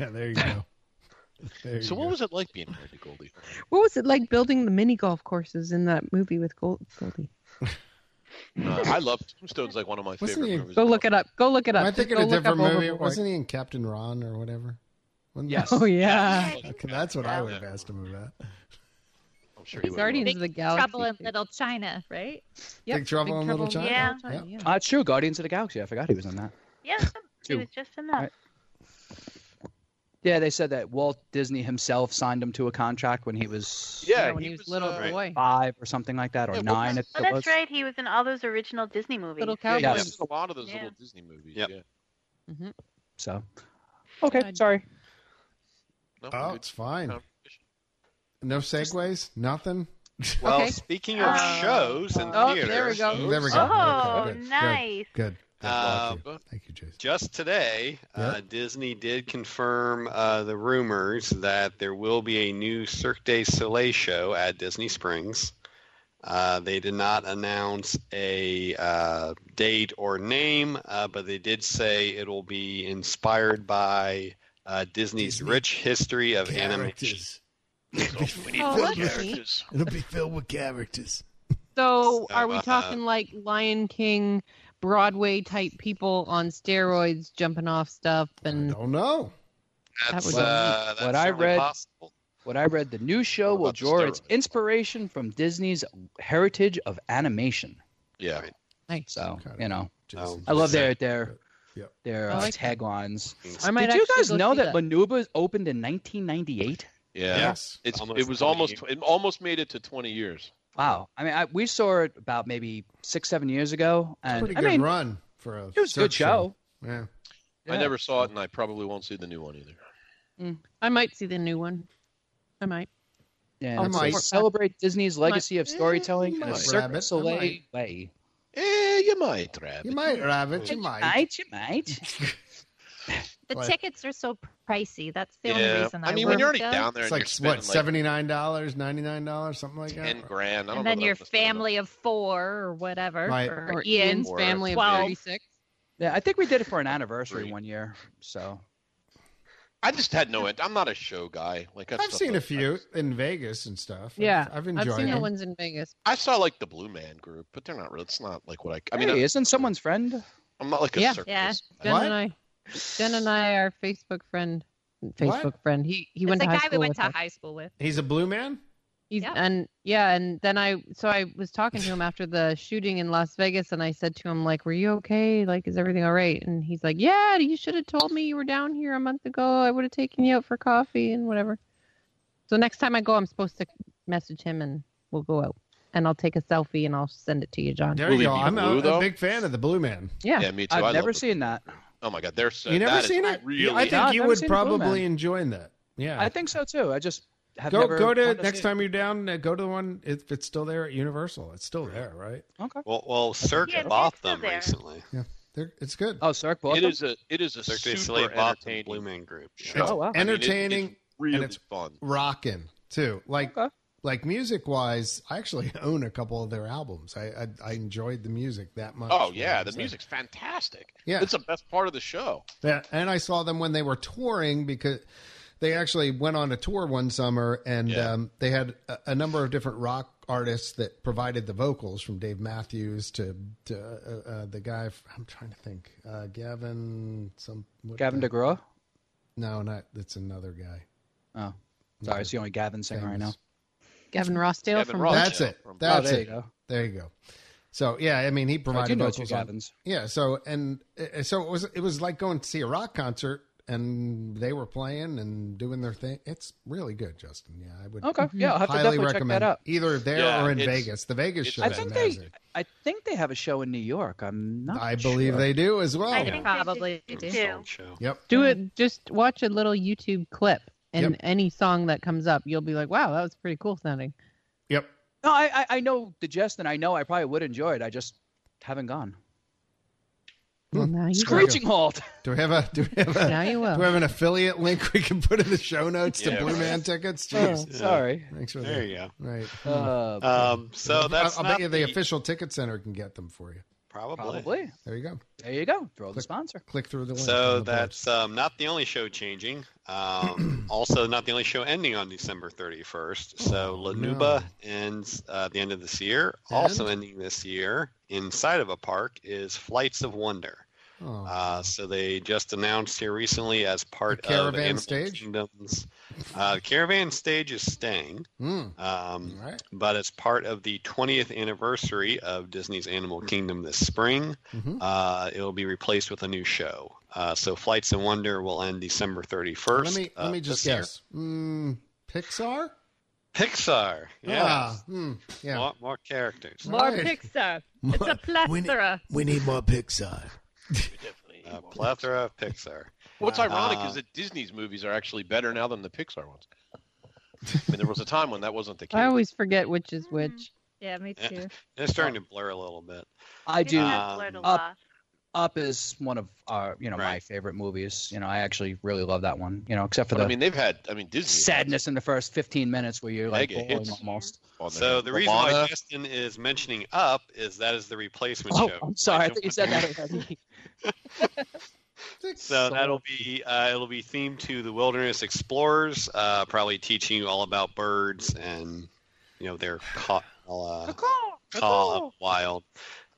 S2: Yeah, there you go. There
S4: So
S2: you
S4: what
S2: go.
S4: was it like being married to Goldie?
S3: What was it like building the mini golf courses in that movie with Gold- Goldie?
S4: Uh, I love Tombstone's like one of my
S2: Wasn't
S4: favorite
S2: he-
S4: movies.
S3: Go
S4: of
S3: look
S4: all
S3: it up. Go look it up.
S2: Am I
S3: Just
S2: thinking
S3: go
S2: a
S3: look up
S2: different movie?
S3: Overboard.
S2: Wasn't he in Captain Ron or whatever? Wasn't
S5: Yes.
S3: Oh yeah.
S4: time.
S2: Okay, that's what I
S4: Yeah.
S2: would have asked him about.
S4: I'm sure he
S3: He's
S4: would.
S3: already
S4: love
S3: into
S7: Big
S3: the galaxy.
S7: Trouble in Little China, right?
S3: Yep,
S2: Big Trouble in Little China.
S6: Yeah.
S2: Yep.
S3: yeah.
S5: Uh, it's true. Guardians of the Galaxy. I forgot he was in that.
S6: Yeah,
S5: Two.
S6: it was just oh, enough.
S5: Right. Yeah, they said that Walt Disney himself signed him to a contract when he was
S4: it. Yeah,
S3: Yeah, when he was little
S4: uh,
S8: right.
S3: boy.
S5: five or something like that, or
S4: Yeah, Walt
S5: nine. I
S4: was-
S6: Oh,
S5: think it
S6: that's
S5: was.
S6: right. He was in all those original Disney movies.
S3: Little
S4: Yeah,
S3: cowboy.
S4: he was
S5: Yes.
S4: in a lot of those
S6: Yeah.
S4: little Disney movies.
S8: Yep.
S4: Yeah.
S5: So, okay,
S3: God.
S5: sorry.
S4: No,
S2: Oh,
S4: good
S2: it's fine.
S4: competition.
S2: No segues, nothing.
S8: Well,
S3: Okay.
S8: speaking of
S6: Uh,
S8: shows and
S3: Ah. oh,
S8: theaters,
S3: there we go.
S2: There we go.
S6: Oh,
S2: Okay, good, good.
S6: nice.
S2: Good. Good.
S8: Uh,
S2: Thank you.
S7: [LAUGHS]
S2: Thank you, Jason.
S8: just today, uh, Disney did confirm uh, the rumors that there will be a new Cirque du Soleil show at Disney Springs. Uh, they did not announce a uh, date or name, uh, but they did say it will be inspired by uh, Disney's
S2: Disney
S8: rich history of animation.
S2: Characters. It'll be filled
S3: Oh,
S2: with
S3: that's neat.
S2: characters. It'll be filled with characters.
S3: So,
S8: So,
S3: are we
S8: uh,
S3: talking like Lion King, Broadway type people on steroids jumping off stuff?
S2: I
S3: And
S2: don't know.
S8: That's,
S3: would-
S8: uh, that's
S5: What I
S8: certainly
S5: read-
S8: possible.
S5: What I read, the new show
S4: What
S5: will
S4: about the
S5: draw its
S4: steroids?
S5: inspiration from Disney's heritage of animation.
S4: Yeah.
S8: Right.
S3: nice.
S5: So,
S2: Got it.
S5: you know,
S4: Oh.
S2: Jason
S5: I love
S2: just-
S5: their their
S2: Yep.
S5: their
S3: I
S5: uh,
S3: like that.
S5: taglines.
S3: I might
S5: Did you
S3: actually
S5: guys
S3: go
S5: know
S3: see
S5: that, Manuba opened in 1998?
S4: Yeah.
S2: Yes.
S4: It's
S8: Almost
S4: it was
S8: 20
S4: almost tw- it almost made it to 20 years.
S5: Wow. I mean, I, we saw it about maybe six, seven years ago, and
S2: Pretty
S5: I
S2: good
S5: mean,
S2: run for a
S5: it was a
S2: Cirque
S5: good show.
S2: Yeah.
S4: I
S5: Yeah.
S4: never saw it, and I probably won't see the new one either.
S3: I might see the new one. I might.
S5: Yeah,
S2: I
S5: it
S2: might.
S5: says, celebrate Disney's legacy of storytelling in
S2: might.
S5: a Cirque
S2: Rabbit, I
S5: du Soleil
S2: might.
S5: way.
S4: Eh, you might, Rabbit.
S2: You might, Rabbit. You might.
S5: Might you might?
S7: The
S2: Right.
S7: tickets are so pricey. That's the
S4: yeah.
S7: only reason I,
S4: I mean, when you're already
S7: wouldn't go.
S4: down there,
S2: It's
S4: and
S2: like
S4: you're spending,
S2: what seventy nine dollars, ninety nine dollars, something like
S4: ten
S2: that.
S4: grand. I don't
S7: and
S4: know
S7: then
S4: what
S7: your
S4: I'm spending.
S7: family of four or whatever,
S2: Right.
S7: or,
S3: Or
S7: Ian's.
S3: Ian's family of
S7: Twelve.
S3: 36.
S5: Yeah, I think we did it for an anniversary
S4: Three.
S5: one year. So
S4: I just had no. int- I'm not a show guy. Like that's
S2: I've
S4: stuff
S2: seen a
S4: like-
S2: few in Vegas and stuff. I've-
S3: Yeah,
S2: I've
S3: I've
S2: enjoyed
S3: seen the
S2: them.
S3: ones in Vegas.
S4: I saw like the Blue Man Group, but they're not. real. It's not like what I. I mean,
S5: hey,
S4: I-
S5: isn't someone's friend?
S4: I'm not like a
S3: Yeah.
S4: circus.
S7: Yeah.
S3: Jen
S2: What?
S3: and I, Jen and I, our Facebook friend, Facebook friend. He he
S7: It's
S3: went
S7: the
S3: to high
S7: guy
S3: school
S7: we went
S3: with
S7: to
S3: us.
S7: high school with.
S2: He's a blue man.
S3: He's,
S7: Yeah.
S3: And yeah, and then I so I was talking to him after the shooting in Las Vegas, and I said to him like, "Were you okay? Like, is everything all right?" And he's like, "Yeah, you should have told me you were down here a month ago. I would have taken you out for coffee and whatever." So next time I go, I'm supposed to message him, and we'll go out, and I'll take a selfie and I'll send it to you, John.
S2: There
S4: Will
S2: you
S4: he
S2: go.
S4: be
S2: I'm
S4: blue,
S2: a, a
S4: though?
S2: big fan of the blue man.
S3: Yeah.
S4: Yeah, me too. I
S5: I've
S4: love
S5: never
S4: it.
S5: seen that.
S4: Oh my god, they're so.
S2: you never
S4: that is
S2: seen it?
S4: Really,
S2: I think
S5: Yeah, I've
S2: you
S5: never
S2: would
S5: seen the blue
S2: probably
S5: man.
S2: enjoy that. Yeah.
S5: I think so too. I just have
S2: go
S5: never
S2: go to
S5: gone
S2: next
S5: see
S2: time you're down. Uh, go to the one if it's still there at Universal. It's still there, right?
S5: it. Okay.
S8: Well, well, Cirque
S6: Yeah,
S8: bought
S6: it's still
S8: them
S6: there.
S8: recently.
S2: They're, it's good.
S5: Oh, Cirque bought
S4: It
S5: them?
S4: is a. It is a
S8: Cirque du
S4: super
S8: Soleil bought the
S4: entertaining
S8: Blue Man Group.
S4: show.
S2: it's
S5: Oh, wow.
S4: I mean, it-
S2: entertaining,
S4: it's really
S2: and it's
S4: fun.
S2: rocking too. Like
S5: Okay.
S2: like music wise, I actually [LAUGHS] own a couple of their albums. I I, I enjoyed the music that much.
S4: Oh
S2: when I
S4: yeah,
S2: was
S4: the
S2: there.
S4: music's fantastic.
S2: Yeah.
S4: it's the best part of the show.
S2: Yeah, and I saw them when they were touring because they actually went on a tour one summer, and
S4: Yeah.
S2: um, they had a, a number of different rock artists that provided the vocals, from Dave Matthews to, to uh, uh, the guy. f I'm trying to think, uh, Gavin. Some what
S5: Gavin
S2: the-
S5: DeGraw.
S2: No, not that's another guy.
S5: Oh, sorry, it's the only Gavin singer I know.
S2: Famous.
S3: Gavin Rossdale
S4: Gavin
S3: from
S4: Ross-
S2: That's
S4: yeah,
S2: it.
S4: from-
S5: Oh,
S2: That's
S5: there you
S2: it.
S5: go.
S2: There you go. So yeah, I mean, he
S5: Oh, I do
S2: provided
S5: know it's
S2: vocals on
S5: Gavin's.
S2: Yeah. So and uh, so it was. It was like going to see a rock concert, and they were playing and doing their thing. It's really good, Justin. Yeah, I would.
S5: Okay, yeah, I'll have to
S2: Mm-hmm. Highly
S5: definitely check
S2: recommend
S5: that out.
S2: either there
S4: Yeah,
S2: or in
S4: it's-
S2: Vegas. The Vegas
S4: it's-
S2: show.
S5: I
S2: is
S5: think they,
S2: amazing.
S5: I think they have a show in New York. I'm not.
S2: I believe
S5: sure.
S2: they do as well.
S6: I
S7: Yeah.
S6: think
S7: Probably
S6: they
S7: do.
S6: do.
S8: Sold show.
S2: Yep.
S3: Do it. Just watch a little YouTube clip, and
S2: Yep.
S3: any song that comes up, you'll be like, "Wow, that was pretty cool sounding."
S2: Yep.
S5: No, I, I, I know the jest, and I know I probably would enjoy it. I just haven't gone.
S3: Well, now you will.
S5: Screeching halt.
S2: Do we have a [LAUGHS] do we have
S3: Now
S2: a
S3: you
S2: do
S3: will.
S2: we have an affiliate link we can put in the show notes to
S8: Yeah,
S2: Blue
S8: right.
S2: Man tickets? Jeez.
S5: [LAUGHS] Sorry.
S2: Thanks for
S8: There
S2: that.
S8: you
S2: Right.
S5: Uh,
S8: go. Um, so that's
S2: I'll, I'll
S8: not
S2: bet you the
S8: the-
S2: official ticket center can get them for you.
S8: Probably.
S5: probably.
S2: There you go.
S5: There you go. Throw the sponsor.
S2: Click through the link.
S8: So
S2: on the board.
S8: that's um, not the only show changing.
S2: [CLEARS THROAT]
S8: Um, also, not the only show ending on December 31st. So La
S2: Oh, no.
S8: Nuba ends uh, at the end of this year. Also
S2: And?
S8: ending this year inside of a park is Flights of Wonder.
S2: Oh.
S8: Uh, so they just announced here recently as part
S2: The Caravan
S8: of Animal
S2: Stage?
S8: Kingdoms. Uh, the Caravan Stage is staying,
S2: Mm.
S8: um,
S2: All right.
S8: but it's part of the 20th anniversary of Disney's Animal Kingdom this spring.
S2: Mhm.
S8: Uh, it will be replaced with a new show. Uh, so Flights of Wonder will end December 31st.
S2: let me
S8: uh,
S2: let me just
S8: this year.
S2: guess. Mm, Pixar.
S8: Pixar. Yeah.
S2: Ah, mm, yeah.
S8: More, more characters.
S7: More
S2: Right.
S7: Pixar.
S2: [LAUGHS]
S7: It's a plethora.
S2: We need more Pixar.
S8: A plethora of Pixar.
S4: What's ironic
S8: Uh,
S4: is that Disney's movies are actually better now than the Pixar ones. I mean, there was a time when that
S3: [LAUGHS]
S4: wasn't the case.
S3: I always forget which is
S7: Mm-hmm.
S3: which.
S7: Yeah, me
S8: Yeah.
S7: too.
S8: It's starting to blur a little bit.
S5: I
S6: It
S5: do.
S8: Uh,
S6: has blurred a
S8: Um,
S6: lot.
S5: Up is one of our, you know, my
S8: Right.
S5: favorite movies. You know, I actually really love that one. You know, except for
S4: But,
S5: the
S4: I mean, they've had. I mean, Disney has had
S5: sadness in the first 15 minutes where you're like,
S4: Mega
S5: "Holy
S4: hits.
S5: almost.
S4: on their
S8: So
S4: hands.
S8: the reason why
S4: Moana,
S8: Justin is mentioning Up is that is the replacement
S5: Oh,
S8: show.
S5: I'm sorry. I thought you said that. already.
S8: So that'll be uh, it'll be themed to the wilderness explorers, uh, probably teaching you all about birds and you
S2: [SIGHS]
S8: know their call uh, call wild.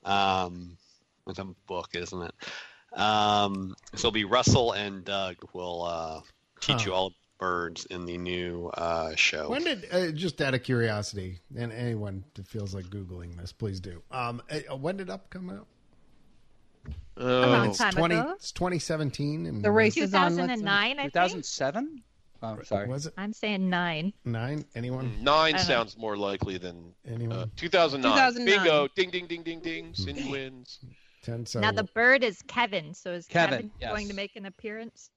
S8: Um, it's a book, isn't it? Um, so it'll be Russell and Doug will uh, teach
S2: Huh.
S8: you all about birds in the new uh, show.
S2: When did uh, just out of curiosity, and anyone that feels like googling this, please do. Um, uh, when did Up come out?
S7: A long
S4: oh,
S7: time
S2: Twenty.
S7: ago.
S2: It's twenty seventeen. And
S3: The race is on. let's-
S5: [LAUGHS]
S7: 2009, I think.
S5: 2007? Oh, sorry.
S2: Was it
S7: I'm saying nine.
S2: nine? Anyone?
S4: nine
S7: I don't-
S4: sounds more likely than uh,
S2: Anyone?
S4: 2009.
S3: 2009.
S4: Bingo! Ding, ding, ding, ding, ding. Cindy wins.
S2: Ten. So
S7: Now the bird is Kevin. So is
S5: Kevin,
S7: Kevin, going to
S5: yes.
S7: make an appearance?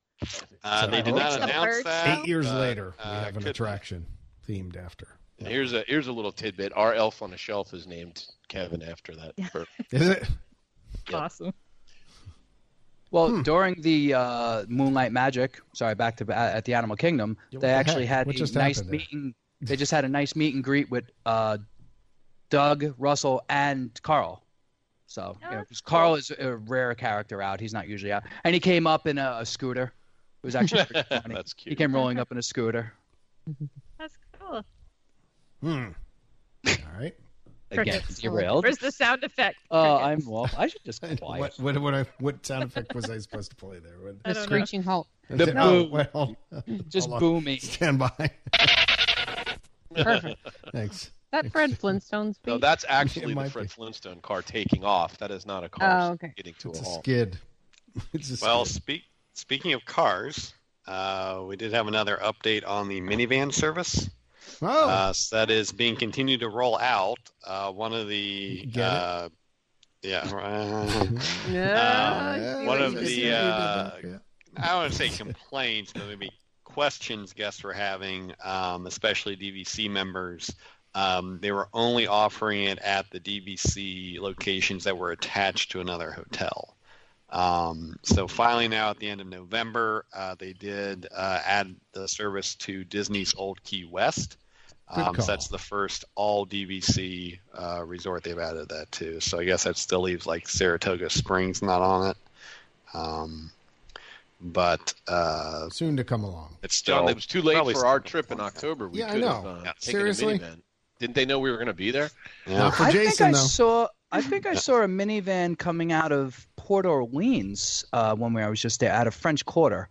S8: Uh,
S2: So
S8: they
S2: I
S8: did
S2: hope
S8: not
S7: so.
S8: announce
S7: Birds
S8: that.
S2: eight years
S8: but,
S2: later, we
S8: uh,
S2: have an
S8: could be.
S2: attraction themed after.
S4: And Here's a here's a little tidbit. Our elf on the shelf is named Kevin after that. bird.
S2: [LAUGHS] Is it?
S7: Awesome.
S5: Well,
S2: Hmm.
S5: during the uh, Moonlight Magic, sorry, back to uh, at the Animal Kingdom,
S2: Yeah, what
S5: they
S2: the
S5: actually
S2: heck?
S5: had
S2: What
S5: a
S2: just
S5: nice
S2: happened there?
S5: meet and they just had a nice meet and greet with uh, Doug, Russell, and Carl. So, you know, 'cause
S6: that's
S5: Carl is a rare character out; he's not usually out, and he came up in a, a scooter. It was
S4: [LAUGHS]
S5: actually pretty funny.
S4: That's
S5: He
S4: cute.
S5: came rolling up in a scooter.
S7: That's cool.
S2: Hmm. All
S8: [LAUGHS]
S2: right.
S5: Again,
S7: Crickets.
S5: derailed.
S7: Where's the sound effect?
S5: Uh,
S7: Crickets.
S5: I'm Wolf. I should
S2: [LAUGHS]
S5: just quiet.
S2: What what what, I, what sound effect was I supposed to play there?
S8: [LAUGHS]
S2: What,
S7: I
S3: The
S7: don't know.
S3: screeching
S7: [LAUGHS]
S3: halt.
S2: [LAUGHS]
S5: The
S2: oh,
S5: boom.
S2: well,
S5: Just
S2: Hold on.
S5: booming.
S2: stand by. [LAUGHS]
S3: Perfect.
S2: Thanks.
S3: That Fred Flintstone speech.
S4: No, that's actually
S2: might
S4: the Fred
S2: be.
S4: Flintstone car taking off. That is not a car
S3: Oh,
S8: [LAUGHS]
S3: okay.
S4: getting to
S2: It's
S4: a
S2: a
S4: halt.
S2: skid. [LAUGHS] It's a
S8: Well,
S2: skid.
S8: speak, speaking of cars, uh, we did have another update on the minivan service.
S2: Oh,
S8: Uh, so that is being continued to roll out. Uh, one of the
S2: Get it?
S8: uh, yeah, [LAUGHS]
S2: [LAUGHS]
S3: Yeah, I see
S8: Um, Uh, one
S3: what
S8: of
S3: you
S8: the,
S3: did there.
S8: uh, I wouldn't say complaints, but maybe questions guests were having, um, especially DVC members. Um, they were only offering it at the DVC locations that were attached to another hotel. Um, so finally, now at the end of November, uh, they did uh, add the service to Disney's Old Key West.
S2: Good
S8: Um, so
S2: call.
S8: that's the first all DVC uh, resort they've added that to. So I guess that still leaves like Saratoga Springs not on it. Um, but uh,
S2: soon to come along.
S8: it's still
S4: John, it was too late
S8: probably
S4: for our
S8: still-
S4: trip in October. We
S2: Yeah, I
S4: could have
S2: know.
S4: uh,
S8: Yeah.
S4: taken
S2: Seriously?
S4: a minivan. Didn't they know we were going to be there?
S2: Not
S8: yeah.
S2: Uh, for
S5: I think I
S2: Jason though.
S5: saw. I think I saw a minivan coming out of Port Orleans uh, when we- I was just there, out of French Quarter,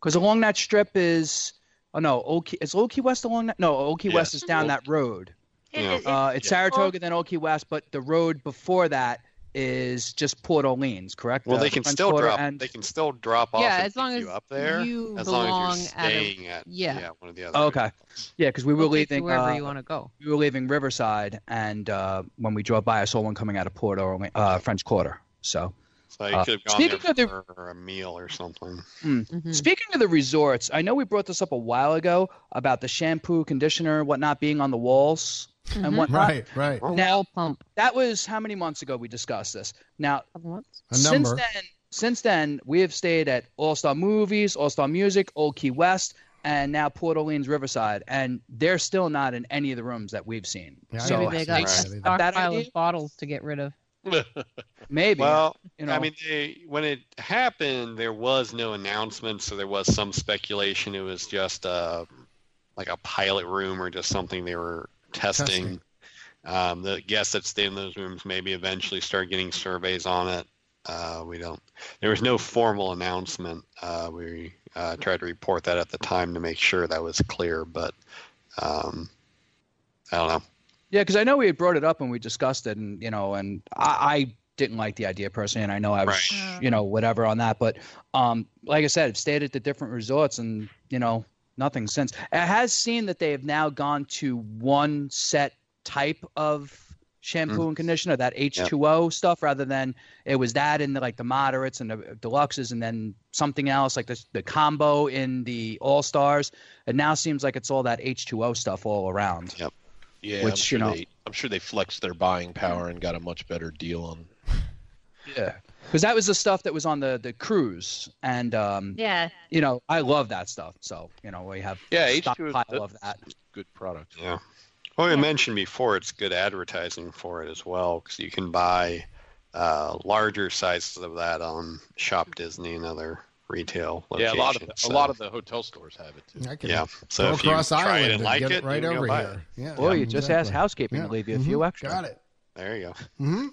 S5: because along that strip is. Oh no, Old Key, is Old Key West along that? No, Old Key
S8: Yeah.
S5: West is down
S8: Old-
S5: that road.
S6: It-
S8: Yeah.
S6: it- it's
S5: Uh, it's
S8: Yeah.
S5: Saratoga, then Old Key West, but the road before that is just Port Orleans, correct?
S8: Well,
S5: Uh,
S8: they can
S5: French
S8: still
S5: Quarter
S8: drop.
S5: and-
S8: They can still drop off.
S3: Yeah,
S8: and
S3: as long
S8: pick
S3: as
S8: you up there,
S3: you
S8: as long
S3: belong
S8: as you're
S3: at a
S8: staying at
S3: yeah.
S8: one of the other.
S5: Oh, okay, yeah, because we were
S3: We'll take you
S5: leaving.
S3: wherever
S5: uh,
S3: you want to go.
S5: we were leaving Riverside, and uh, when we drove by, I saw one coming out of Port Orleans, uh, French Quarter. So.
S8: So you
S5: Uh,
S8: could have gone
S5: speaking
S8: there
S5: of the-
S8: for a meal or something.
S3: Mhm.
S5: Speaking of the resorts, I know we brought this up a while ago about the shampoo, conditioner, and whatnot being on the walls and
S3: Mhm.
S8: [LAUGHS]
S5: whatnot.
S2: Right, right.
S5: Now [LAUGHS]
S3: Wall pump.
S5: that was how many months ago we discussed this. Now
S3: Once.
S2: A
S5: since
S2: number.
S5: then, since then we have stayed at All Star Movies, All Star Music, Old Key West, and now Port Orleans Riverside, and they're still not in any of the rooms that we've seen.
S2: Yeah, I
S5: so
S3: Maybe they
S5: I
S3: got
S5: think
S2: Right.
S3: a
S5: that
S3: stockpile
S5: idea-
S3: of bottles to get rid of.
S5: maybe
S8: Well,
S5: you know
S8: I mean, they, when it happened, there was no announcement, so there was some speculation. It was just uh, like a pilot room or just something they were testing.
S2: Testing.
S8: Um, the guests that stay in those rooms maybe eventually start getting surveys on it. Uh, we don't. There was no formal announcement. Uh, we uh, tried to report that at the time to make sure that was clear, but um, I don't know.
S5: Yeah, because I know we had brought it up and we discussed it, and you know, and I, I didn't like the idea personally, and I know I was,
S7: Right.
S5: you know, whatever on that. But um, like I said, I've stayed at the different resorts, and you know, nothing since. It has seen that they have now gone to one set type of shampoo and conditioner, that H2O stuff, rather than it was that in the, like the moderates and the deluxes, and then something else like the the combo in the All Stars. It now seems like it's all that H2O stuff all around.
S4: Yeah,
S5: Which,
S4: I'm
S5: you
S4: sure
S5: know-
S4: they I'm sure they flexed their buying power and got a much better deal on.
S5: Yeah, because that was the stuff that was on the the cruise, and um,
S7: Yeah.
S5: you know, I love that stuff. So you know, we have
S4: Yeah,
S5: a
S4: H2 is-
S5: stockpile of that.
S4: Good product.
S8: Yeah. Well, we mentioned before it's good advertising for it as well because you can buy uh, larger sizes of that on Shop Disney and other retail
S4: Yeah,
S8: locations.
S4: a lot of the, a lot of the hotel stores have it too.
S2: I can
S8: yeah. So
S2: go
S8: if you
S2: across
S8: try
S2: Ireland
S8: it and like
S2: get it, right
S8: you can go
S2: over
S8: buy
S2: here. Yeah.
S5: Boy,
S2: yeah,
S5: you just asked
S2: exactly.
S5: housekeeping
S2: Yeah.
S5: to leave you a
S2: Mhm.
S5: few extra.
S2: Got it.
S8: it. There you go.
S2: hmm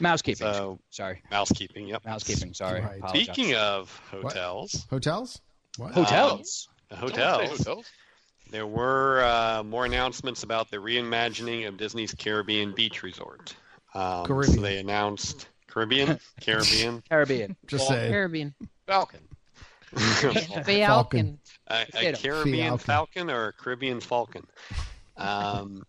S5: Mousekeeping.
S4: Uh,
S8: So
S5: sorry,
S8: mousekeeping. Yep.
S5: mousekeeping. Sorry.
S2: Right.
S5: Apologize.
S8: Speaking of hotels,
S2: Hotels.
S4: um,
S2: What?
S8: Hotel-
S5: hotels,
S4: Don't say
S8: hotels.
S4: hotels.
S8: There were uh, more announcements about the reimagining of Disney's Caribbean Beach Resort. Um,
S2: Caribbean.
S8: So they announced Caribbean, Caribbean.
S2: [LAUGHS]
S8: [LAUGHS]
S5: Caribbean.
S2: just
S4: Well,
S2: say
S3: Caribbean.
S4: Falcon.
S2: Falcon.
S3: Falcon.
S8: a, a
S5: Potato.
S2: Falcon.
S8: Caribbean falcon or a Caribbean falcon. [LAUGHS] Um,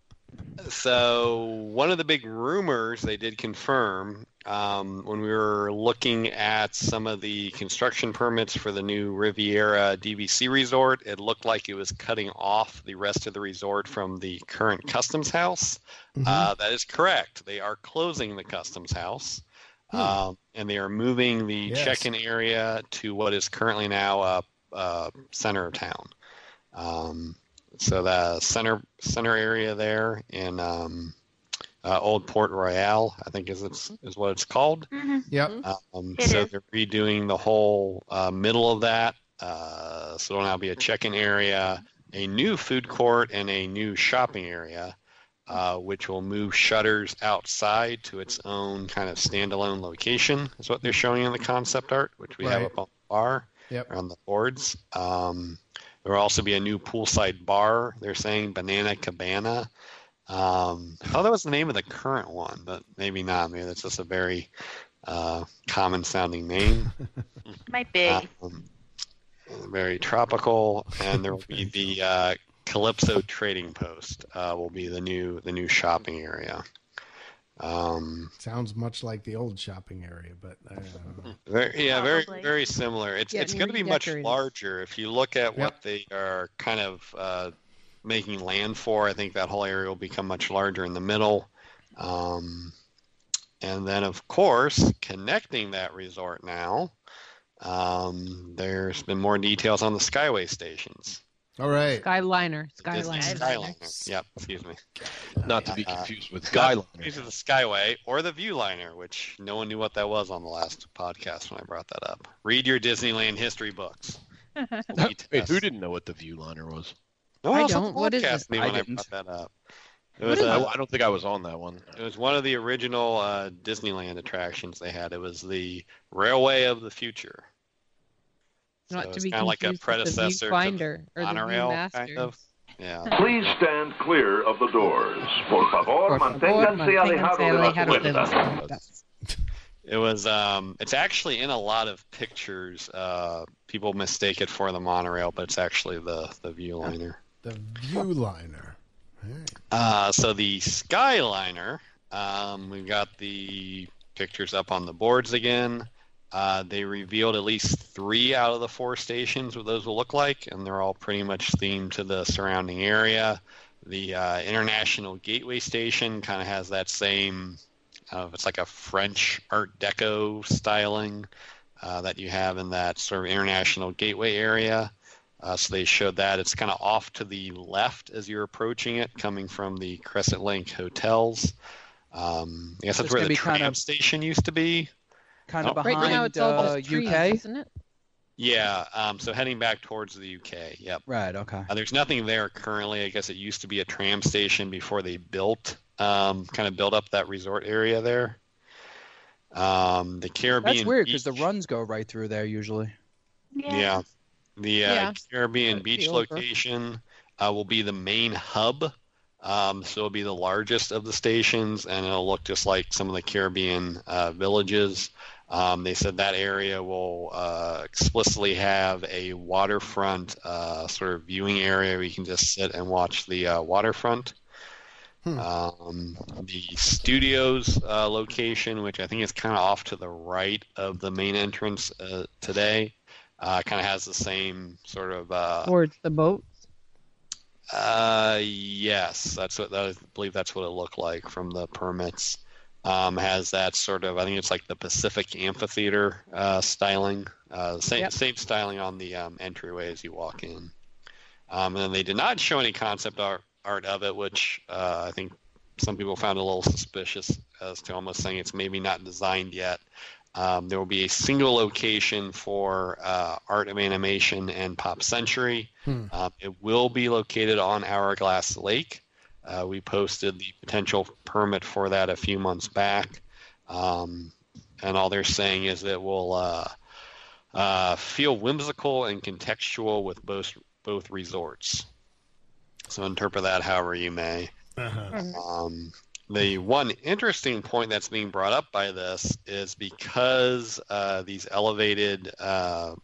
S8: so one of the big rumors they did confirm um, when we were looking at some of the construction permits for the new Riviera DVC resort, it looked like it was cutting off the rest of the resort from the current customs house.
S2: Mm-hmm.
S8: Uh, that is correct. They are closing the customs house.
S2: Hmm.
S8: Um, and they are moving the
S2: Yes.
S8: check-in area to what is currently now uh, uh, center of town. Um, so the center center area there in um, uh, Old Port Royal, I think is it's,
S2: Mm-hmm.
S8: is what it's called.
S6: mm-hmm,
S2: Yep.
S8: Um,
S6: It
S8: so
S6: is.
S8: they're redoing the whole uh, middle of that. Uh, so it'll now be a check-in area, a new food court, and a new shopping area, uh, which will move shutters outside to its own kind of standalone location. Is what they're showing in the concept art, which we have
S2: Right.
S8: up on the bar
S2: Yep.
S8: or on the boards. Um, there will also be a new poolside bar. They're saying Banana Cabana. Um, I thought that was the name of the current one, but maybe not. Maybe that's just a very uh, common sounding name.
S6: My
S4: Uh,
S6: big.
S8: Um, very tropical, and there will be the uh, Calypso Trading Post. Uh, will be the new the new shopping area. Um,
S2: Sounds much like the old shopping area, but uh, I don't know.
S8: Very, yeah, very,
S6: Probably.
S8: very similar. It's it's
S3: Getting
S8: going to be much
S3: redecorated.
S8: larger if you look at
S2: Yep.
S8: what they are kind of uh, making land for. I think that whole area will become much larger in the middle, um, and then of course connecting that resort now. Um, there's been more details on the Skyway stations.
S2: All right.
S3: Skyliner,
S8: The Disney
S3: Skyliner.
S7: Skyliner.
S8: Skyliner. Yep. Excuse me.
S4: Not to be
S8: Uh,
S4: confused with
S8: These
S4: Skyliner.
S8: are the Skyway or the Viewliner, which no one knew what that was on the last podcast when I brought that up. Read your Disneyland
S3: [LAUGHS]
S8: history books.
S4: Wait, who didn't know what the Viewliner was?
S8: No one
S3: I
S8: else on the
S3: don't. What is
S8: podcast
S3: it?
S8: knew
S5: I
S8: when I
S5: didn't.
S8: brought that up. It
S3: What
S8: was,
S3: is
S8: uh,
S4: I, I don't think I was on that one.
S8: it was one of the original uh, Disneyland attractions they had. It was the Railway of the Future.
S3: Not
S8: So
S3: to
S8: it's
S3: be
S8: kinda
S3: confused
S8: like a
S3: with the
S8: predecessor to the
S3: viewfinder or the
S8: monorail,
S3: viewmaster.
S8: kind of.
S3: [LAUGHS]
S8: Yeah.
S9: Please stand clear of the doors. Por favor,
S3: Por favor,
S9: manténganse alejado
S3: manténganse
S9: de las
S3: alejado de las
S9: puertas.
S3: puertas.
S8: It was. Um, it's actually in a lot of pictures. Uh, people mistake it for the monorail, but it's actually the the Viewliner.
S2: The Viewliner. All right.
S8: Uh, so the Skyliner, um, we've got the pictures up on the boards again. Uh, they revealed at least three out of the four stations what those will look like, and they're all pretty much themed to the surrounding area. The uh, International Gateway Station kind of has that same, I don't know if it's like a French Art Deco styling uh, that you have in that sort of International Gateway area. Uh, so they showed that it's kind of off to the left as you're approaching it, coming from the Crescent Lake Hotels. Um, I guess
S5: So
S8: that's
S5: it's
S8: where
S5: gonna
S8: the
S5: be kind
S8: tram
S5: of-
S8: station used to be.
S5: Kind of
S8: Oh.
S5: behind
S3: Right now it's all
S5: uh,
S3: just trees,
S5: UK.
S3: isn't it?
S8: Yeah. Um, so heading back towards the UK. Yep.
S5: Right. Okay.
S8: Uh, there's nothing there currently. I guess it used to be a tram station before they built, um, kind of built up that resort area there. Um, the Caribbean.
S5: That's weird because the
S8: Beach-
S5: runs go right through there usually.
S8: Yeah. The uh,
S3: Yeah.
S8: Caribbean
S3: That'd be
S8: Beach
S3: over.
S8: location uh, will be the main hub. Um, so it'll be the largest of the stations, and it'll look just like some of the Caribbean uh, villages. Um, they said that area will uh, explicitly have a waterfront uh, sort of viewing area where you can just sit and watch the uh, waterfront.
S2: Hmm.
S8: Um, the studios uh, location, which I think is kind of off to the right of the main entrance uh, today, uh, kind of has the same sort of. Uh,
S3: Towards the boat.
S8: uh, yes, that's what I believe. That's what it looked like from the permits. Um, has that sort of? I think it's like the Pacific Amphitheater uh, styling. Uh, same
S3: Yep.
S8: same styling on the um, entryway as you walk in. Um, and then they did not show any concept art art of it, which uh, I think some people found a little suspicious as to almost saying it's maybe not designed yet. Um, there will be a single location for uh, Art of Animation and Pop Century.
S2: Hmm.
S8: Um, it will be located on Hourglass Lake. Uh, we posted the potential permit for that a few months back. Um, and all they're saying is it will uh, uh, feel whimsical and contextual with both, both resorts. So interpret that however you may.
S2: Uh-huh.
S8: Um, the one interesting point that's being brought up by this is because uh, these elevated uh,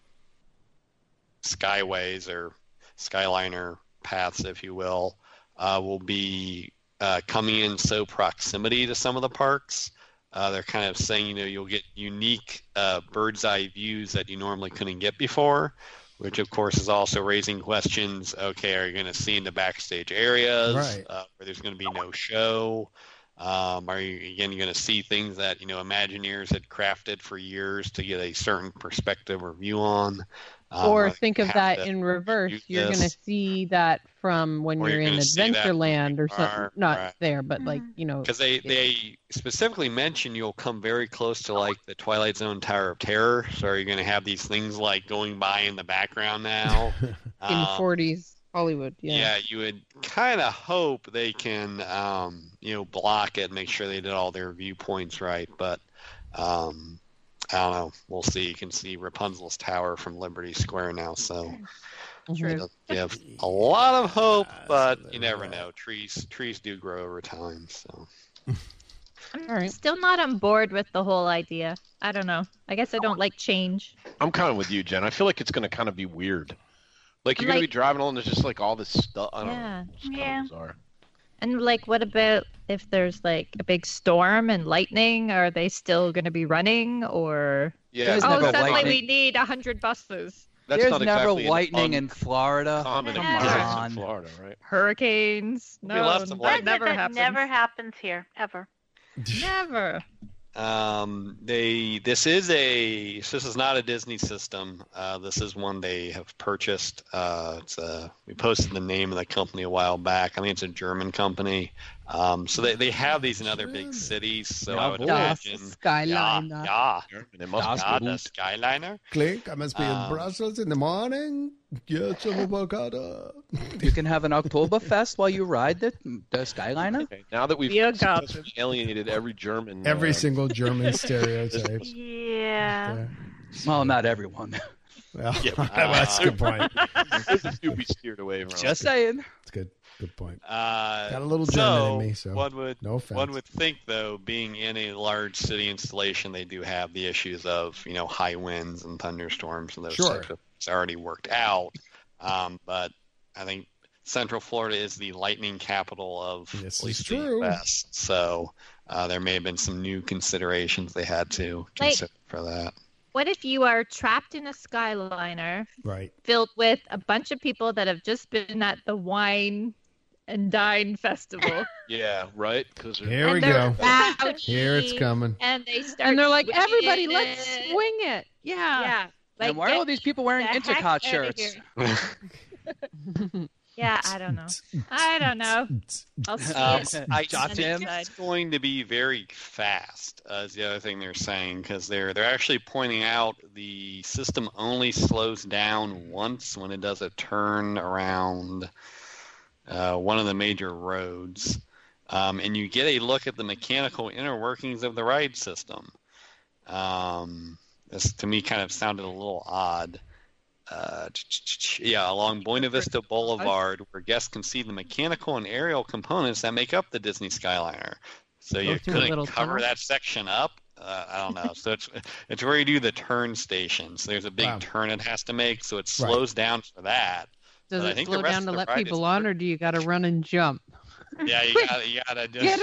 S8: skyways or skyliner paths, if you will, uh, will be uh, coming in so proximity to some of the parks. Uh, they're kind of saying, you know, you'll get unique uh, bird's eye views that you normally couldn't get before, which of course is also raising questions. Okay, are you going to see in the backstage areas
S2: Right.
S8: uh, where there's going to be no show? Um, are you again going to see things that you know Imagineers had crafted for years to get a certain perspective or view on? Um,
S3: or
S8: are they
S3: think of
S8: gonna have
S3: that
S8: to-
S3: in reverse.
S8: use
S3: You're going to
S8: this.
S3: see that from when
S8: Or
S3: you're,
S8: you're
S3: in
S8: gonna see that
S3: Adventureland or something.
S8: are,
S3: Not
S8: right.
S3: there, but like you know,
S8: because they, they specifically mention you'll come very close to like the Twilight Zone Tower of Terror. So are you going to have these things like going by in the background now?
S3: [LAUGHS] in
S8: Um,
S3: 40s Hollywood. Yeah.
S8: you would kind of hope they can, um, you know, block it, make sure they did all their viewpoints right. But um, I don't know. We'll see. You can see Rapunzel's tower from Liberty Square now, so
S3: True.
S8: it'll give a lot
S2: [LAUGHS]
S8: of hope.
S2: Yeah, so uh,
S8: But
S2: there
S8: you
S2: we
S8: never
S2: go.
S8: know. Trees trees do grow over time, so.
S7: I'm
S3: All right.
S7: still not on board with the whole idea. I don't know. I guess I don't like change.
S4: I'm kind of with you, Jen. I feel like it's going to kind of be weird. Like you're going to
S7: Like-
S4: be driving along, there's just like all this stuff. I don't know.
S7: Yeah.
S4: It's kinda
S6: Yeah.
S4: bizarre.
S7: And like, what about if there's like a big storm and lightning? Are they still going to be running or?
S4: Yeah.
S5: There's
S7: oh,
S5: never
S7: suddenly
S5: lightning.
S7: we need a hundred buses.
S4: That's
S5: There's
S4: not
S5: never
S4: exactly an
S5: lightning in Florida.
S4: uncommon
S6: Come
S4: occurrence
S5: on.
S4: in Florida, right?
S7: Hurricanes?
S8: We
S7: No,
S8: love some
S7: that
S8: lightning.
S7: never
S6: that
S7: happens.
S6: never happens here ever.
S7: Never.
S8: Um, they this is a this is not a Disney system. Uh, this is one they have purchased. Uh, it's a, we posted the name of the company a while back. I think it's a German company. Um, so they, they have these in other big cities. So I would
S4: Jawohl.
S3: Das
S8: imagine. Yeah,
S3: Skyline. uh,
S8: yeah,
S4: It must
S5: Das-
S8: yeah, the
S5: Boot.
S8: Skyliner.
S2: [LAUGHS] Click. I must be in
S8: Um,
S2: Brussels in the morning. Get some avocado.
S5: You can have an Oktoberfest while you ride the, the Skyliner.
S4: Okay, now that we've
S7: Be a cop.
S4: successfully alienated every German,
S2: Every
S4: uh, [LAUGHS]
S2: single
S8: [LAUGHS]
S2: German stereotype.
S6: Yeah.
S2: Yeah.
S5: Well,
S4: [LAUGHS]
S5: not everyone.
S2: Well,
S4: Yeah, we-
S2: [LAUGHS] that's a good point.
S4: do be steered away from.
S5: Just saying.
S2: That's good. Good point.
S8: Uh,
S2: Got a little German
S8: so
S2: in me, so
S8: one would
S2: no offense.
S8: One would think, though, being in a large city installation, they do have the issues of you know high winds and thunderstorms and those
S2: Sure.
S8: types of things already worked out. Um, but I think Central Florida is the lightning capital of
S2: This
S8: at least
S2: is
S8: the
S2: true.
S8: US, so uh, there may have been some new considerations they had to
S7: Like-
S8: consider for that.
S7: What if you are trapped in a Skyliner
S2: Right.
S7: filled with a bunch of people that have just been at the wine and dine festival?
S4: Yeah, right. Because
S2: [LAUGHS] Here we
S7: And they're
S2: go.
S7: rowdy,
S2: Here it's coming.
S7: And they start.
S3: And they're like,
S7: swinging
S3: everybody, let's
S7: it."
S3: swing it. Yeah.
S7: Yeah. Like,
S5: and why are all these people wearing
S7: the heck
S5: Intercot
S7: outta [LAUGHS]
S5: shirts? [LAUGHS]
S7: here. Yeah, I don't know. I don't know.
S5: Uh,
S7: I'll see
S8: Um,
S7: it.
S8: I
S5: Jot
S8: think
S5: him.
S8: it's going to be very fast. Uh, is the other thing they're saying because they're they're actually pointing out the system only slows down once when it does a turn around uh, one of the major roads, um, and you get a look at the mechanical inner workings of the ride system. Um, this to me kind of sounded a little odd. Uh, yeah, along Buena Vista Boulevard, where guests can see the mechanical and aerial components that make up the Disney Skyliner. So you
S3: through a little
S8: couldn't cover
S3: tunnel?
S8: that section up. Uh, I don't know. so it's it's where you do the turn station. So there's a big
S2: Wow.
S8: turn it has to make, so it
S2: Right.
S8: slows down for that.
S3: Does
S8: But I
S3: it
S8: think the
S3: slow
S8: rest
S3: down
S8: of
S3: to
S8: the
S3: let
S8: ride is
S3: people on, or do you got to run and jump?
S8: Yeah, you gotta you gotta
S3: Get
S8: just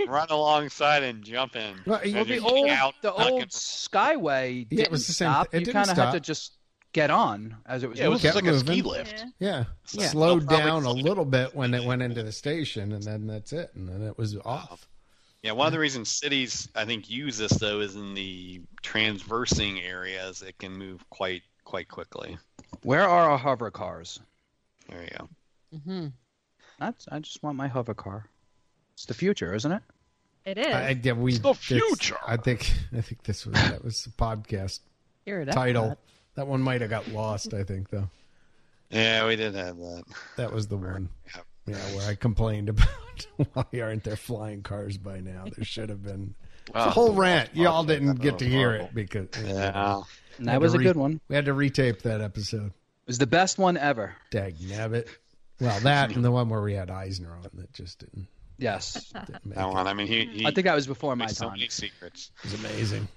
S3: in.
S8: run alongside and jump in.
S2: Well,
S8: Well,
S2: it,
S5: The
S8: the Just
S5: old,
S8: shout,
S5: the
S8: fucking-
S5: old Skyway
S2: Yeah,
S5: didn't
S2: it was the same-
S5: stop.
S2: it
S5: you
S2: didn't
S5: kind of had
S2: stop.
S5: to just get on as it was.
S4: yeah, it was
S5: moving.
S4: just like a ski
S2: moving.
S4: lift.
S2: [LAUGHS] yeah,
S8: Yeah.
S2: slowed
S8: Probably
S2: down a
S8: slow-
S2: little bit when it went into the station, and then that's it, and then it was off.
S8: Yeah, one of the reasons cities I think use this though is in the transversing areas it can move quite quite quickly.
S5: Where are our hover cars?
S8: There you go.
S3: Mhm.
S5: That's, I just want my hover car. It's the future, isn't it?
S7: It is.
S2: I, yeah, we,
S4: It's the
S2: it's-
S4: future.
S2: I think. [LAUGHS] I think this was that was the podcast
S3: Here it is.
S2: title. That one might have got lost. I think though.
S8: Yeah, we did have that.
S2: That was the one.
S8: Yep.
S2: Yeah, where I complained about [LAUGHS] why aren't there flying cars by now? There should have been. It's a
S4: Wow.
S2: whole rant. Y'all
S4: Awesome.
S2: didn't
S4: That
S2: get
S4: was
S2: to hear it
S4: horrible.
S2: because
S8: Yeah.
S2: Had
S5: And that
S2: to
S5: was a
S2: re-
S5: good one. It
S2: we had to retape that episode.
S5: was the best one ever.
S2: Dag nabbit. Well, that and the one where we had Eisner on that just didn't,
S5: Yes.
S2: didn't make
S8: That
S2: it.
S8: one. I mean, he, he
S5: I think that was before my
S8: makes so
S5: time.
S8: many secrets.
S2: It was amazing.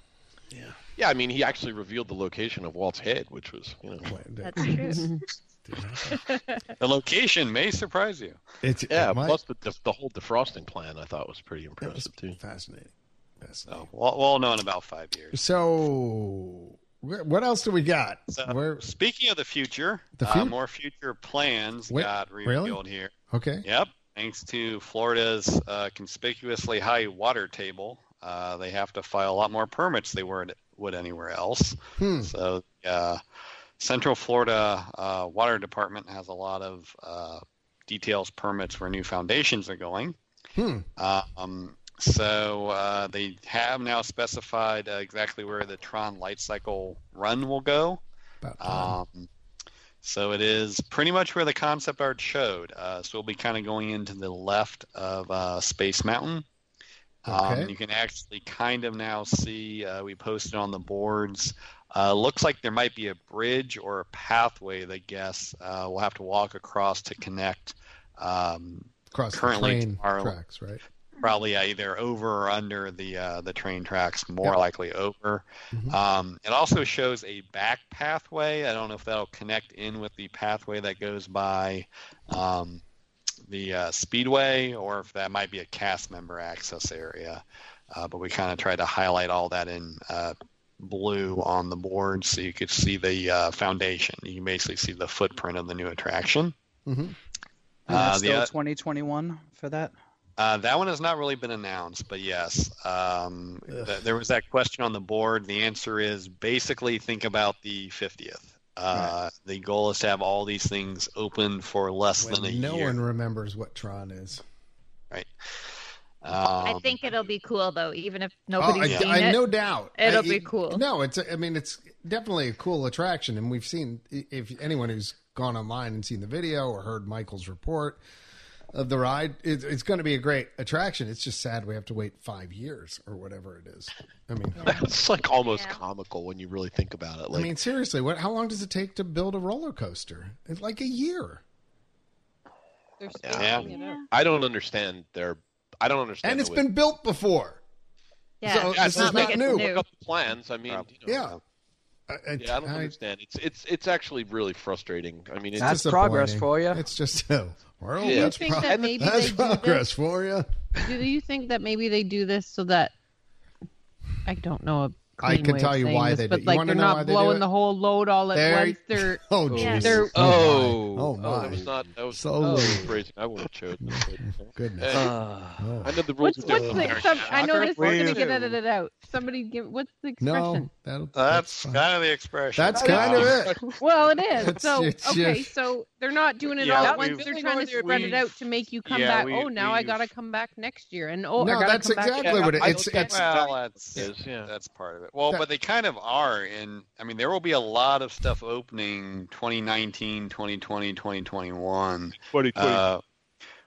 S4: Yeah, I mean, he actually revealed the location of Walt's head, which was, you know,
S7: That's true.
S8: The location may surprise you.
S2: It's,
S4: yeah.
S2: it might-
S4: Plus the, the the whole defrosting plan, I thought was pretty
S2: that was
S4: impressive too.
S2: fascinating. this.
S8: So, Oh, well, well known about five years.
S2: So, wh- what else do we got?
S8: So,
S2: Where,
S8: Speaking of the future,
S2: The
S8: uh,
S2: fut-
S8: more future plans
S2: Wait,
S8: got
S2: really?
S8: revealed here.
S2: okay.
S8: Yep. Thanks to Florida's uh, conspicuously high water table, uh, they have to file a lot more permits than they would would anywhere else.
S2: Hmm.
S8: So, uh, Central Florida uh, Water Department has a lot of uh, details permits where new foundations are going.
S2: Hmm.
S8: Uh, um, so uh, they have now specified uh, exactly where the Tron light cycle run will go.
S2: About time.
S8: Um, so it is pretty much where the concept art showed. Uh, so we'll be kind of going into the left of uh, Space Mountain. Um,
S2: Okay.
S8: you can actually kind of now see, uh, we posted on the boards. Uh, looks like there might be a bridge or a pathway, they guess. Uh, we'll have to walk across to connect um,
S2: Across the
S8: currently
S2: train
S8: tomorrow-
S2: tracks, right?
S8: probably either over or under the uh, the train tracks. More
S2: Yeah.
S8: likely over.
S2: Mhm.
S8: Um, it also shows a back pathway. I don't know if that'll connect in with the pathway that goes by um, the uh, speedway, or if that might be a cast member access area. Uh, but we kind of tried to highlight all that in uh, blue on the board, so you could see the uh, foundation. You can basically see the footprint of the new attraction.
S2: Mhm.
S5: And that's
S8: Uh, the
S5: still
S8: o-
S5: 2021 for that.
S8: uh, that one has not really been announced, but yes, um, th- there was that question on the board. The answer is basically think about the 50th. Uh, The goal is to have all these things open for less
S2: When
S8: than a
S2: no
S8: year.
S2: one remembers what Tron is.
S7: I
S8: Um, [LAUGHS]
S7: think it'll be cool though, even if
S2: Oh,
S7: nobody's
S2: I,
S7: seen
S2: I,
S7: it.
S2: no doubt.
S7: It'll
S2: I-
S7: be cool.
S2: No, it's. I mean, it's definitely a cool attraction, and we've seen if anyone who's gone online and seen the video or heard Michael's report of the ride, it, it's going to be a great attraction. It's just sad we have to wait five years or whatever it is. I mean,
S4: It's [LAUGHS] like almost
S6: Yeah.
S4: comical when you really think about it.
S2: I
S4: Like,
S2: mean, seriously, what? How long does it take to build a roller coaster? It's like a year,
S3: They're
S4: Yeah.
S3: spacing it out.
S4: I don't understand their. I don't understand.
S2: and it's
S4: the way-
S2: been built before.
S7: Yeah,
S2: So
S4: Yeah,
S2: this
S4: it's
S2: is
S4: not like
S2: not
S7: it's
S2: new.
S7: new.
S4: Look up the plans. I mean, you know,
S2: Yeah. I, I-
S4: yeah, I don't
S2: I-
S4: understand. It's it's it's actually really frustrating. I mean, it's
S5: That's progress
S2: disappointing.
S5: for ya.
S2: It's just oh, well,
S4: Yeah.
S2: that's
S3: Do you think
S2: pro-
S3: that maybe
S2: that's
S3: they do
S2: progress
S3: this?
S2: for you.
S3: Do you think that maybe they do this so that I don't know? A
S2: I
S3: clean
S2: can
S3: way
S2: tell
S3: of
S2: you
S3: saying
S2: why
S3: this,
S2: they do-
S3: but
S2: you
S3: like
S2: wanna
S3: they're
S2: know why
S3: not
S2: they do
S3: blowing
S2: it?
S3: the whole load all at
S2: There-
S3: once.
S2: [LAUGHS]
S3: They're
S2: Oh,
S7: Yeah.
S2: Jesus.
S3: They're-
S4: oh,
S2: Oh, my.
S4: that was not that was
S2: So
S4: that was
S2: rude.
S4: phrasing I would have chosen.
S2: [LAUGHS]
S4: but-
S2: Goodness.
S4: Hey,
S5: Uh,
S2: Oh.
S4: I know the
S3: what's
S4: rules. are
S3: what's
S4: different
S3: the?
S4: there.
S3: Some, I know this is
S8: Shocker.
S3: gonna get edited out. Somebody give what's the
S2: No,
S3: expression?
S2: that'll,
S8: that's
S2: fine.
S8: kind of the expression.
S2: That's kind of it.
S3: Well, it is.
S2: That's-
S3: So
S2: [LAUGHS] it's
S3: okay,
S2: just-
S3: so they're not doing it
S8: Yeah,
S3: all at
S8: we've-
S3: once. They're trying to
S5: we've-
S3: spread it out to make you come
S8: yeah,
S3: back.
S8: we-
S3: oh, now I
S8: we've-
S3: gotta come back next year, and oh, I
S2: No,
S3: gotta
S2: that's
S3: come back
S2: exactly
S3: next
S2: what it-
S3: year.
S2: it's- it's-
S8: well, that's
S4: Is, yeah.
S8: that's part of it. Well,
S2: That-
S8: but they kind of are, and I mean, there will be a lot of stuff opening 2019, 2020, 2021. Uh,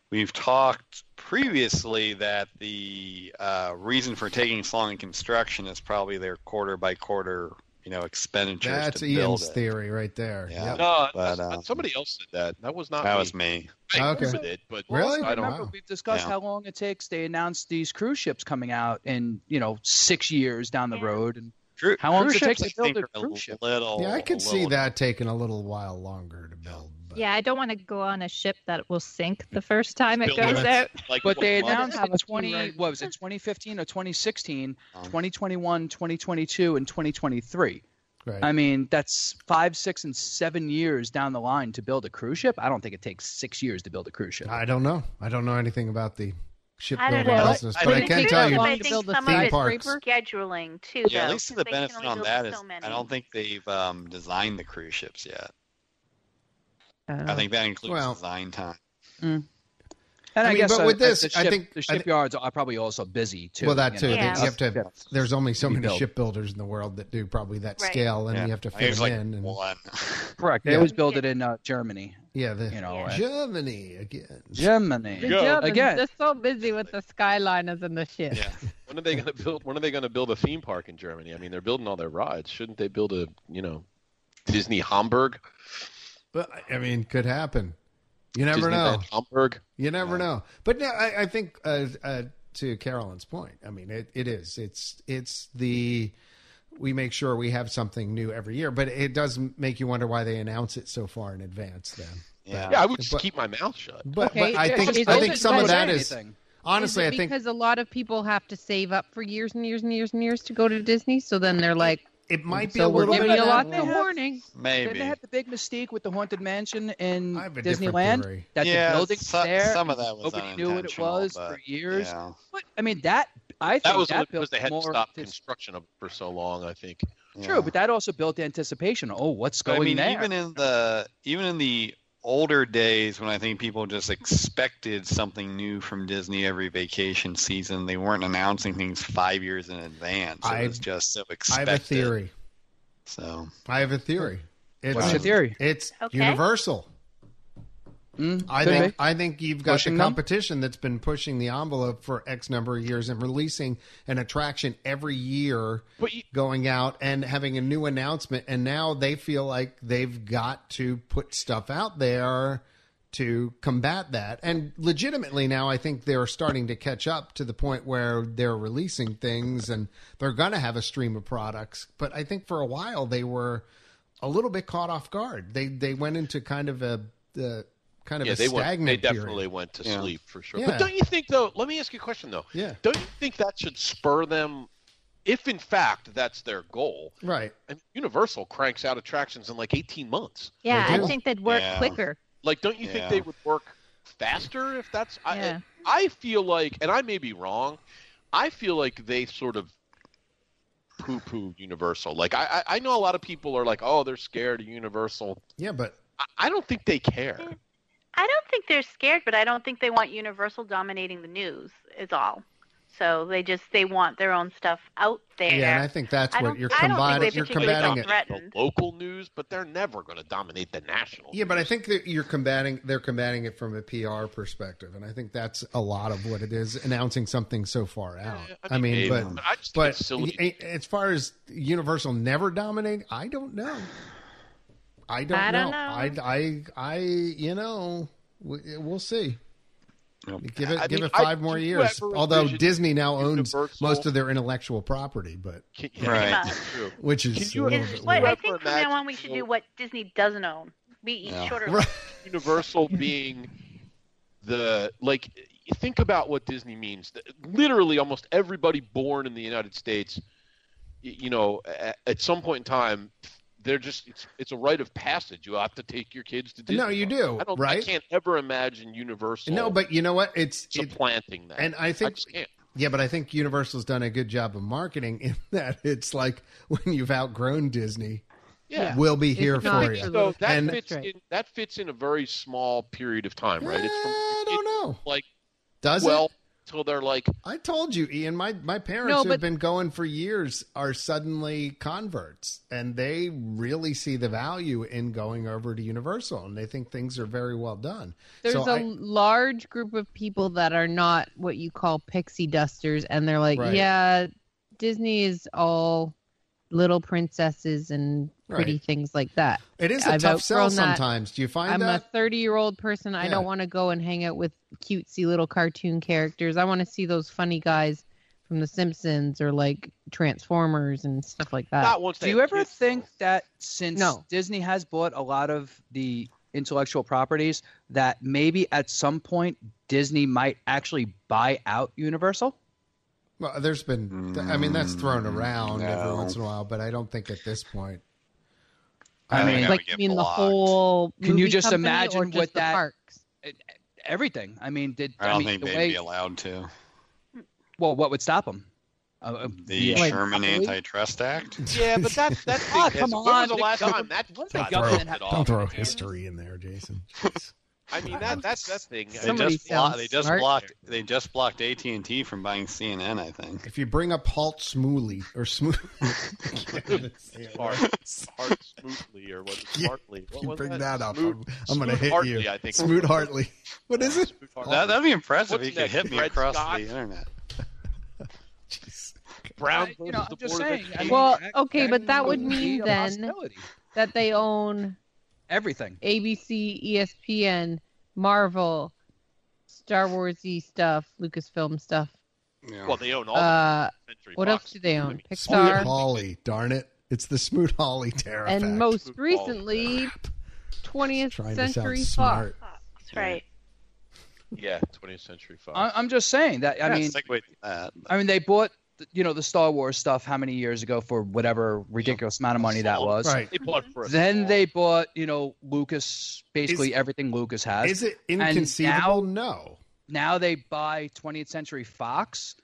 S8: we've talked previously that the uh, reason for taking so long in construction is probably their quarter by quarter, you know, expenditures
S2: That's
S8: to build
S2: Ian's
S8: it.
S2: theory right there.
S8: Yeah.
S2: Yep.
S4: No,
S8: But,
S4: that's-
S8: um,
S4: somebody else said that. That was not
S8: That
S4: me.
S8: was me.
S4: I
S2: Ah, Okay.
S4: agree with it, but
S2: Really?
S5: Also,
S4: I don't.
S5: remember
S2: Wow.
S5: we've discussed
S8: Yeah.
S5: how long it takes. They announced these cruise ships coming out in you know six years down the
S6: Yeah.
S5: road, and
S8: Cru-
S5: How long does
S8: cruise
S5: it take
S8: ships,
S5: to build
S8: I think,
S5: a
S8: are
S5: cruise ship?
S8: Little,
S2: Yeah, I
S8: a
S2: could see
S8: little-
S2: that taking a little while longer to build. But
S7: yeah, I don't want to go on a ship that will sink the first time it
S8: Build
S7: goes
S2: it.
S7: out.
S8: Like,
S5: But they
S8: what,
S5: announced
S7: Have
S5: in
S7: a
S5: 20,
S7: few runs.
S5: what was it, 2015 or 2016,
S8: Um,
S5: 2021, 2022, and 2023.
S2: right.
S5: I mean, that's five, six, and seven years down the line to build a cruise ship. I don't think it takes six years to build a cruise ship.
S2: I don't know. I don't know anything about the
S6: I
S2: shipbuilding
S6: don't know.
S2: business,
S8: I
S2: but I
S8: think
S2: can
S8: it's
S2: tell
S8: really
S2: you.
S6: I think
S3: Build a
S6: some
S2: theme
S6: of it's
S2: parks.
S6: scheduling too.
S8: yeah, at
S6: though,
S8: least to
S6: because they
S8: the
S6: can
S8: benefit
S6: only
S8: on
S6: build
S8: that is
S6: so many.
S8: I don't think they've um, designed the cruise ships yet. I think that includes
S2: Oh. Well.
S8: design time.
S5: And
S2: I
S5: I,
S2: mean,
S5: guess
S2: but
S5: uh,
S2: with
S5: the
S2: this, I
S5: ship-
S2: think-
S5: the
S2: I thi-
S5: shipyards are probably also busy too.
S2: Well, that too.
S6: Yeah.
S2: that You have to. There's only so
S5: To be
S2: many
S5: built.
S2: shipbuilders in the world that do probably that
S6: Right.
S2: scale, and
S8: yeah.
S2: you have to
S8: I think
S2: fit
S8: it's
S2: them
S8: like
S2: in. And, [LAUGHS]
S8: one. [LAUGHS]
S5: Correct. They
S2: Yeah.
S5: always build it in uh, Germany.
S2: yeah, the,
S5: You know,
S6: Yeah.
S5: and-
S2: Germany again.
S5: Germany.
S4: Go.
S5: Again.
S3: They're so busy with the skyliners and the ship.
S8: yeah.
S4: When are they going to build? When are they going to build a theme park in Germany? I mean, they're building all their rides. Shouldn't they build a you know Disney Hamburg?
S2: But I mean, could happen. You never
S4: Disneyland
S2: know.
S4: Hamburg.
S2: You never
S8: Yeah.
S2: know. But no, I, I think uh, uh, to Carolyn's point, I mean, it, it is. It's it's the we make sure we have something new every year, but it does make you wonder why they announce it so far in advance. Then,
S8: Yeah.
S4: Yeah, I would just
S2: But-
S4: keep my mouth shut.
S2: but,
S3: Okay,
S2: but I
S3: yeah,
S2: think
S3: it's
S2: I
S3: open
S2: think some of
S3: budget.
S2: that is. Honestly, I
S3: Is it
S2: think
S3: because a lot of people have to save up for years and years and years and years to go to Disney, so then they're like,
S2: it might be
S3: so
S2: a
S3: we're
S2: little
S3: giving
S2: bit
S3: you
S2: of
S3: a
S2: that.
S3: lot
S5: They
S3: more
S5: have-
S3: warning.
S5: Didn't
S8: Maybe.
S5: they have the big mystique with the haunted mansion in
S2: I have a different
S5: Disneyland?
S2: theory.
S5: That
S8: yeah,
S5: the building's
S8: so-
S5: there.
S8: Some of that was
S5: Nobody knew what it
S8: unintentional,
S5: was
S8: but,
S5: for years.
S8: yeah.
S5: But I mean that I think
S4: That was only
S5: that
S4: because
S5: built
S4: they had to
S5: more
S4: stop
S5: antici-
S4: construction of it for so long. I think.
S8: Yeah.
S5: True, but that also built anticipation. Oh, what's
S8: But
S5: going
S8: I mean,
S5: there?
S8: even in the even in the older days when I think people just expected something new from Disney every vacation season, they weren't announcing things five years in advance. It
S2: I-
S8: was just so
S2: I
S8: expected.
S2: have a theory.
S8: So
S2: I have a theory. It's,
S5: What's your theory?
S2: It's
S6: Okay.
S2: universal.
S5: Mm,
S2: I
S5: could
S2: think
S5: be.
S2: I think you've got
S5: Pushing
S2: the
S5: them?
S2: competition that's been pushing the envelope for X number of years and releasing an attraction every year
S4: But you,
S2: going out and having a new announcement and now they feel like they've got to put stuff out there to combat that and legitimately now i think they're starting to catch up to the point where they're releasing things and they're going to have a stream of products but i think for a while they were a little bit caught off guard they they went into kind of a uh, kind of
S4: yeah,
S2: a
S4: they went.
S2: stagnant
S4: They
S2: period.
S4: definitely went to
S8: Yeah.
S4: sleep for sure.
S2: Yeah.
S4: But don't you think though? Let me ask you a question though.
S2: yeah
S4: Don't you think that should spur them, if in fact that's their goal?
S2: right
S4: And Universal cranks out attractions in like 18 months.
S7: Yeah,
S2: do.
S7: I think they'd work
S8: Yeah.
S7: quicker.
S4: Like, don't you think
S8: Yeah.
S4: they would work faster if that's?
S7: Yeah.
S4: I, I feel like, and I may be wrong. I feel like they sort of poo-poo Universal. Like, I, I I know a lot of people are like, oh, they're scared of Universal.
S2: yeah but
S4: I, I don't think they care.
S6: I don't think they're scared, but I don't think they want Universal dominating the news. Is all. So they just they want their own stuff out there.
S2: yeah and i think that's
S6: I
S2: what
S6: don't-
S2: you're
S6: I don't think
S2: combating
S6: they
S2: you're
S6: particularly
S2: combating
S6: don't
S2: it
S6: threatened.
S4: The local news, but they're never going to dominate the national.
S2: Yeah, but I
S4: news.
S2: think that you're combating they're combating it from a PR perspective, and I think that's a lot of what it is announcing something so far out.
S4: Yeah,
S2: I mean,
S4: maybe.
S2: but
S4: I just think
S2: but
S4: it's silly.
S2: y- a- as far as Universal never dominating, I don't know. I don't,
S7: I don't
S2: know. I I I you know we- we'll see.
S8: Nope.
S2: Give it
S4: I
S2: give
S4: mean,
S2: it five
S4: I-
S2: more
S4: do you
S2: years.
S4: ever
S2: Although
S4: envision
S2: Disney now owns
S4: Universal-
S2: most of their intellectual property, but
S4: Can-
S8: Right.
S4: that's true.
S2: which is
S4: Can
S2: a
S4: you
S2: little
S6: Is,
S2: bit
S4: Well,
S6: what,
S2: weird.
S6: I
S4: whoever
S6: think from now on we
S4: imagines
S6: should
S4: will-
S6: do what Disney doesn't own. We eat
S8: Yeah.
S6: shorter.
S2: Right.
S4: Universal being the like you think about what Disney means. Th- Literally, almost everybody born in the United States, y- you know, at, at some point in time, they're just it's, it's a rite of passage. You have to take your kids to Disney.
S2: No, you do,
S4: I don't. I
S2: right?
S4: can't ever imagine Universal.
S2: No, but you know what? It's it,
S4: supplanting that.
S2: and I
S4: I
S2: think
S4: just can't.
S2: Yeah, but I think Universal's done a good job of marketing in [LAUGHS] that it's like when you've outgrown Disney,
S4: Yeah.
S2: we'll be
S3: It's
S2: here for
S3: not for
S2: you.
S3: the-
S4: So that
S2: And-
S4: fits
S3: That's right.
S4: in that fits in a very small period of time, right? It's from
S2: I don't know.
S4: like
S2: Does
S4: well
S2: it?
S4: till they're like
S5: Uh,
S2: I told you, Ian. My my parents
S3: No,
S2: who've
S3: but-
S2: been going for years are suddenly converts, and they really see the value in going over to Universal, and they think things are very well done.
S3: There's
S2: so
S3: a
S2: I-
S3: large group of people that are not what you call pixie dusters, and they're like,
S2: Right.
S3: yeah, Disney is all little princesses and pretty
S2: Right.
S3: things like that.
S2: It is a
S3: I've
S2: tough sell
S3: outgrown that.
S2: sometimes. Do you find
S3: I'm
S2: that?
S3: a 30 year old person. I
S2: uh, Yeah.
S3: don't want to go and hang out with cutesy little cartoon characters. I want to see those funny guys from The Simpsons or like Transformers and stuff like that.
S4: not once.
S5: Do
S4: they
S5: you
S4: have
S5: ever
S4: kids,
S5: think that since
S3: No.
S5: Disney has bought a lot of the intellectual properties, that maybe at some point Disney might actually buy out Universal?
S2: Well, there's been. I mean, that's thrown around every
S8: No.
S2: once in a while, but I don't think at this point.
S8: I
S2: mean,
S8: think I
S3: like
S8: would get
S3: you mean the
S8: blocked.
S3: whole.
S5: Can you
S3: movie
S5: just
S3: company or
S5: imagine
S3: just
S5: what
S3: the
S5: that-
S3: parks?
S5: Everything. I mean, did
S8: I don't
S5: mean,
S8: think
S5: the
S8: they'd
S5: way,
S8: be allowed to.
S5: Well, what would stop them? Uh, uh,
S8: The
S5: like,
S8: Sherman
S5: probably-
S2: [LAUGHS]
S8: Antitrust Act.
S4: Yeah,
S5: [LAUGHS]
S4: but [LAUGHS] that that thing
S5: Ah,
S4: has-
S5: come
S4: when
S5: on,
S4: was the
S5: the
S4: last time
S5: government-
S4: that
S5: what the
S4: got
S5: government
S4: ripped
S5: had-
S4: off?
S2: Don't
S4: [LAUGHS]
S2: throw history in there, Jason.
S4: I mean that that that thing. I mean,
S8: They
S3: Somebody
S8: just, blo-
S3: sounds
S8: they just
S3: smart.
S8: blocked. They just blocked AT and T from buying CNN. I think.
S2: If you bring up Halt Smooley or [LAUGHS] Smoo, [LAUGHS]
S4: Smart, smart, smoothly, or what?
S2: Yeah,
S4: Smartly. What
S2: you
S4: was
S2: bring
S4: that,
S2: that up,
S4: Smoot-
S2: I'm- I'm gonna
S4: Smoot
S2: hit
S4: Hartley,
S2: you.
S4: I think.
S2: Smoot Hartley. What is it?
S4: Smoot Hartley.
S8: That, that'd be impressive
S4: What's
S8: if you
S4: next,
S8: could hit me
S4: Fred
S8: across
S4: Scott?
S8: the internet.
S4: Brown versus
S5: you know,
S4: the
S5: I'm just
S4: Board of
S5: saying. I
S4: Education.
S5: mean,
S3: Well,
S5: that-
S3: okay, but that would
S5: be
S3: mean
S5: a
S3: then-
S5: possibility.
S3: That they own
S5: everything.
S3: ABC, ESPN, Marvel, Star Warsy stuff, Lucasfilm stuff.
S8: Yeah.
S4: Well, they own all.
S3: Uh,
S4: the Century
S3: what
S4: Fox.
S3: else do they
S4: I
S3: own?
S4: mean,
S2: Smoot
S3: Pixar,
S2: Hawley. Darn it! It's the Smoot Hawley terror.
S3: and
S2: effect.
S3: most
S4: Football.
S3: recently,
S2: trying
S3: 20th
S2: to sound
S3: Century Fox.
S2: smart.
S6: That's right.
S4: Yeah, 20th Century Fox.
S5: I, I'm just saying that. I
S8: Yeah,
S5: mean,
S8: segue to that.
S5: I mean, they bought you know the Star Wars stuff how many years ago for whatever ridiculous amount of money that was.
S2: Right.
S4: they bought for a
S5: Then
S4: song.
S5: they bought you know Lucas, basically
S2: Is-
S5: everything Lucas has.
S2: Is it inconceivable? no.
S5: now they buy 20th Century Fox.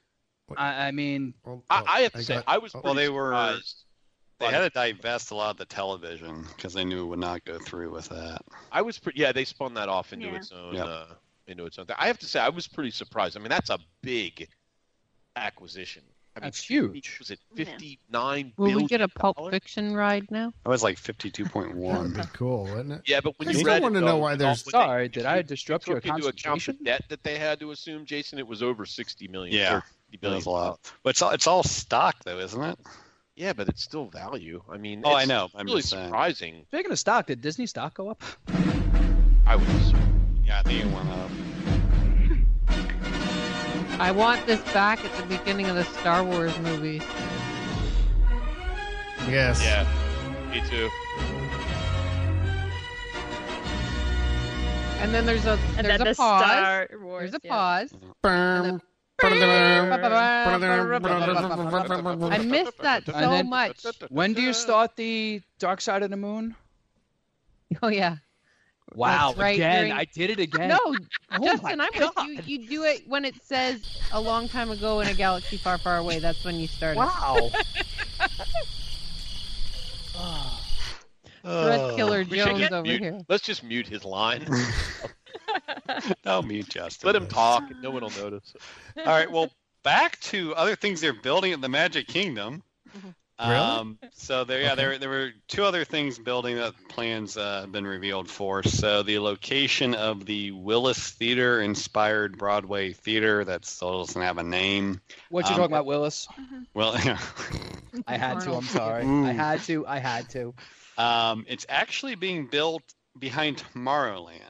S2: What-
S5: I, I mean,
S2: Well,
S4: I, I have to
S2: I
S4: say,
S2: got-
S4: I was.
S2: oh.
S4: pretty
S8: Well, they were-
S4: surprised.
S8: They had to divest a lot of the television because they knew it would not go through with that.
S4: I was pretty. Yeah, they spun that off into
S6: Yeah.
S4: its own.
S8: Yeah.
S4: Uh, into its own. Thing. I have to say, I was pretty surprised. I mean, that's a big acquisition. I mean,
S5: That's huge.
S4: Was it
S6: Yeah.
S4: fifty nine
S3: Will we get a Pulp
S4: dollars?
S3: Fiction ride now?
S8: That was like
S2: that
S5: [LAUGHS]
S2: would
S8: 52.1.
S2: be cool, wouldn't it?
S4: Yeah, but when
S2: I
S4: you
S2: still
S4: read
S2: wanna
S4: it,
S2: know
S4: though,
S2: why
S4: it
S2: there's-
S4: all-
S5: sorry,
S4: if
S5: did
S4: you
S5: I disrupt your
S4: took into account the
S5: concentration?
S4: debt that they had to assume, Jason. It was over sixty million.
S8: Yeah,
S4: or 50
S8: That
S4: billion.
S8: was a lot. But it's all, it's all stock, though, isn't it?
S4: Yeah, but it's still value. I mean,
S8: Oh, I
S4: it's
S8: know. I'm
S4: really
S8: just saying.
S4: surprising.
S5: Speaking of stock, did Disney stock go up?
S4: I was.
S8: Yeah, I think it went up.
S3: I want this back at the beginning of the Star Wars movies.
S2: Yes.
S4: Yeah, me too.
S3: And then there's a
S7: And
S3: there's
S7: then
S3: a
S7: the
S3: pause.
S7: Star Wars.
S3: There's a
S7: yeah.
S3: pause.
S2: Bam.
S3: I missed
S4: [LAUGHS]
S3: that so
S5: And then-
S3: much.
S5: When do you start the Dark Side of the Moon?
S3: Oh yeah.
S5: Wow,
S3: That's right,
S5: again,
S3: during-
S5: I did it again.
S3: No,
S5: Oh
S3: Justin,
S5: my
S3: I'm with you. You do it when it says a long time ago in a galaxy far, far away. That's when you start. it.
S5: Wow. Ah.
S8: [SIGHS]
S3: Thread
S5: [LAUGHS]
S8: [LAUGHS]
S3: Killer
S4: We should
S3: Jones
S4: get
S3: over
S4: mute-
S3: here.
S4: Let's just mute his line.
S8: That'll mute Justin.
S4: Let him talk, and no one will notice.
S8: All right. Well, back to other things they're building at the Magic Kingdom.
S2: Mm-hmm. Really?
S8: Um, so there, yeah,
S2: Okay.
S8: there, there were two other things building that plans uh, have been revealed for. So the location of the Willis Theater-inspired Broadway theater that still doesn't have a name.
S5: What you
S8: Um,
S5: talking about, Willis?
S8: Well, [LAUGHS]
S5: I had to. I'm sorry.
S8: Ooh.
S5: I had to. I had to.
S8: Um, it's actually being built behind Tomorrowland.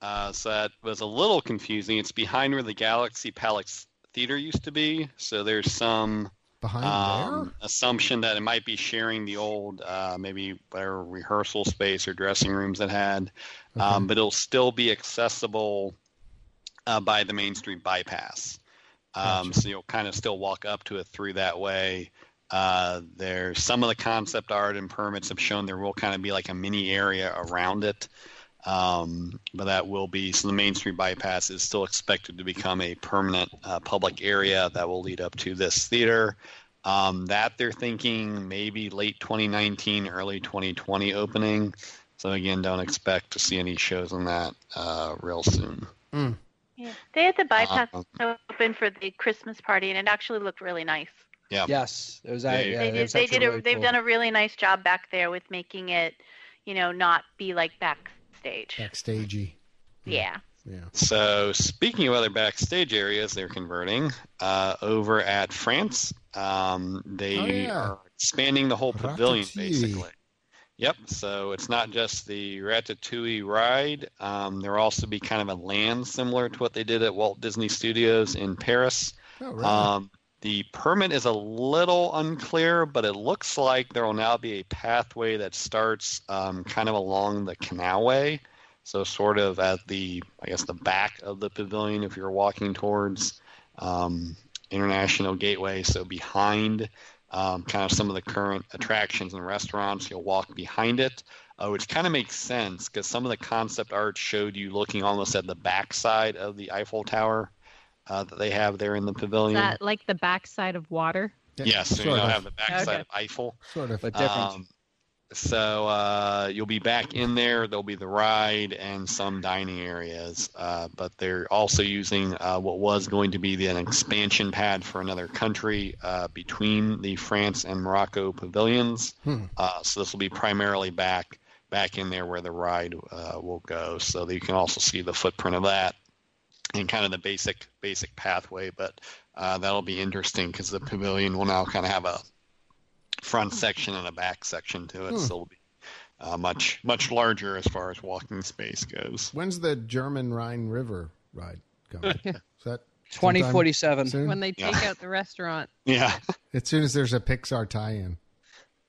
S8: Uh, so that was a little confusing. It's behind where the Galaxy Palace Theater used to be. So there's some
S2: Behind
S8: um, assumption that it might be sharing the old, uh, maybe whatever rehearsal space or dressing rooms it had.
S2: there?
S8: Um, but it'll still be accessible uh, by the Main Street bypass. Um,
S2: Gotcha.
S8: So you'll kind of still walk up to it through that way. Uh, there's some of the concept art and permits have shown there will kind of be like a mini area around it. Um, but that will be so the Main Street bypass is still expected to become a permanent uh, public area that will lead up to this theater. Um, that they're thinking maybe late 2019, early 2020 opening. So again, don't expect to see any shows on that uh, real soon.
S6: Yeah. They had the bypass
S8: Um,
S6: open for the Christmas party, and it actually looked really nice.
S8: Yep.
S5: Yes, it was.
S8: They-
S5: yeah,
S6: they
S5: it
S6: did.
S5: was
S6: They
S5: actually
S6: did. A,
S5: really
S6: They've
S5: cool.
S6: done a really nice job back there with making it, you know, not be like backstage.
S2: Backstagey.
S6: Yeah.
S2: Yeah.
S8: So, speaking of other backstage areas they're converting, uh, over at France, um, they
S2: Oh, yeah.
S8: are expanding the whole pavilion,
S2: Ratatouille.
S8: basically. Yep, so it's not just the Ratatouille ride. Um, there will also be kind of a land similar to what they did at Walt Disney Studios in Paris.
S2: Oh, really?
S4: uh,
S8: Um, the permit is a little unclear, but it looks like there will now be a pathway that starts um, kind of along the canalway. So, sort of at the, I guess, the back of the pavilion if you're walking towards um, International Gateway. So, behind um, kind of some of the current attractions and restaurants, you'll walk behind it, uh, which kind of makes sense because some of the concept art showed you looking almost at the backside of the Eiffel Tower uh, that they have there in the
S7: Is
S8: pavilion.
S7: that like the backside of water?
S2: Yeah,
S8: Yes, so you
S2: sort
S8: don't
S2: of.
S8: have the backside
S7: Okay.
S8: of Eiffel.
S2: Sort of.
S5: But different.
S8: Um, so uh, you'll be back in there. There'll be the ride and some dining areas, uh, but they're also using uh, what was going to be the, an expansion pad for another country uh, between the France and Morocco pavilions.
S2: Hmm.
S8: Uh, so this will be primarily back back in there where the ride uh, will go. So that you can also see the footprint of that and kind of the basic basic pathway. But uh, that'll be interesting because the pavilion will now kind of have a front section and a back section to it,
S2: Hmm.
S8: so it'll be uh, much much larger as far as walking space goes.
S2: When's the German Rhine River ride coming?
S3: [LAUGHS]
S2: Is that sometime
S5: 2047.
S2: soon?
S3: When they
S8: Yeah.
S3: take out the restaurant.
S8: Yeah, [LAUGHS]
S2: As soon as there's a Pixar tie-in,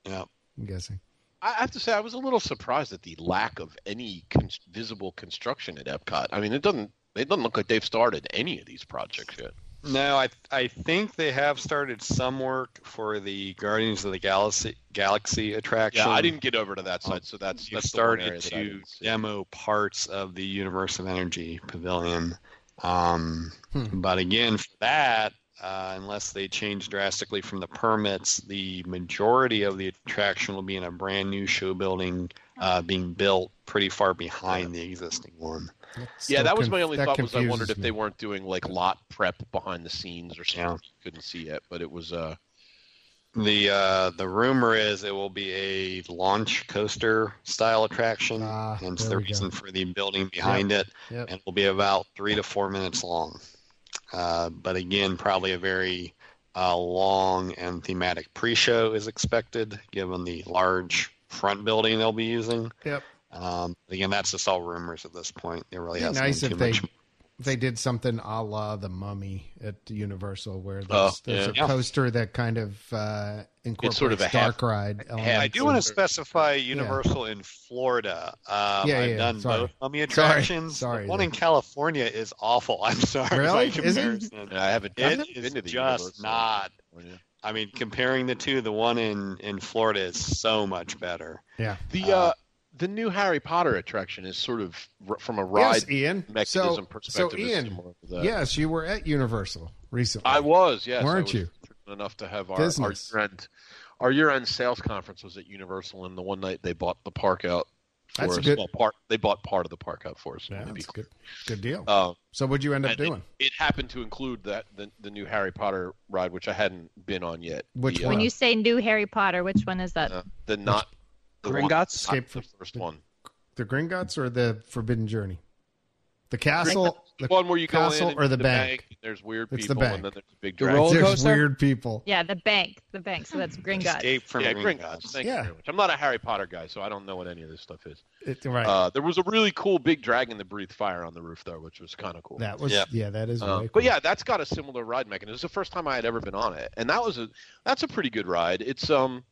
S8: yeah.
S2: I'm guessing.
S4: I have to say, I was a little surprised at the lack of any con- visible construction at Epcot. I mean, it doesn't It doesn't look like they've started any of these projects yet.
S8: No, I I think they have started some work for the Guardians of the Galaxy Galaxy attraction.
S4: Yeah, I didn't get over to that side, so that's
S8: They've
S4: that's the one
S8: started
S4: area that I
S8: to
S4: didn't see.
S8: demo parts of the Universe of Energy Pavilion. Um,
S2: Hmm.
S8: But again, for that, uh, unless they change drastically from the permits, the majority of the attraction will be in a brand new show building uh, being built pretty far behind the existing one.
S4: Yeah,
S2: still
S4: that was
S2: conf-
S4: my only
S2: that
S4: thought. Was I
S2: confuses
S4: wondered if
S2: me.
S4: they weren't doing like lot prep behind the scenes or something.
S8: Yeah.
S4: You couldn't see it, but it was. Uh,
S8: The uh, the rumor is it will be a launch coaster style attraction.
S2: Ah,
S8: hence
S2: there
S8: the
S2: we go.
S8: reason for the building behind it,
S2: Yep.
S8: and it will be about three to four minutes long. Uh, but again, probably a very uh, long and thematic pre-show is expected, given the large front building they'll be using.
S2: Yep.
S8: Um, again, that's just all rumors at this point. It really
S2: Be
S8: hasn't
S2: nice
S8: been
S2: if
S8: too
S2: they
S8: much.
S2: they did something a la the mummy at Universal, where there's, there's
S8: yeah.
S2: a coaster that kind of uh, incorporates
S4: Oh, sort of a half-
S2: dark ride.
S8: I
S2: elements.
S8: do want to specify Universal in Florida. Um,
S2: Yeah,
S8: I've
S2: yeah,
S8: done
S2: sorry.
S8: both mummy attractions.
S2: sorry,
S8: the one
S2: yeah.
S8: in California is awful. [LAUGHS] I'm sorry.
S2: Really?
S8: By
S2: Is it?
S8: comparison.
S4: I haven't. I've
S8: It
S4: never
S8: is
S4: been to the
S8: just
S4: Universal.
S8: not.
S4: Yeah.
S8: I mean, comparing the two, the one in, in Florida is so much better.
S4: The uh,
S8: Uh,
S4: the new Harry Potter attraction is sort of r- from a ride
S2: yes, Ian.
S4: mechanism
S2: so,
S4: perspective.
S2: So,
S4: is
S2: Ian,
S4: similar to that.
S2: yes, you were at Universal recently.
S4: I was. Yes, I
S2: Weren't
S4: was
S2: you?
S4: fortunate Enough to have our our
S2: Business.
S4: year-end, our year-end sales conference was at Universal, and the one night they bought the park out. For
S2: That's
S4: us.
S2: good.
S4: Well, part they bought part of the park out for us.
S2: Yeah,
S4: to be
S2: that's
S4: clear.
S2: good. Good deal.
S4: Um,
S2: so, what'd you end up
S4: and it-
S2: doing?
S4: It, happened to include that the, the new Harry Potter ride, which I hadn't been on yet.
S2: Which
S4: the,
S2: one?
S7: When you say new Harry Potter, which one is that?
S4: Uh, the not the one-
S5: Gringotts?
S4: not
S2: Escape
S4: the
S2: from-
S4: first one.
S2: The Gringotts or the Forbidden Journey? The castle. The,
S4: The one where you go
S2: castle
S4: in and
S2: or the
S4: the
S2: bank?
S4: and there's weird
S2: It's the
S4: people,
S2: bank.
S4: and then there's a big
S5: The
S4: dragon.
S5: roller
S2: there's
S5: coaster?
S2: weird people.
S7: Yeah, the bank, the bank. So that's Gringotts.
S8: Escape from
S4: yeah,
S8: Gringotts.
S4: Gringotts. Thank
S2: Yeah.
S4: you very much. I'm not a Harry Potter guy, so I don't know what any of this stuff is.
S2: It- right.
S4: Uh, there was a really cool big dragon that breathed fire on the roof, though, which was kind of cool.
S2: that was.
S8: yeah.
S2: Yeah, that is.
S4: Um,
S2: way cool.
S4: But yeah, that's got a similar ride mechanism. It's the first time I had ever been on it, and that was a that's a pretty good ride. It's um,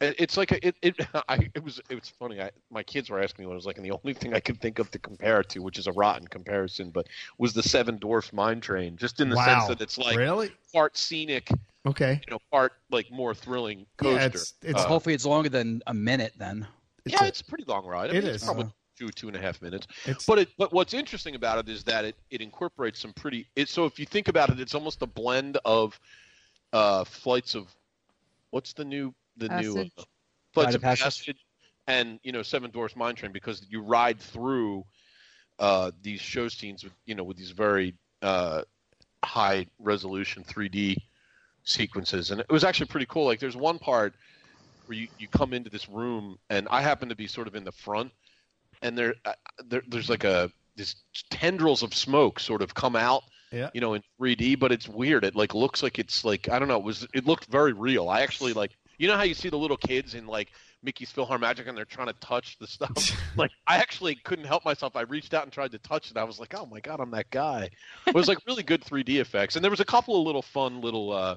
S4: it- it's like a, it it [LAUGHS] I, it was it was funny. I, my kids were asking me what it was like, and the only thing I could think of to compare it to, which is a rotten comparison, but was the Seven Dwarfs Mine Train, just in the
S2: Wow.
S4: sense that it's like
S2: really?
S4: part scenic, you
S2: Okay.
S4: know, part like more thrilling coaster.
S2: Yeah, it's it's
S4: Uh,
S5: Hopefully, it's longer than a minute then. Uh,
S2: it's
S4: yeah,
S2: a-
S4: it's a pretty long ride. I
S2: it
S4: mean, it's
S2: is.
S4: probably two two and a half minutes.
S2: it's
S4: But it, but what's interesting about it is that it, it incorporates some pretty. It, so if you think about it, it's almost a blend of uh, flights of what's the new the new
S3: Passage.
S4: uh,
S5: Flight
S4: flights
S5: of
S4: of
S5: Passage.
S4: passage. and you know Seven Dwarfs Mine Train because you ride through uh, these show scenes with you know with these very uh, high resolution 3D sequences, and it was actually pretty cool. Like there's one part where you, you come into this room, and I happen to be sort of in the front, and there, uh, there there's like a this tendrils of smoke sort of come out,
S2: Yeah.
S4: you know, in 3D, but it's weird. It like looks like it's like I don't know. It was it looked very real. I actually like you know how you see the little kids in like Mickey's PhilharMagic and they're trying to touch the stuff. like I actually couldn't help myself. I reached out and tried to touch it. I was like, oh my god, I'm that guy. It was like really good 3D effects, and there was a couple of little fun little. uh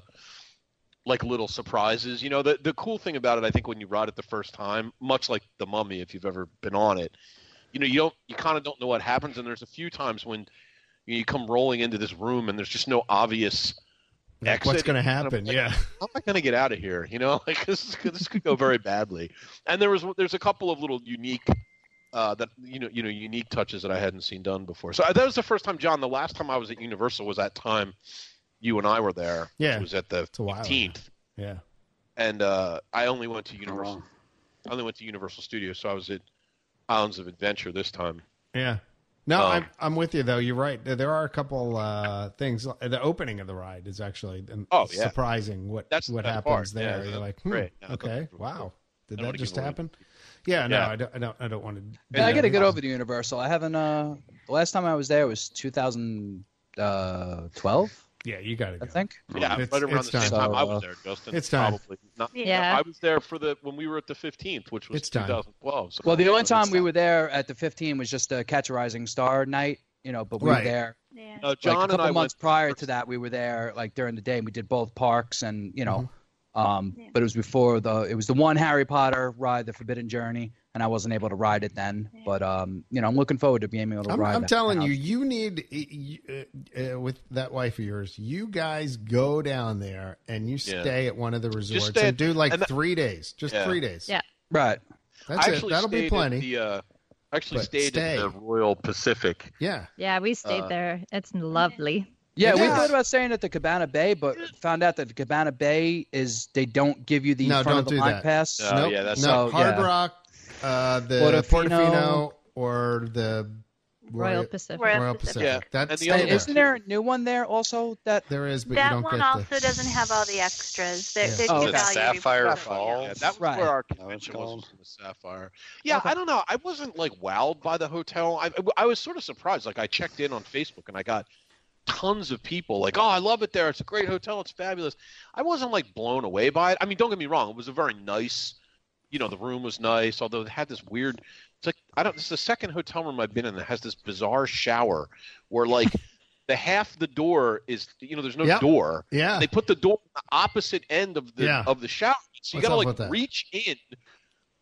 S4: like little surprises. You know, the the cool thing about it, I think, when you ride it the first time, much like the Mummy, if you've ever been on it, you know, you don't, you kind of don't know what happens. And there's a few times when you come rolling into this room and there's just no obvious.
S2: like, what's
S4: exit.
S2: going to
S4: Kind of
S2: happen?
S4: like-
S2: Yeah.
S4: How am I going to get out of here? You know, [LAUGHS] like this is, this could go very badly. And there was there's a couple of little unique. Uh, that you know, you know, unique touches that I hadn't seen done before. So uh, that was the first time, John. The last time I was at Universal was that time you and I were there. which
S2: Yeah.
S4: was at the
S2: a while ago.
S4: fifteenth,
S2: Yeah.
S4: and uh, I only went to Universal. I only went to Universal Studios, so I was at Islands of Adventure this time.
S2: Yeah. No,
S4: Um,
S2: I'm I'm with you though. You're right. There- There are a couple uh, things. The opening of the ride is actually um,
S4: Oh, yeah.
S2: surprising. What
S4: That's the
S2: what
S4: best
S2: happens
S4: part.
S2: there?
S4: Yeah,
S2: You're
S4: that's
S2: like, hmm,
S4: great. Yeah, I thought
S2: okay,
S4: that was
S2: wow,
S4: cool.
S2: did
S4: I
S2: that
S4: wanna
S2: just
S4: give away-
S2: happen? Yeah, no,
S4: Yeah.
S2: I don't, I don't, I don't want to.
S5: Yeah, I gotta get over to Universal. I haven't. Uh, the last time I was there was 2012,
S2: Yeah, you gotta
S5: I
S2: go.
S5: think.
S4: Yeah,
S2: It's-
S4: right around the
S2: it's
S4: same
S2: time.
S4: time I
S5: So, uh,
S4: was there, Justin.
S2: it's time.
S4: Probably not.
S7: Yeah.
S4: I was there for the when we were at the fifteenth, which was
S2: It's time.
S4: 2012. So
S5: Well, the only
S4: so
S5: time we
S4: it's-
S5: were there at the 15 was just uh, Catch a Rising Star night, you know. But we
S2: Right.
S5: were there.
S6: Yeah.
S4: uh,
S5: like,
S4: John
S5: a
S4: and
S5: couple
S4: I
S5: months
S4: went.
S5: prior
S4: first.
S5: to that, we were there like during the day, and we did both parks,
S2: Mm-hmm.
S5: and you know, um, but it was before the it was the one Harry Potter ride, the Forbidden Journey, and I wasn't able to ride it then. But um, you know, I'm looking forward to being able to
S2: I'm,
S5: ride.
S2: I'm
S5: that
S2: telling
S5: now.
S2: you, you need y- y- uh, uh, with that wife of yours. You guys go down there and you
S4: Yeah.
S2: stay at one of the resorts
S4: stay
S2: and
S4: at-
S2: do like
S4: and that-
S2: three days, just
S4: Yeah.
S2: three days.
S7: Yeah.
S5: right?
S2: that's
S4: I
S2: it.
S4: actually
S2: That'll
S4: stayed
S2: be
S4: at
S2: plenty.
S4: The, uh, I actually
S2: But
S4: stayed
S2: stay.
S4: at the Royal Pacific.
S2: yeah,
S7: Yeah, we stayed
S4: Uh,
S7: there. It's lovely.
S5: Yeah,
S2: It
S5: we
S2: is.
S5: thought about staying at the Cabana Bay, but found out that the Cabana Bay is they don't give you the
S2: No,
S5: front
S2: don't
S5: of the
S2: do
S5: line
S2: that.
S5: pass.
S8: No. Oh,
S2: nope,
S8: yeah, that's
S2: no
S5: not-
S2: Hard
S5: yeah.
S2: Rock, uh, the
S5: Portofino.
S2: Portofino, or the
S7: Royal
S2: Royal,
S7: Pacific.
S6: Royal
S2: Royal
S6: Pacific.
S2: Pacific.
S4: Yeah.
S2: That's
S4: And the
S5: And
S4: other
S5: isn't
S4: one.
S5: there a new one there also? That
S2: there is, but you
S6: that
S2: don't
S6: one
S2: get the-
S6: also doesn't have all the extras. They're,
S2: Yeah.
S6: they're
S5: Oh,
S6: too
S5: okay.
S6: valuable.
S8: Sapphire
S6: Yeah.
S8: Falls.
S4: Yeah, that was
S5: Right.
S4: where our
S8: it's
S4: convention was,
S8: called.
S4: was in the Sapphire. Yeah, I don't know. I wasn't like wowed by the hotel. I, I was sort of surprised. Like I checked in on Facebook and I got tons of people like, "Oh, I love it there. It's a great hotel. It's fabulous." I wasn't like blown away by it. I mean, don't get me wrong. It was a very nice. You know, the room was nice, although it had this weird. It's like I don't. This is the second hotel room I've been in that has this bizarre shower where like. [LAUGHS] The half the door is, you know, there's no
S2: Yep.
S4: door,
S2: Yeah,
S4: they put the door on the opposite end of the
S2: Yeah.
S4: of the shower. So you
S2: What's
S4: gotta
S2: up with that?
S4: like reach in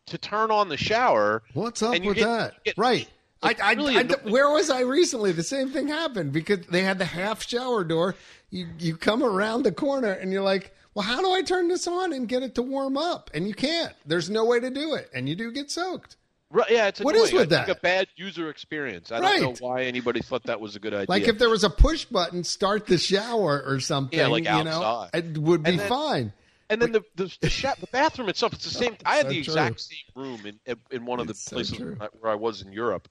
S4: to turn on the shower.
S2: What's up
S4: And you
S2: with
S4: get-
S2: that?
S4: you get-
S2: right. I,
S4: it's
S2: I,
S4: really
S2: I-
S4: annoying.
S2: where was I recently? The same thing happened because they had the half shower door. You you come around the corner and you're like, well, how do I turn this on and get it to warm up? And you can't. There's no way to do it, and you do get soaked.
S4: Right, yeah, it's
S2: What
S4: annoying.
S2: is with
S4: I think
S2: that?
S4: a bad user experience. I don't
S2: Right.
S4: know why anybody thought that was a good idea.
S2: Like if there was a push button, start the shower or something.
S4: Yeah, like
S2: you
S4: outside.
S2: know, it would be
S4: And then-
S2: fine.
S4: and then the the, the, sha- the bathroom itself, it's the
S2: [LAUGHS]
S4: same. I had
S2: So
S4: the
S2: true.
S4: exact same room in in- in one of
S2: It's
S4: the
S2: so
S4: places
S2: true.
S4: where I- where I was in Europe.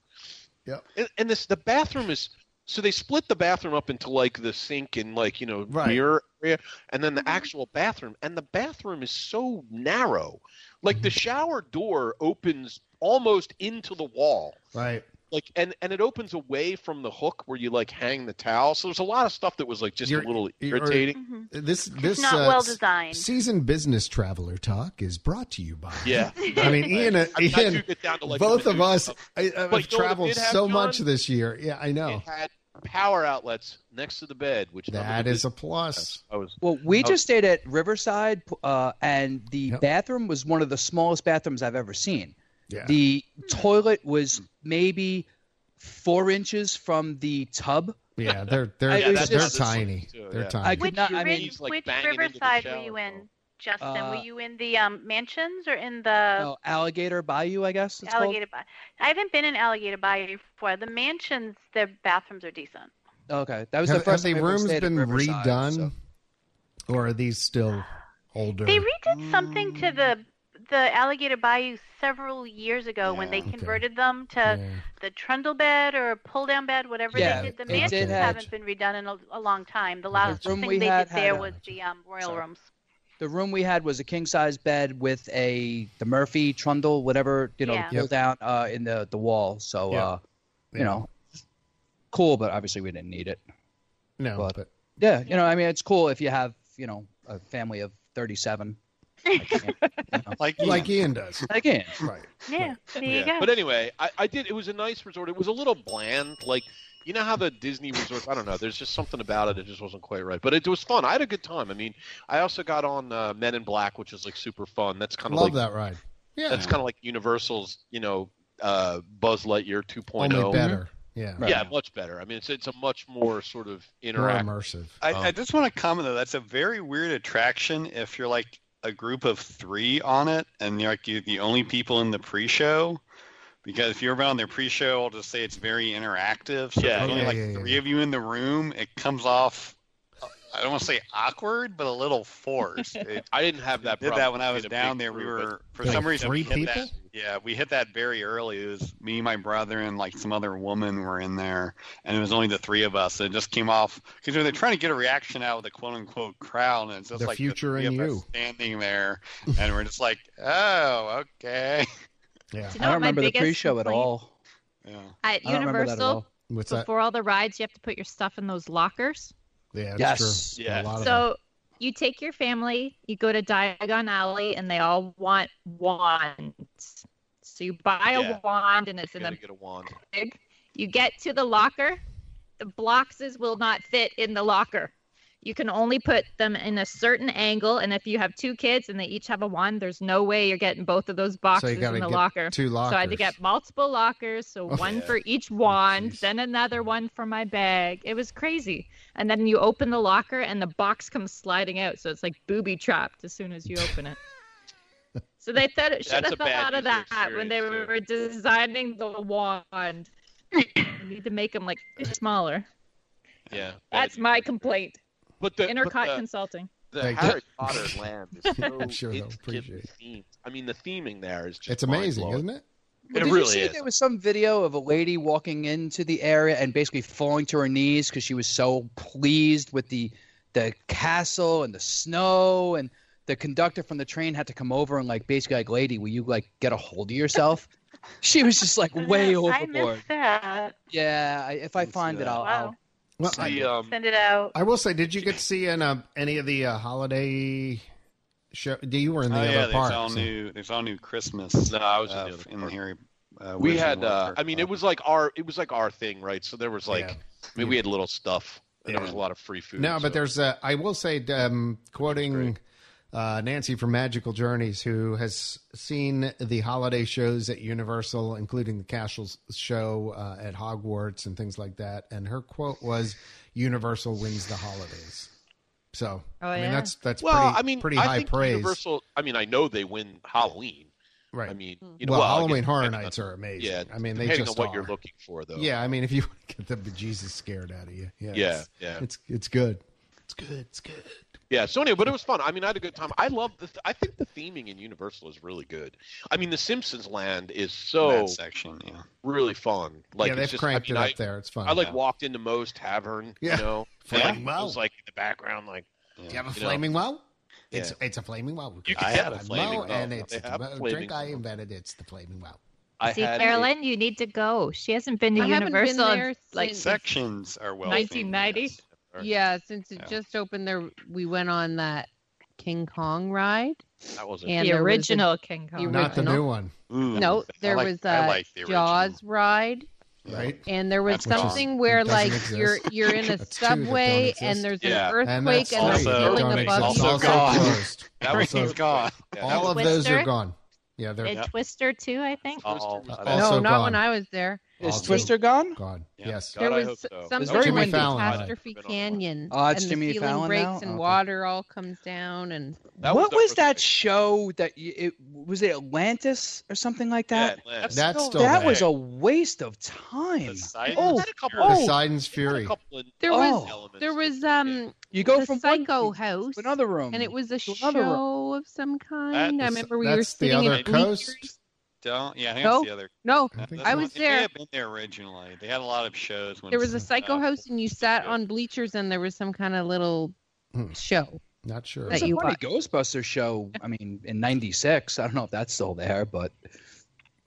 S2: Yep.
S4: And, and this the bathroom is so they split the bathroom up into like the sink and like you know
S2: Right. Mm-hmm.
S4: mirror area, and then the actual bathroom. And the bathroom is so narrow, like the
S2: Mm-hmm.
S4: shower door opens almost into the wall.
S2: Right.
S4: Like and and it opens away from the hook where you like hang the towel. So there's a lot of stuff that was like just
S2: You're-
S4: a little
S2: you're- [LAUGHS]
S4: irritating.
S6: Mhm.
S2: This this
S6: It's not
S2: uh,
S6: well
S2: s-
S6: designed.
S2: season business traveler talk is brought to you by.
S4: Yeah.
S2: I mean, Ian,
S4: [LAUGHS] I mean, I
S2: Ian,
S4: do get down to like
S2: both
S4: the
S2: of
S4: new
S2: us
S4: stuff.
S2: I, I,
S4: But
S2: have
S4: you know what it
S2: traveled
S4: did have,
S2: so much
S4: John?
S2: this year. Yeah, I know.
S4: It had power outlets next to the bed, which none of
S2: That
S4: it
S2: is a
S4: did.
S2: plus.
S4: I was
S5: Well, we
S4: Oh.
S5: just stayed at Riverside, uh, and the
S2: Yep.
S5: bathroom was one of the smallest bathrooms I've ever seen.
S2: Yeah.
S5: The toilet was maybe four inches from the tub.
S4: [LAUGHS]
S2: yeah, they're they're they're,
S5: I- Yeah, that's how this
S2: tiny.
S4: looks too,
S2: They're
S4: yeah.
S2: tiny.
S5: I
S6: [LAUGHS] Which,
S5: could not- I mean-
S6: ri-
S4: He's, like,
S6: which
S4: banging into the
S6: Riverside were
S4: shower,
S6: you
S4: though.
S6: in, Justin?
S5: Uh,
S6: were you in the um, mansions or in the
S7: Uh,
S5: Oh, alligator Bayou, I guess it's
S6: Alligator Bayou? I haven't been in Alligator Bayou before. The mansions, their bathrooms are decent.
S5: called. Okay, that was
S2: have,
S5: the first
S2: have
S5: time
S2: the
S5: we ever
S2: rooms
S5: stayed at
S2: been
S5: Riverside,
S2: redone,
S5: so-
S2: or are these still older?
S6: They redid something to the the Alligator Bayou several years ago when they
S2: Okay.
S6: converted them
S7: uh,
S6: to
S2: Yeah.
S6: the trundle bed or pull down bed, whatever
S5: Yeah,
S6: they did. The
S5: it
S6: mansions
S5: did have-
S6: haven't been redone in a, a long time. The last
S2: The
S5: room
S6: thing
S5: we
S6: they
S5: had
S6: did
S5: had
S6: there
S5: a-
S6: was the um, royal
S5: Sorry.
S6: rooms.
S5: The room we had was a king size bed with a the Murphy trundle, whatever you know,
S6: Yeah.
S5: pull
S2: Yep.
S5: down uh, in the the wall. So
S2: Yeah.
S5: uh, you
S2: Yeah.
S5: know, cool, but obviously we didn't need it.
S2: No,
S5: but-
S2: but
S5: Yeah, you know, I mean, it's cool if you have you know a family of thirty-seven.
S7: [LAUGHS]
S8: Like,
S2: like Ian does.
S5: Again, [LAUGHS]
S2: Right.
S6: Yeah, there you
S4: Yeah.
S6: go.
S4: But anyway, I, I did. It was a nice resort. It was a little bland. Like you know how the Disney resorts. I don't know. There's just something about it. It just wasn't quite right. But it was fun. I had a good time. I mean, I also got on uh, Men in Black, which is like super fun. That's kind of
S2: Love
S4: like
S2: that ride. Yeah.
S4: that's kind of like Universal's. You know, uh, Buzz Lightyear 2.0.
S5: oh.
S2: Only better. Yeah.
S5: Right.
S4: Mm-hmm. Yeah, much better. I mean, it's it's a much more sort of
S2: More
S4: interactive.
S2: immersive.
S8: I,
S4: Um,
S8: I just want to comment though. That's a very weird attraction if you're like a group of three on it, and you're like you're the only people in the pre-show. Because if you're around their pre-show, I'll just say it's very interactive. So
S4: Yeah,
S8: there's only
S2: yeah,
S8: like
S2: yeah, yeah.
S8: three of you in the room. It comes off. I don't want to say awkward, but a
S2: [LAUGHS]
S8: little forced. It,
S4: I didn't have that.
S8: did
S4: problem.
S8: that when I
S4: being
S8: was
S4: a big
S8: down there. We
S4: crew, but-
S8: were for
S2: Like
S8: some reason
S2: three
S8: we hit that-
S2: people?
S8: yeah, we hit that very early. It was me, my brother, and like some other woman were in there, and it was only the three of us. And it just came off because they're trying to get a reaction out of the quote unquote crowd, and it's just
S2: The
S8: like
S2: future
S8: the three
S2: and
S8: of us
S2: you.
S8: standing there,
S2: [LAUGHS]
S8: and we're just like, oh, okay.
S2: Yeah.
S7: Do
S5: I
S7: you know
S5: don't
S7: what my
S5: remember the
S7: biggest
S5: pre-show at
S7: complaint-
S5: all.
S8: Yeah.
S7: At
S5: I don't remember that at
S7: Universal,
S5: all.
S2: What's that?
S7: before all the rides, you have to put your stuff in those lockers.
S2: Yeah. That's
S5: Yes.
S2: true. A
S4: Yeah.
S2: lot of them.
S7: So you take your family, you go to Diagon Alley, and they all want wands. So you buy
S4: Yeah.
S7: a wand, and it's
S4: You
S7: in
S4: gotta
S7: a
S4: get a wand.
S7: bag. You get to the locker, the boxes will not fit in the locker. You can only put them in a certain angle, and if you have two kids and they each have a wand, there's no way you're getting both of those boxes
S2: gotta
S7: in the
S2: get
S7: locker.
S2: two lockers.
S7: So I had to get multiple lockers, so
S2: Oh,
S7: one
S8: yeah.
S7: for each wand,
S2: jeez.
S7: then another one for my bag. It was crazy. And then you open the locker, and the box comes sliding out, so it's like booby trapped as soon as you
S2: [LAUGHS]
S7: open it. so they thought it should
S4: That's a
S7: have thought
S4: bad
S7: out of
S4: user
S7: that when they
S4: experience,
S7: were designing the wand. you need to make them like smaller.
S4: Yeah.
S7: That's my complaint.
S4: But uh, the, but
S7: Intercot
S4: the,
S7: Consulting.
S4: the
S2: Thank [LAUGHS]
S4: Harry Potter land is so
S2: I'm sure they'll
S4: intricately
S2: appreciate it.
S4: themed. I mean, the theming there is just
S2: It's amazing,
S4: mind-blowing.
S2: isn't it?
S5: Well,
S8: It
S5: did you
S8: really
S5: see
S8: is.
S5: There was some video of a lady walking into the area and basically falling to her knees because she was so pleased with the the castle and the snow and the conductor from the train had to come over and like basically like lady will you like get a hold of yourself [LAUGHS] she was just like
S6: [LAUGHS]
S5: way
S6: I
S5: overboard Oh,
S6: missed that.
S5: yeah I, if i
S8: Didn't see
S5: find it
S8: that.
S5: I'll,
S6: Wow.
S2: Well,
S5: uh,
S2: I,
S4: The, um,
S6: Send it out.
S2: I will say, did you get to see in uh, any of the uh, holiday show? You were in the
S8: oh
S2: other
S8: yeah,
S2: park.
S8: there's all
S2: so-
S8: new. There's all new Christmas.
S4: No, I was in
S8: uh,
S4: the other
S8: in
S4: park.
S8: Harry. Uh,
S4: we
S8: Wizard
S4: had.
S8: World
S4: Uh,
S8: Park.
S4: I mean, it was like our it was like our thing, right? So there was like,
S2: Yeah.
S4: I mean, we had little stuff, and there was a lot of free food.
S2: No, but
S4: so-
S2: there's. Uh, I will say, um, quoting
S4: great.
S2: uh, Nancy from Magical Journeys, who has seen the holiday shows at Universal, including the Castle show uh, at Hogwarts and things like that. And her quote was, "Universal wins the holidays." So,
S7: Oh,
S2: I mean,
S7: yeah.
S2: that's that's
S4: well,
S2: pretty,
S4: I mean,
S2: pretty
S4: I
S2: high
S4: think
S2: praise,
S4: Universal. I mean, I know they win Halloween.
S2: right?
S4: I mean, you know,
S2: well,
S4: I guess
S2: Halloween Horror
S4: depending on-
S2: Nights are amazing.
S4: Yeah,
S2: I mean, they
S4: depending
S2: just
S4: on what
S2: are.
S4: you're looking for, though.
S2: Yeah, I mean, if you [LAUGHS] want to get the bejesus scared out of you, yeah,
S4: yeah,
S2: it's-
S4: yeah,
S2: it's it's good. It's good. It's good.
S4: yeah. So anyway, but it was fun. I mean, I had a good time. I love the. Th- I think the theming in Universal is really good. I mean, the Simpsons Land is so
S8: that section. Yeah.
S4: really fun. Like
S2: yeah,
S4: it's
S2: they've
S4: just,
S2: cranked
S4: I mean,
S2: it
S4: I-
S2: up there. It's fun.
S4: I like
S8: Yeah.
S4: walked into Moe's Tavern,
S2: Yeah. [LAUGHS]
S4: you know.
S2: Flaming
S4: and
S2: Moe.
S4: I was like in the background, like
S8: yeah.
S2: Do you have a
S4: you know.
S2: flaming well?
S4: Yeah.
S2: It's it's a flaming well.
S4: You can
S2: I
S4: have
S2: had
S4: a flaming
S2: Moe,
S4: well.
S2: and it's
S4: They
S2: the
S4: have
S2: mo-
S4: flaming
S2: drink I
S4: well.
S2: invented. It's the flaming well.
S4: I
S7: See,
S4: had a-
S7: Carolyn, you need to go. She hasn't been to
S3: I haven't been
S7: Universal in,
S3: there
S7: like
S3: since-
S8: Sections are well. themed,
S7: 1990?
S8: yes. Or-
S3: Yeah, since it
S8: Yeah.
S3: just opened there, we went on that King Kong ride.
S4: that wasn't.
S3: And
S7: the
S3: there was a-
S7: original King Kong.
S3: original-
S2: Not the new one,
S8: Ooh,
S3: no,
S8: I
S3: there
S8: like-
S3: was
S8: I
S3: a
S8: like the original.
S3: Jaws ride,
S8: Yeah.
S2: right?
S3: and there was
S8: That's awesome.
S3: something where
S2: It doesn't
S3: like
S2: exist.
S3: you're you're in
S2: A two
S3: a
S2: that don't
S3: subway
S2: exist.
S3: and there's
S4: Yeah.
S2: And
S3: an earthquake
S2: that's
S3: and
S8: also-
S3: there's a building above
S8: don't exist.
S2: it's
S3: you.
S8: Also
S2: also
S8: gone.
S2: closed.
S4: [LAUGHS] That was
S8: Everything's
S4: so-
S8: gone.
S4: Yeah, that
S2: All of
S4: was-
S2: those are
S7: Twister?
S2: gone. Yeah, they're
S7: And Twister too, I think.
S5: Oh,
S8: All-
S4: Twister was
S2: also
S3: no, not
S2: gone.
S3: when I was there.
S5: is
S2: Also
S5: twister gone
S2: gone.
S8: Yeah.
S2: Yes.
S4: God, I
S3: there
S4: hope
S3: was
S4: so. Was
S3: something
S5: that Jimmy
S3: like
S2: Fallon?
S3: Catastrophe
S4: I've been on one.
S3: Canyon,
S5: Oh,
S3: and
S5: it's
S3: the
S5: Jimmy
S3: ceiling
S5: Fallon
S3: breaks
S5: now? Oh,
S3: and
S5: Okay.
S3: water all comes down, and
S4: That
S5: what
S4: the
S5: was
S4: first
S5: that
S4: thing.
S5: show that y it was it atlantis or something like that
S8: Yeah,
S4: That's
S2: That's
S4: still
S2: still
S5: that
S2: there.
S5: was a waste of time
S8: The side-
S5: Oh,
S4: Had a couple.
S2: The
S5: Oh.
S2: Sidon's
S4: had a
S2: Fury.
S4: couple of
S3: there
S5: Oh.
S3: was
S4: elements
S3: there
S4: that
S3: was
S4: they did.
S3: um
S5: you go
S3: the
S5: from one
S3: Psycho
S5: room
S3: House,
S5: to another room
S3: and it was a
S5: to another room.
S3: show of some kind. I
S8: That's-
S3: remember we were
S2: that's the
S3: sitting
S2: other
S3: in
S2: coast.
S3: bleachers.
S8: Don't. Yeah, I think
S3: No.
S8: that's the other.
S3: No,
S2: I think
S8: that's
S3: I
S8: the
S2: so.
S3: was
S8: one- It may
S3: there.
S8: have been there originally. They had a lot of shows. When
S3: there was a
S8: uh,
S3: Psycho House, and you sat
S8: yeah.
S3: on bleachers, and there was some kind of little
S2: Hmm.
S3: show.
S2: Not sure.
S5: There's
S3: that
S5: a
S3: you
S5: funny Ghostbusters show. I mean, in '96. I don't know if that's still there, but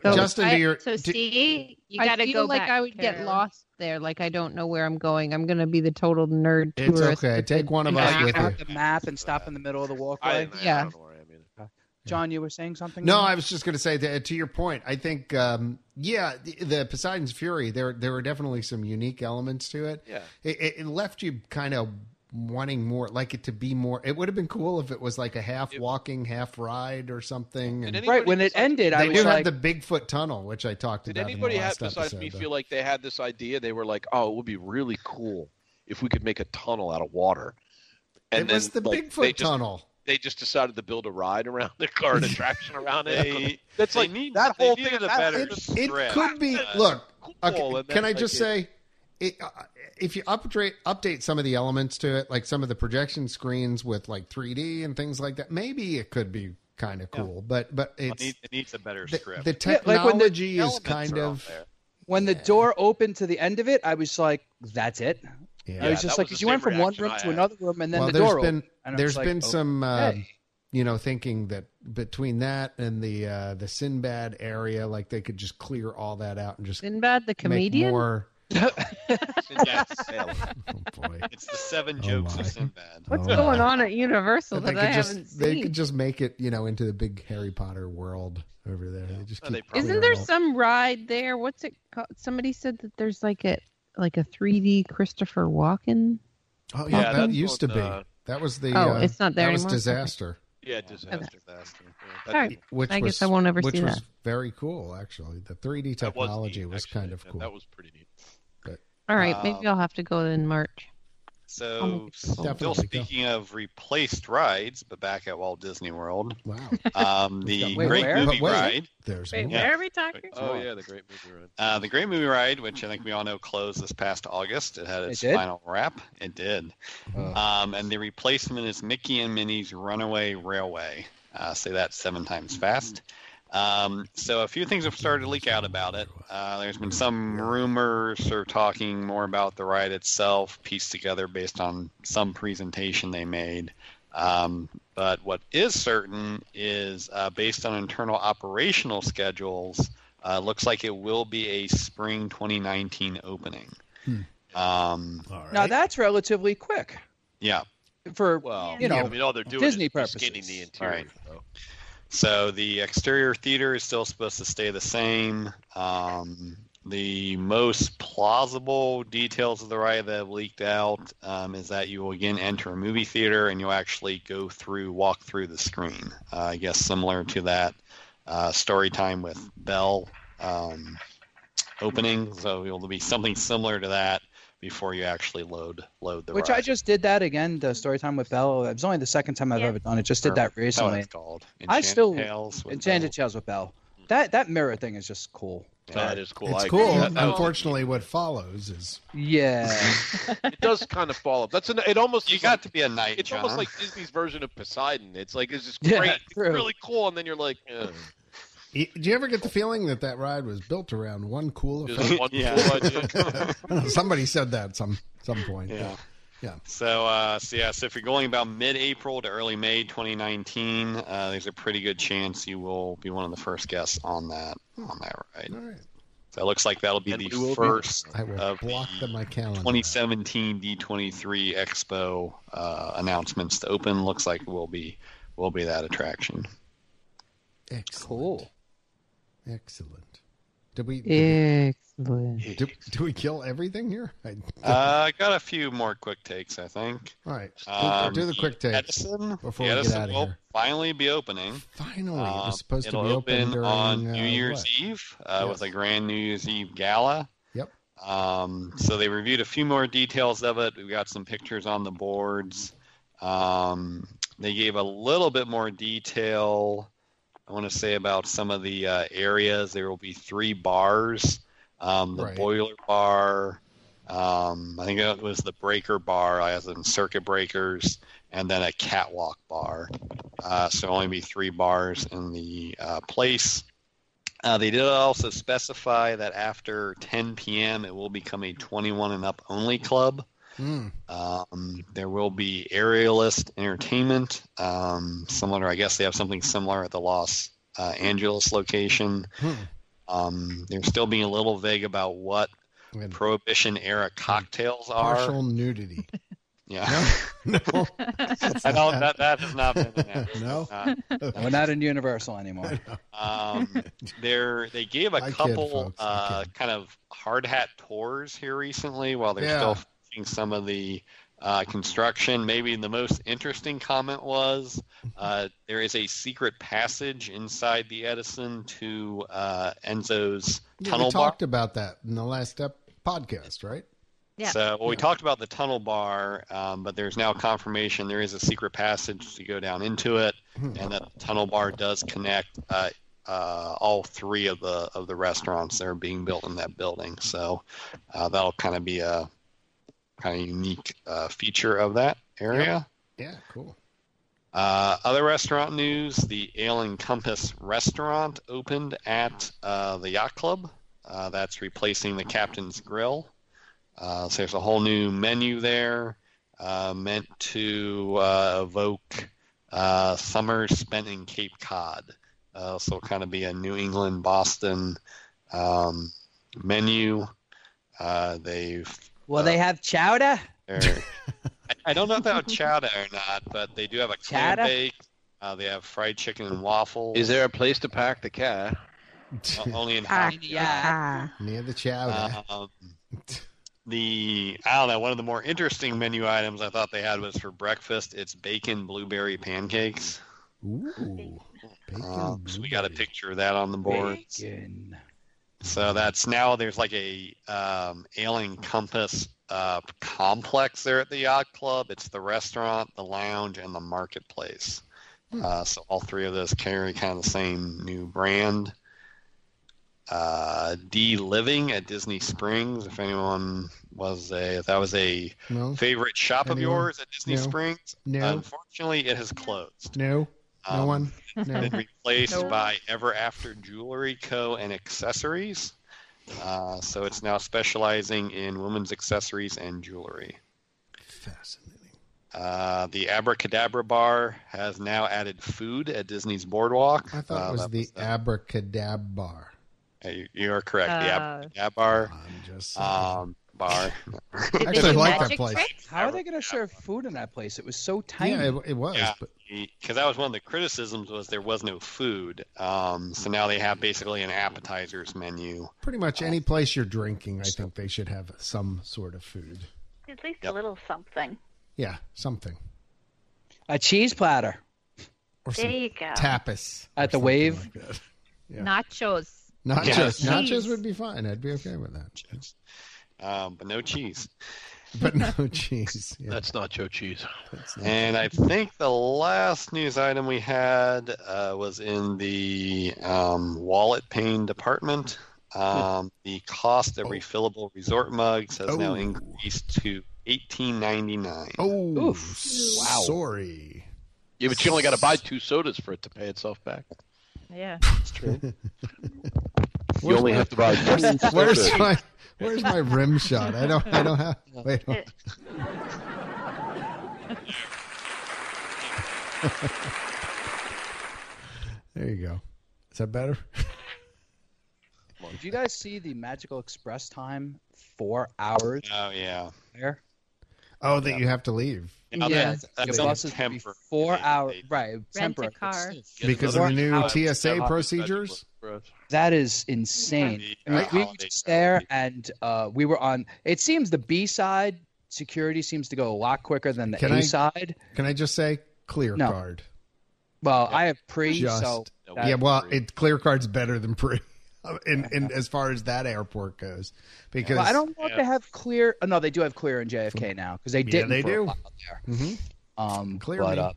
S3: So
S2: Justin,
S7: I-
S2: do your
S7: so
S2: do-
S7: see, you
S3: I
S7: gotta
S3: feel
S7: go
S3: like
S7: back,
S3: I would get
S7: Carolyn.
S3: lost there. Like I don't know where I'm going. I'm gonna be the total nerd
S2: It's
S3: tourist.
S2: okay.
S3: with
S2: Take
S3: the-
S2: one of
S5: You
S2: us
S5: know, you
S2: with
S5: can
S2: you.
S5: have the map and stop in the middle of the
S4: I,
S5: walkway.
S4: didn't- I
S3: Yeah.
S4: don't know where I mean.
S5: John, you were saying something.
S2: No, I was just going to say that to your point. I think, um, yeah, the, the Poseidon's Fury. There, there were definitely some unique elements to it.
S4: Yeah.
S2: It, it, it left you kind of wanting more, like it to be more. It would have been cool if it was like a half
S4: It-
S2: walking, half ride or something.
S4: Did
S2: And
S4: anybody
S5: right when it
S4: besides-
S5: ended. I
S2: they
S5: was
S2: do
S5: like,
S2: have the Bigfoot tunnel, which I talked
S4: Did
S2: about.
S4: anybody
S2: in the
S4: have
S2: last
S4: besides
S2: episode,
S4: me
S2: though.
S4: feel like they had this idea? They were like, "Oh, it would be really cool if we could make a tunnel out of water." And
S2: it
S4: then,
S2: was the
S4: like,
S2: Bigfoot
S4: they just,
S2: tunnel?
S4: They just decided to build a ride around the car, an attraction around it.
S2: [LAUGHS]
S8: They,
S4: That's
S8: they
S4: like
S8: need,
S4: that
S8: they
S4: whole
S8: needed
S4: thing.
S8: a
S4: that-
S8: better
S2: It, it
S8: threat.
S2: could be.
S8: Uh,
S2: Look, Okay,
S4: cool, and
S2: can
S4: that's
S2: I
S4: like
S2: just
S4: it.
S2: say, it, uh, if you update update some of the elements to it, like some of the projection screens with like 3D and things like that, maybe it could be kind of cool. But but
S8: it
S2: it's
S8: needs, it needs a better
S2: the,
S8: script.
S2: the
S5: Yeah, like when the
S2: technology is
S8: Elements
S2: kind
S8: are all
S2: of
S3: [LAUGHS]
S8: there.
S5: when the door opened to the end of it, I was like, "That's it." I
S2: yeah.
S5: was just
S4: that
S5: like,
S4: was the
S5: "You went
S4: same
S5: from one
S4: reaction
S5: room
S4: I
S5: to
S4: had.
S5: another room, and Oh, then
S2: Well,
S5: the door
S2: there's been
S5: opened." And I
S2: there's
S5: was like,
S2: been
S5: "Oh,
S2: some uh,
S5: okay."
S2: you know thinking that between that and the uh, the Sinbad area, like they could just clear all that out and just
S3: Sinbad the
S2: make
S3: comedian.
S2: more.
S8: Yes.
S2: Oh boy.
S8: It's the seven
S2: Oh
S8: jokes
S2: my.
S8: of Sinbad.
S3: What's
S2: Oh.
S3: going on at Universal
S2: And they
S3: that I
S2: could just
S3: haven't
S2: they
S3: seen?
S2: could just make it you know into the big Harry Potter world over there. They just
S4: Oh, they
S2: keep
S4: probably
S3: Isn't
S2: clearing
S3: there
S2: all-
S3: some ride there? What's it called? Somebody said that there's like a like a 3D Christopher Walken
S2: Oh
S4: Yeah,
S2: yeah, that
S4: that's
S2: used to
S8: what,
S2: be.
S8: uh,
S2: That was the.
S3: Oh,
S2: uh,
S3: it's not there
S2: that was
S3: anymore?
S2: disaster.
S4: Yeah, disaster.
S8: Disaster.
S3: All
S8: Yeah, that-
S3: right.
S2: Which
S3: I
S2: was,
S3: guess I won't ever
S2: which
S3: see
S2: was
S3: that.
S2: very cool, actually. The 3D
S4: That was
S2: technology
S4: neat,
S2: was,
S4: actually.
S2: kind of
S4: Yeah,
S2: cool.
S4: That was pretty neat.
S3: All right,
S8: Um,
S2: uh,
S3: maybe I'll have to go in March.
S8: So,
S2: Definitely go.
S8: still speaking of replaced rides, but back at Walt Disney World,
S2: wow.
S3: [LAUGHS]
S8: um,
S2: We've
S8: the
S2: got more.
S8: Great
S5: Where?
S8: Movie
S2: But wait.
S8: Ride.
S2: There's
S7: Wait,
S2: more.
S8: Yeah.
S7: where are we talking?
S3: Ah,
S8: It's
S4: Oh
S8: more.
S4: yeah, the great movie run.
S8: Uh, the Great Movie Ride, which I think we all know closed this past August. It had
S5: It
S8: its
S5: did?
S8: final wrap. It did.
S5: "Oh,
S8: Um, and the replacement is Mickey and Minnie's Runaway Railway. Uh, say that seven times fast. Um, so a few things have started to leak out about it. Uh, there's been some rumors or talking more about the ride itself, pieced together based on some presentation they made. Um, but what is certain is uh, based on internal operational schedules, uh, looks like it will be a spring 2019 opening. Um,
S2: All right.
S5: Now that's relatively quick
S8: yeah.
S5: for
S4: Well,
S5: Oh. You know,
S4: yeah, I mean, all they're doing
S5: Disney
S4: is
S5: purposes.
S4: skinning the interior.
S8: Right.
S4: though.
S8: So the exterior theater is still supposed to stay the same. Um, the most plausible details of the ride that have leaked out um, is that you will again enter a movie theater and you'll actually go through, walk through the screen. Uh, I guess similar to that uh, story time with Belle um, opening. So it will be something similar to that before you actually load load the
S5: which
S8: ride.
S5: I just did that again. The story time with Belle. It was only the second time I've
S7: Yeah.
S5: ever done it. Just did that
S8: That's what
S5: recently.
S8: it's called.
S5: I still-
S8: Enchanted Tales with
S5: Enchanted
S8: Belle.
S5: Tales with Belle. That that mirror thing is just cool.
S4: That is cool. I
S2: It's
S4: agree.
S2: cool.
S4: That- that was-
S2: Unfortunately, what follows is
S5: Yeah.
S4: it does kind of fall up. That's an. It almost
S8: You
S4: is
S8: got
S4: like-
S8: to be a knight,
S4: It's
S8: John.
S4: almost like Disney's version of Poseidon. It's like it's just
S5: Yeah,
S4: great, it's
S5: true.
S4: really cool, and then you're like, eh,
S2: Do you ever get the feeling that that ride was built around one cool effect?
S4: just one
S8: Yeah.
S4: cool idea.
S2: I don't know, [LAUGHS] Somebody said that at some some point.
S8: Yeah.
S2: Yeah.
S8: So, uh, so yeah, so if you're going about mid-April to early May 2019, uh, there's a pretty good chance you will be one of the first guests on that on that ride.
S2: All right.
S8: So it looks like that'll [LAUGHS] be
S4: And we will
S8: the
S4: be
S8: first
S2: I will
S4: Uh,
S8: of
S2: block
S8: the
S2: them my calendar.
S8: 2017 D23 Expo uh, announcements to open. Looks like will be will be that attraction.
S2: Excellent.
S5: cool.
S2: Excellent. Did we?
S3: Eh.
S2: Did,
S3: Excellent.
S2: we- did, did we kill everything here? [LAUGHS] I,
S8: Uh, I got a few more quick takes, I think.
S2: all right. Do,
S8: Um,
S2: do the quick take.
S8: Edison,
S2: before
S8: the
S2: we get
S8: Edison
S2: outta
S8: will
S2: here.
S8: finally be opening.
S2: Finally, it
S8: Um,
S2: was supposed to be
S8: it'll
S2: open during
S8: on
S2: uh,
S8: New Year's
S2: what?
S8: Eve uh,
S2: Yes.
S8: with a grand New Year's Eve gala.
S2: Yep.
S8: Um, so they reviewed a few more details of it. We've got some pictures on the boards. Um, they gave a little bit more detail. I want to say about some of the uh, areas. There will be three bars: um, the
S2: Right.
S8: boiler bar. Um, I think that was the breaker bar, as in circuit breakers, and then a catwalk bar. Uh, so only be three bars in the uh, place. Uh, they did also specify that after 10 p.m. it will become a 21 and up only club.
S2: Mm,
S8: Um, there will be aerialist entertainment, um, similar. I guess they have something similar at the Los uh, Angeles location.
S2: hmm.
S8: Um, they're still being a little vague about what
S2: And
S8: Prohibition era cocktails are.
S2: partial
S8: [LAUGHS]
S2: nudity.
S8: Yeah,
S2: No, no,
S8: [LAUGHS] I know that that has not been announced.
S2: No.
S8: Uh,
S5: We're not in
S2: [LAUGHS]
S5: Universal anymore.
S8: Um, there, they gave a
S2: I kid,
S8: couple
S2: folks, I
S8: uh,
S2: kid.
S8: kind of hard hat tours here recently while they're
S2: Yeah.
S8: still finishing some of the uh, construction. Maybe the most interesting comment was
S2: Mm-hmm.
S8: uh, there is a secret passage inside the Edison to uh, Enzo's
S2: Yeah, we
S8: tunnel bar.
S2: talked about that in the last step podcast, right?
S7: Yeah.
S8: So well, we
S2: Yeah.
S8: talked about the tunnel bar, um, but there's now confirmation there is a secret passage to go down into it,
S2: Hmm.
S8: and that the tunnel bar does connect uh, uh, all three of the of the restaurants that are being built in that building. So uh, that'll kind of be a kind of unique uh, feature of that area.
S2: Yeah, cool.
S8: Uh, other restaurant news: the Ale and Compass restaurant opened at uh, the yacht club. Uh, that's replacing the Captain's Grill. Uh, so there's a whole new menu there, uh, meant to uh, evoke uh, summer spent in Cape Cod. Uh, so it'll kind of be a New England Boston um, menu. Uh, they've
S5: Will they have chowder?
S8: or-
S2: [LAUGHS]
S8: I, I don't know if they have chowder or not, but they do have a clam
S5: Chowder?
S8: bake. Uh, they have fried chicken and waffles.
S4: Is there a place to pack the car?
S2: [LAUGHS]
S8: o- Uh, only in
S5: Yeah.
S3: Ah.
S8: Uh-huh.
S2: Near the chowder.
S8: Um, the I don't know one of the more interesting menu items I thought they had was for breakfast. It's bacon blueberry pancakes.
S2: Ooh. Bacon
S8: Um, so we got a picture of that on the board.
S5: Bacon.
S8: So that's now there's like a um, Alien Compass uh, complex there at the yacht club. It's the restaurant, the lounge, and the marketplace.
S2: Hmm.
S8: Uh, so all three of those carry kind of the same new brand. Uh, D Living at Disney Springs. If anyone was a, if that was a
S2: No.
S8: favorite shop of
S2: Anyone?
S8: yours at Disney
S2: No.
S8: Springs,
S2: No.
S8: unfortunately it has closed.
S2: No. No
S8: Um,
S2: one. No.
S8: [LAUGHS] been
S2: [LAUGHS]
S8: replaced
S7: No.
S8: by Ever After Jewelry Co. and Accessories. Uh, so it's now specializing in women's accessories and jewelry.
S2: Fascinating.
S8: Uh, the Abracadabra Bar has now added food at Disney's Boardwalk.
S2: I thought
S8: Uh,
S2: it was
S8: that
S2: the
S8: uh,
S2: abracadabra.
S8: uh, you- you are correct. the
S7: Uh, [LAUGHS]
S8: Abracadabra
S2: I'm just saying.
S8: um, Bar.
S7: Did
S2: Actually, I
S7: they do
S2: like that
S7: magic
S2: place.
S7: tricks?
S5: How are they going to serve food in that place? It was so tiny.
S2: yeah, it, it was.
S8: Yeah.
S2: But
S8: Because that was one of the criticisms was there was no food. Um, so now they have basically an appetizers menu.
S2: pretty much
S8: Uh,
S2: any place you're drinking, I think they should have some sort of food.
S6: At least
S8: Yep.
S6: a little something.
S2: Yeah, something.
S5: a cheese platter
S2: Or
S6: There
S2: some
S6: you go.
S2: tapas.
S5: at the
S2: something
S5: wave.
S2: like that. Yeah.
S7: Nachos.
S2: Nachos.
S8: Yes.
S2: Nachos
S7: Jeez.
S2: would be fine. I'd be okay with that.
S8: Um, but no cheese.
S2: But no [LAUGHS] cheese. Yeah,
S4: That's nacho cheese.
S2: that's not-
S8: And I think the last news item we had uh, was in the um, wallet pain department. Um, the cost of
S2: Oh.
S8: refillable resort mugs has
S2: Oh.
S8: now increased to eighteen ninety nine.
S2: Oh,
S5: Oof. Wow.
S2: sorry.
S4: Yeah, but you only got to buy two sodas for it to pay itself back.
S7: Yeah.
S4: you only have to buy two
S2: Where's
S4: sodas.
S2: my Where's my rim shot? I don't. I don't have. Wait. hold- [LAUGHS] There you go. Is that better?
S5: Did you guys see the Magical Express time? Four hours
S8: Oh yeah,
S5: there.
S2: Oh, that you have to leave
S8: Now
S3: Yeah.
S8: that's, that's
S5: the buses would be
S8: temporary.
S5: four
S8: They-
S5: hours.
S8: they-
S5: Right, temporary.
S7: car.
S2: because of the new
S5: Four
S2: TSA procedures.
S5: That is insane.
S8: The,
S5: We,
S8: uh,
S5: we
S8: holiday
S5: reached there
S8: sale.
S5: and uh, we were on. It seems the B side security seems to go a lot quicker than the
S2: Can
S5: A
S2: I-
S5: side.
S2: Can I just say clear
S5: No.
S2: card?
S5: Well, I have pre,
S2: Just-
S5: so
S8: Yeah,
S5: that-
S2: yeah, well, it clear card's better than pre. [LAUGHS] In, in as far as that airport goes, because
S5: well, I don't know if
S8: Yeah.
S5: they have clear. Oh, no, they do have clear in JFK now because they didn't.
S2: they
S5: for a
S2: do.
S5: while there.
S2: Mhm.
S5: Um,
S2: Clear
S5: but,
S2: me.
S5: uh,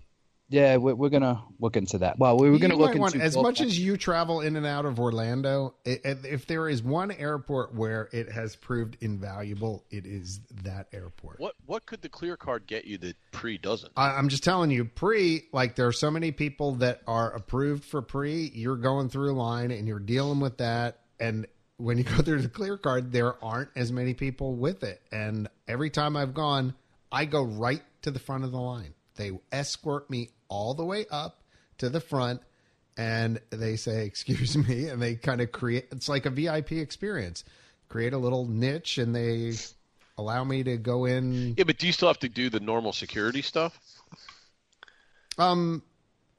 S5: yeah, we're, we're gonna look into that. Well, we were gonna
S2: You
S5: look
S2: might want-
S5: into
S2: as much as you travel in and out of Orlando. i- i- If there is one airport where it has proved invaluable, it is that airport.
S4: What what could the clear card get you that pre doesn't?
S2: I, I'm just telling you, pre, like there are so many people that are approved for pre. You're going through a line and you're dealing with that. And when you go through the clear card, there aren't as many people with it. And every time I've gone, I go right to the front of the line. They escort me all the way up to the front and they say, Excuse me. And they kind of create it's like a VIP experience, create a little niche and they allow me to go in
S4: Yeah, but do you still have to do the normal security stuff?
S2: Um,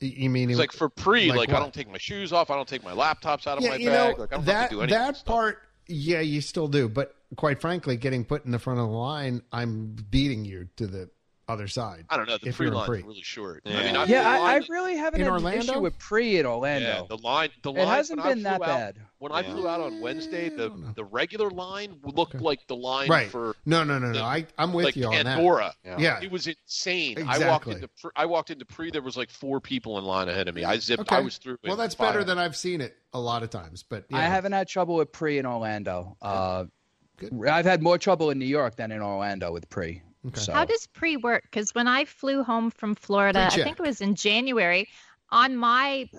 S2: y- you mean
S4: It's like for pre,
S2: Like
S4: like,
S2: what?
S4: I don't take my shoes off, I don't take my laptops out of
S2: yeah,
S4: my
S2: you
S4: bag.
S2: know
S4: like, I don't have
S2: that
S4: to do any of
S2: that
S4: stuff.
S2: part. Yeah, you still do, but quite frankly, getting put in the front of the line, I'm beating you to the other side.
S4: I don't know. The
S2: if you're
S4: pre
S2: in
S4: line's
S2: pre.
S4: really short. I
S8: Yeah.
S4: mean, I've
S5: yeah,
S4: been
S5: I, I
S4: lined-
S5: really haven't
S2: In
S5: had an
S2: Orlando?
S5: issue with pre at Orlando.
S4: yeah, the line, the line.
S5: it hasn't
S4: when I
S5: been that
S4: flew out-
S5: bad.
S4: When I
S8: Yeah.
S4: flew out on Wednesday,
S2: I
S4: the
S2: don't know.
S4: the regular line looked
S2: Okay.
S4: like the line
S2: Right.
S4: for
S2: No, no, no, no.
S4: the-
S2: I I'm with
S4: like
S2: you on that.
S4: Pandora.
S2: Yeah.
S4: It was insane. I walked
S2: Exactly.
S4: into pre, I walked into pre. There was like four people in line ahead of me. I zipped.
S2: Okay.
S4: I was through.
S2: Well,
S4: in
S2: that's
S4: five.
S2: better than I've seen it a lot of times. But yeah.
S5: I haven't had trouble with pre in Orlando. Uh,
S2: Good.
S5: I've had more trouble in New York than in Orlando with pre.
S2: Okay.
S5: So.
S7: How does pre work? Because when I flew home from Florida, I
S2: Pre-check.
S7: think it was in January, on my,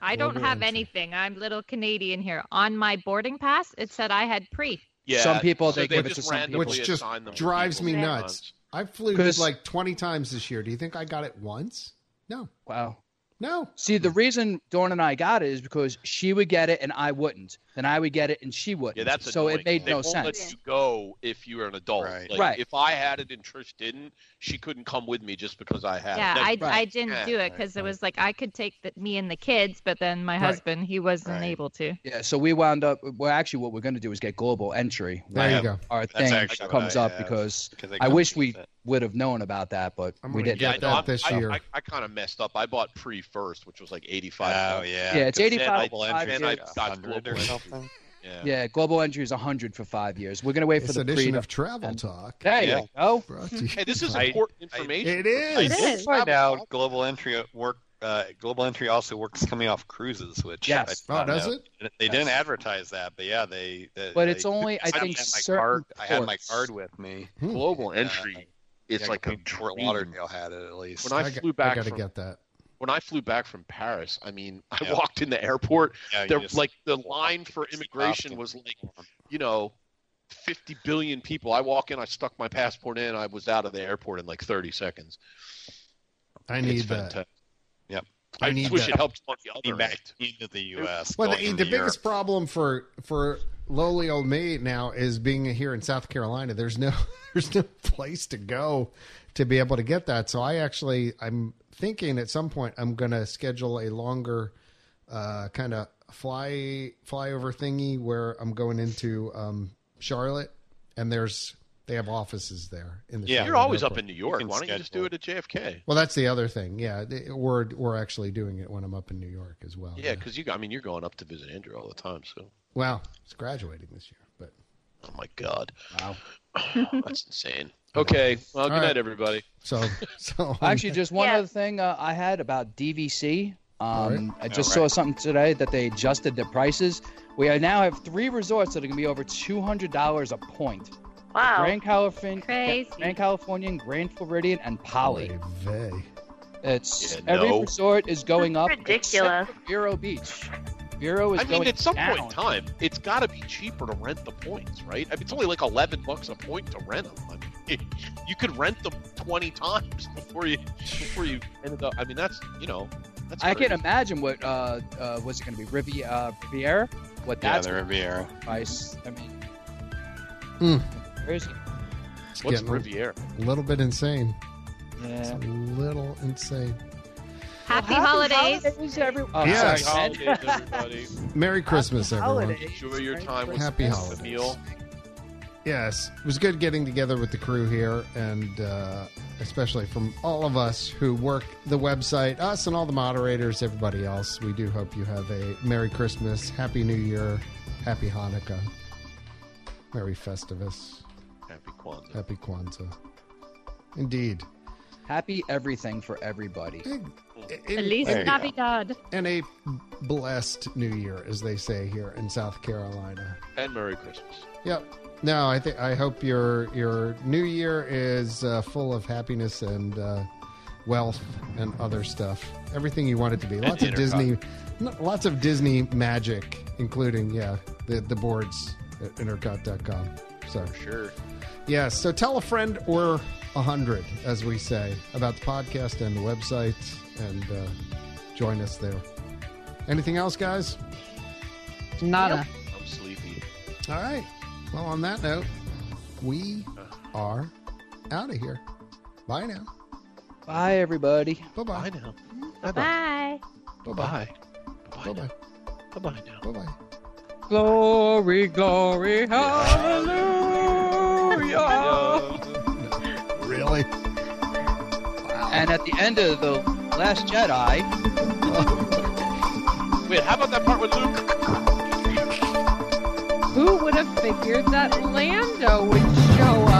S7: I don't
S2: Order
S7: have
S2: entry.
S7: anything. I'm little Canadian here. On my boarding pass, it said I had pre.
S4: Yeah.
S5: Some people,
S4: so
S5: they give it
S4: just
S5: to some people.
S4: randomly
S2: Which just
S4: assign them to
S2: drives
S4: people
S2: me
S4: sometimes.
S2: nuts. I flew
S5: 'Cause-
S2: like 20 times this year. Do you think I got it once? No,
S5: Wow.
S2: no.
S5: See, the reason Dawn and I got it is because she would get it and I wouldn't. then I would get it and she would.
S4: Yeah, that's
S5: so
S4: annoying.
S5: it made
S4: they
S5: no
S4: won't
S5: sense.
S4: Let you go if you're an adult.
S8: Right.
S4: Like,
S5: Right.
S4: If I had it and Trish didn't, she couldn't come with me just because I had.
S7: Yeah,
S4: it.
S7: I,
S5: right.
S7: I didn't
S4: Yeah,
S7: do it
S8: right,
S7: because it
S8: right.
S7: was like I could take the, me and the kids, but then my
S5: Right.
S7: husband he wasn't
S8: Right.
S7: able to.
S5: Yeah, so we wound up. Well, actually, what we're going to do is get global entry.
S2: There
S5: when
S2: you go.
S5: Our
S8: That's
S5: thing
S8: actually what
S5: comes
S8: I
S5: up
S8: have.
S5: because
S8: 'cause they
S5: I
S8: come
S5: wish
S8: with
S5: we
S8: it.
S5: would have known about that, but
S2: I'm
S5: we
S2: gonna
S5: didn't.
S4: yeah,
S2: get
S4: I know.
S2: that
S4: I'm-
S2: this
S4: I,
S2: year.
S4: I, I kind of messed up. I bought pre first, which was like eighty-five.
S8: Oh yeah.
S5: Yeah, it's
S8: Because
S5: 85
S8: Global entry
S4: and I
S8: like
S5: it's
S4: got
S8: 100 or
S4: global entry.
S8: something.
S4: Yeah.
S5: yeah, global entry is 100 for five years. We're going to wait for
S2: This
S5: the
S2: edition
S5: pre.
S2: of Travel Talk
S5: there
S8: Yeah.
S5: you go.
S2: brought to you.
S4: Hey, this is
S8: I-
S4: important
S8: I-
S4: information.
S2: It is.
S7: It is.
S8: Right now, global entry work. Uh, global entry also works coming off cruises, which
S5: Yes.
S8: I did
S2: Oh,
S8: not
S2: does
S8: know.
S2: it?
S8: They
S5: Yes.
S8: didn't advertise that, but yeah, they. they
S5: But
S8: they-
S5: it's only, I
S8: I
S5: think,
S8: had my
S5: certain
S8: card. I had my
S5: ports.
S8: card with me.
S4: global
S8: Yeah.
S4: entry. It's
S8: Yeah,
S4: like a
S8: Queen Fort
S4: dream.
S8: Lauderdale had it at least.
S4: When I,
S2: got-
S4: flew back
S2: I gotta
S4: from
S2: get that.
S4: when I flew back from Paris, I mean, [LAUGHS] I
S8: Yeah.
S4: walked in the airport.
S8: Yeah, you
S4: There,
S8: just-
S4: like the line for
S8: It's the
S4: immigration
S8: opposite.
S4: was like you know, 50 billion people. I walk in, I stuck my passport in, I was out of the airport in like 30 seconds.
S2: I need
S4: it's
S2: that.
S4: fantastic.
S8: Yep.
S4: I,
S2: I need
S4: wish
S2: that.
S4: it helped on the
S8: Came
S4: other
S8: back
S4: end.
S8: into the U.S.
S2: Well, the,
S8: going
S2: the
S8: into
S2: biggest
S8: Europe.
S2: problem for for lowly old me now is being here in South Carolina. There's no [LAUGHS] there's no place to go to be able to get that. So I actually I'm thinking at some point I'm going to schedule a longer uh, kind of fly flyover thingy where I'm going into um, Charlotte and there's they have offices there in the
S8: Yeah.
S4: You're always up
S2: in.
S4: in New York.
S8: can
S4: Why don't you just do
S8: schedule.
S4: it at JFK?
S2: Well, that's the other thing. Yeah, th- we're we're actually doing it when I'm up in New York as well.
S4: Yeah, because you, I mean, you're going up to visit Andrew all the time. So,
S2: Wow, it's graduating this year, but
S4: oh my God,
S2: [LAUGHS]
S5: Wow.
S4: that's insane. Okay, well, good
S2: All right.
S4: night, everybody.
S5: [LAUGHS]
S2: so so
S5: Actually, just one
S6: Yeah.
S5: other thing uh, I had about DVC. Um, I just
S8: All
S5: saw something today that they adjusted the prices. We are now have three resorts that are going to be over $200 a point.
S6: Wow.
S5: Grand California,
S7: Crazy.
S5: Grand Californian, Grand Floridian, and Polly.
S2: Vey.
S5: It's
S4: Yeah,
S5: every
S4: no.
S5: resort is going up.
S6: ridiculous.
S5: except for Vero Beach. Vero is
S4: I mean,
S5: going
S4: at some
S5: down.
S4: point in time, it's got to be cheaper to rent the points, right? I mean, it's only like 11 bucks a point to rent them. I mean, [LAUGHS] you could rent them 20 times [LAUGHS] before you before you ended up. I mean, that's you know, that's
S5: I
S4: crazy.
S5: can't imagine what uh, uh was it going to be Rivi- uh, Riviera? What
S8: Yeah,
S5: that's
S8: the Riviera.
S5: price? I mean, crazy.
S2: It's
S4: What's
S2: getting
S4: Riviera?
S2: a little bit insane. It's
S5: Yeah.
S2: a little insane.
S7: Happy, holidays.
S5: every- oh,
S2: Yes.
S5: sorry,
S4: Happy
S5: [LAUGHS]
S4: holidays, everybody.
S2: Merry Christmas, everyone.
S5: holidays.
S4: Enjoy your time with
S2: Happy
S4: the
S2: holidays.
S4: meal.
S2: Yes, it was good getting together with the crew here, and uh, especially from all of us who work the website, us and all the moderators, everybody else. We do hope you have a Merry Christmas, Happy New Year, Happy Hanukkah, Merry Festivus,
S4: Happy Kwanzaa.
S2: Happy Kwanzaa. Indeed.
S5: Happy everything for everybody.
S7: Feliz
S8: There you go.
S7: Navidad.
S2: and a blessed New Year, as they say here in South Carolina.
S4: and Merry Christmas.
S2: Yep. No, I think I hope your your new year is uh, full of happiness and uh, wealth and other stuff. Everything you want it to be. Lots of Disney, n- lots of Disney magic, including yeah the the boards at intercot.com. So
S4: Sure.
S2: yeah, so tell a friend or a hundred, as we say, about the podcast and the website, and uh, join us there. Anything else, guys?
S3: Nada.
S4: I'm sleepy.
S2: All right. Well, on that note, we are out of here. Bye now.
S5: Bye, everybody.
S2: Bye
S4: Bye
S2: bye.
S4: now.
S7: Bye.
S2: Bye bye.
S4: Bye.
S2: Bye bye.
S4: Bye bye now.
S2: Bye bye.
S5: Glory, glory, hallelujah.
S2: Really?
S5: and at the end of the Last Jedi,
S4: Wait, how about that part with Luke?
S3: Who would have figured that Lando would show up?
S2: Oh,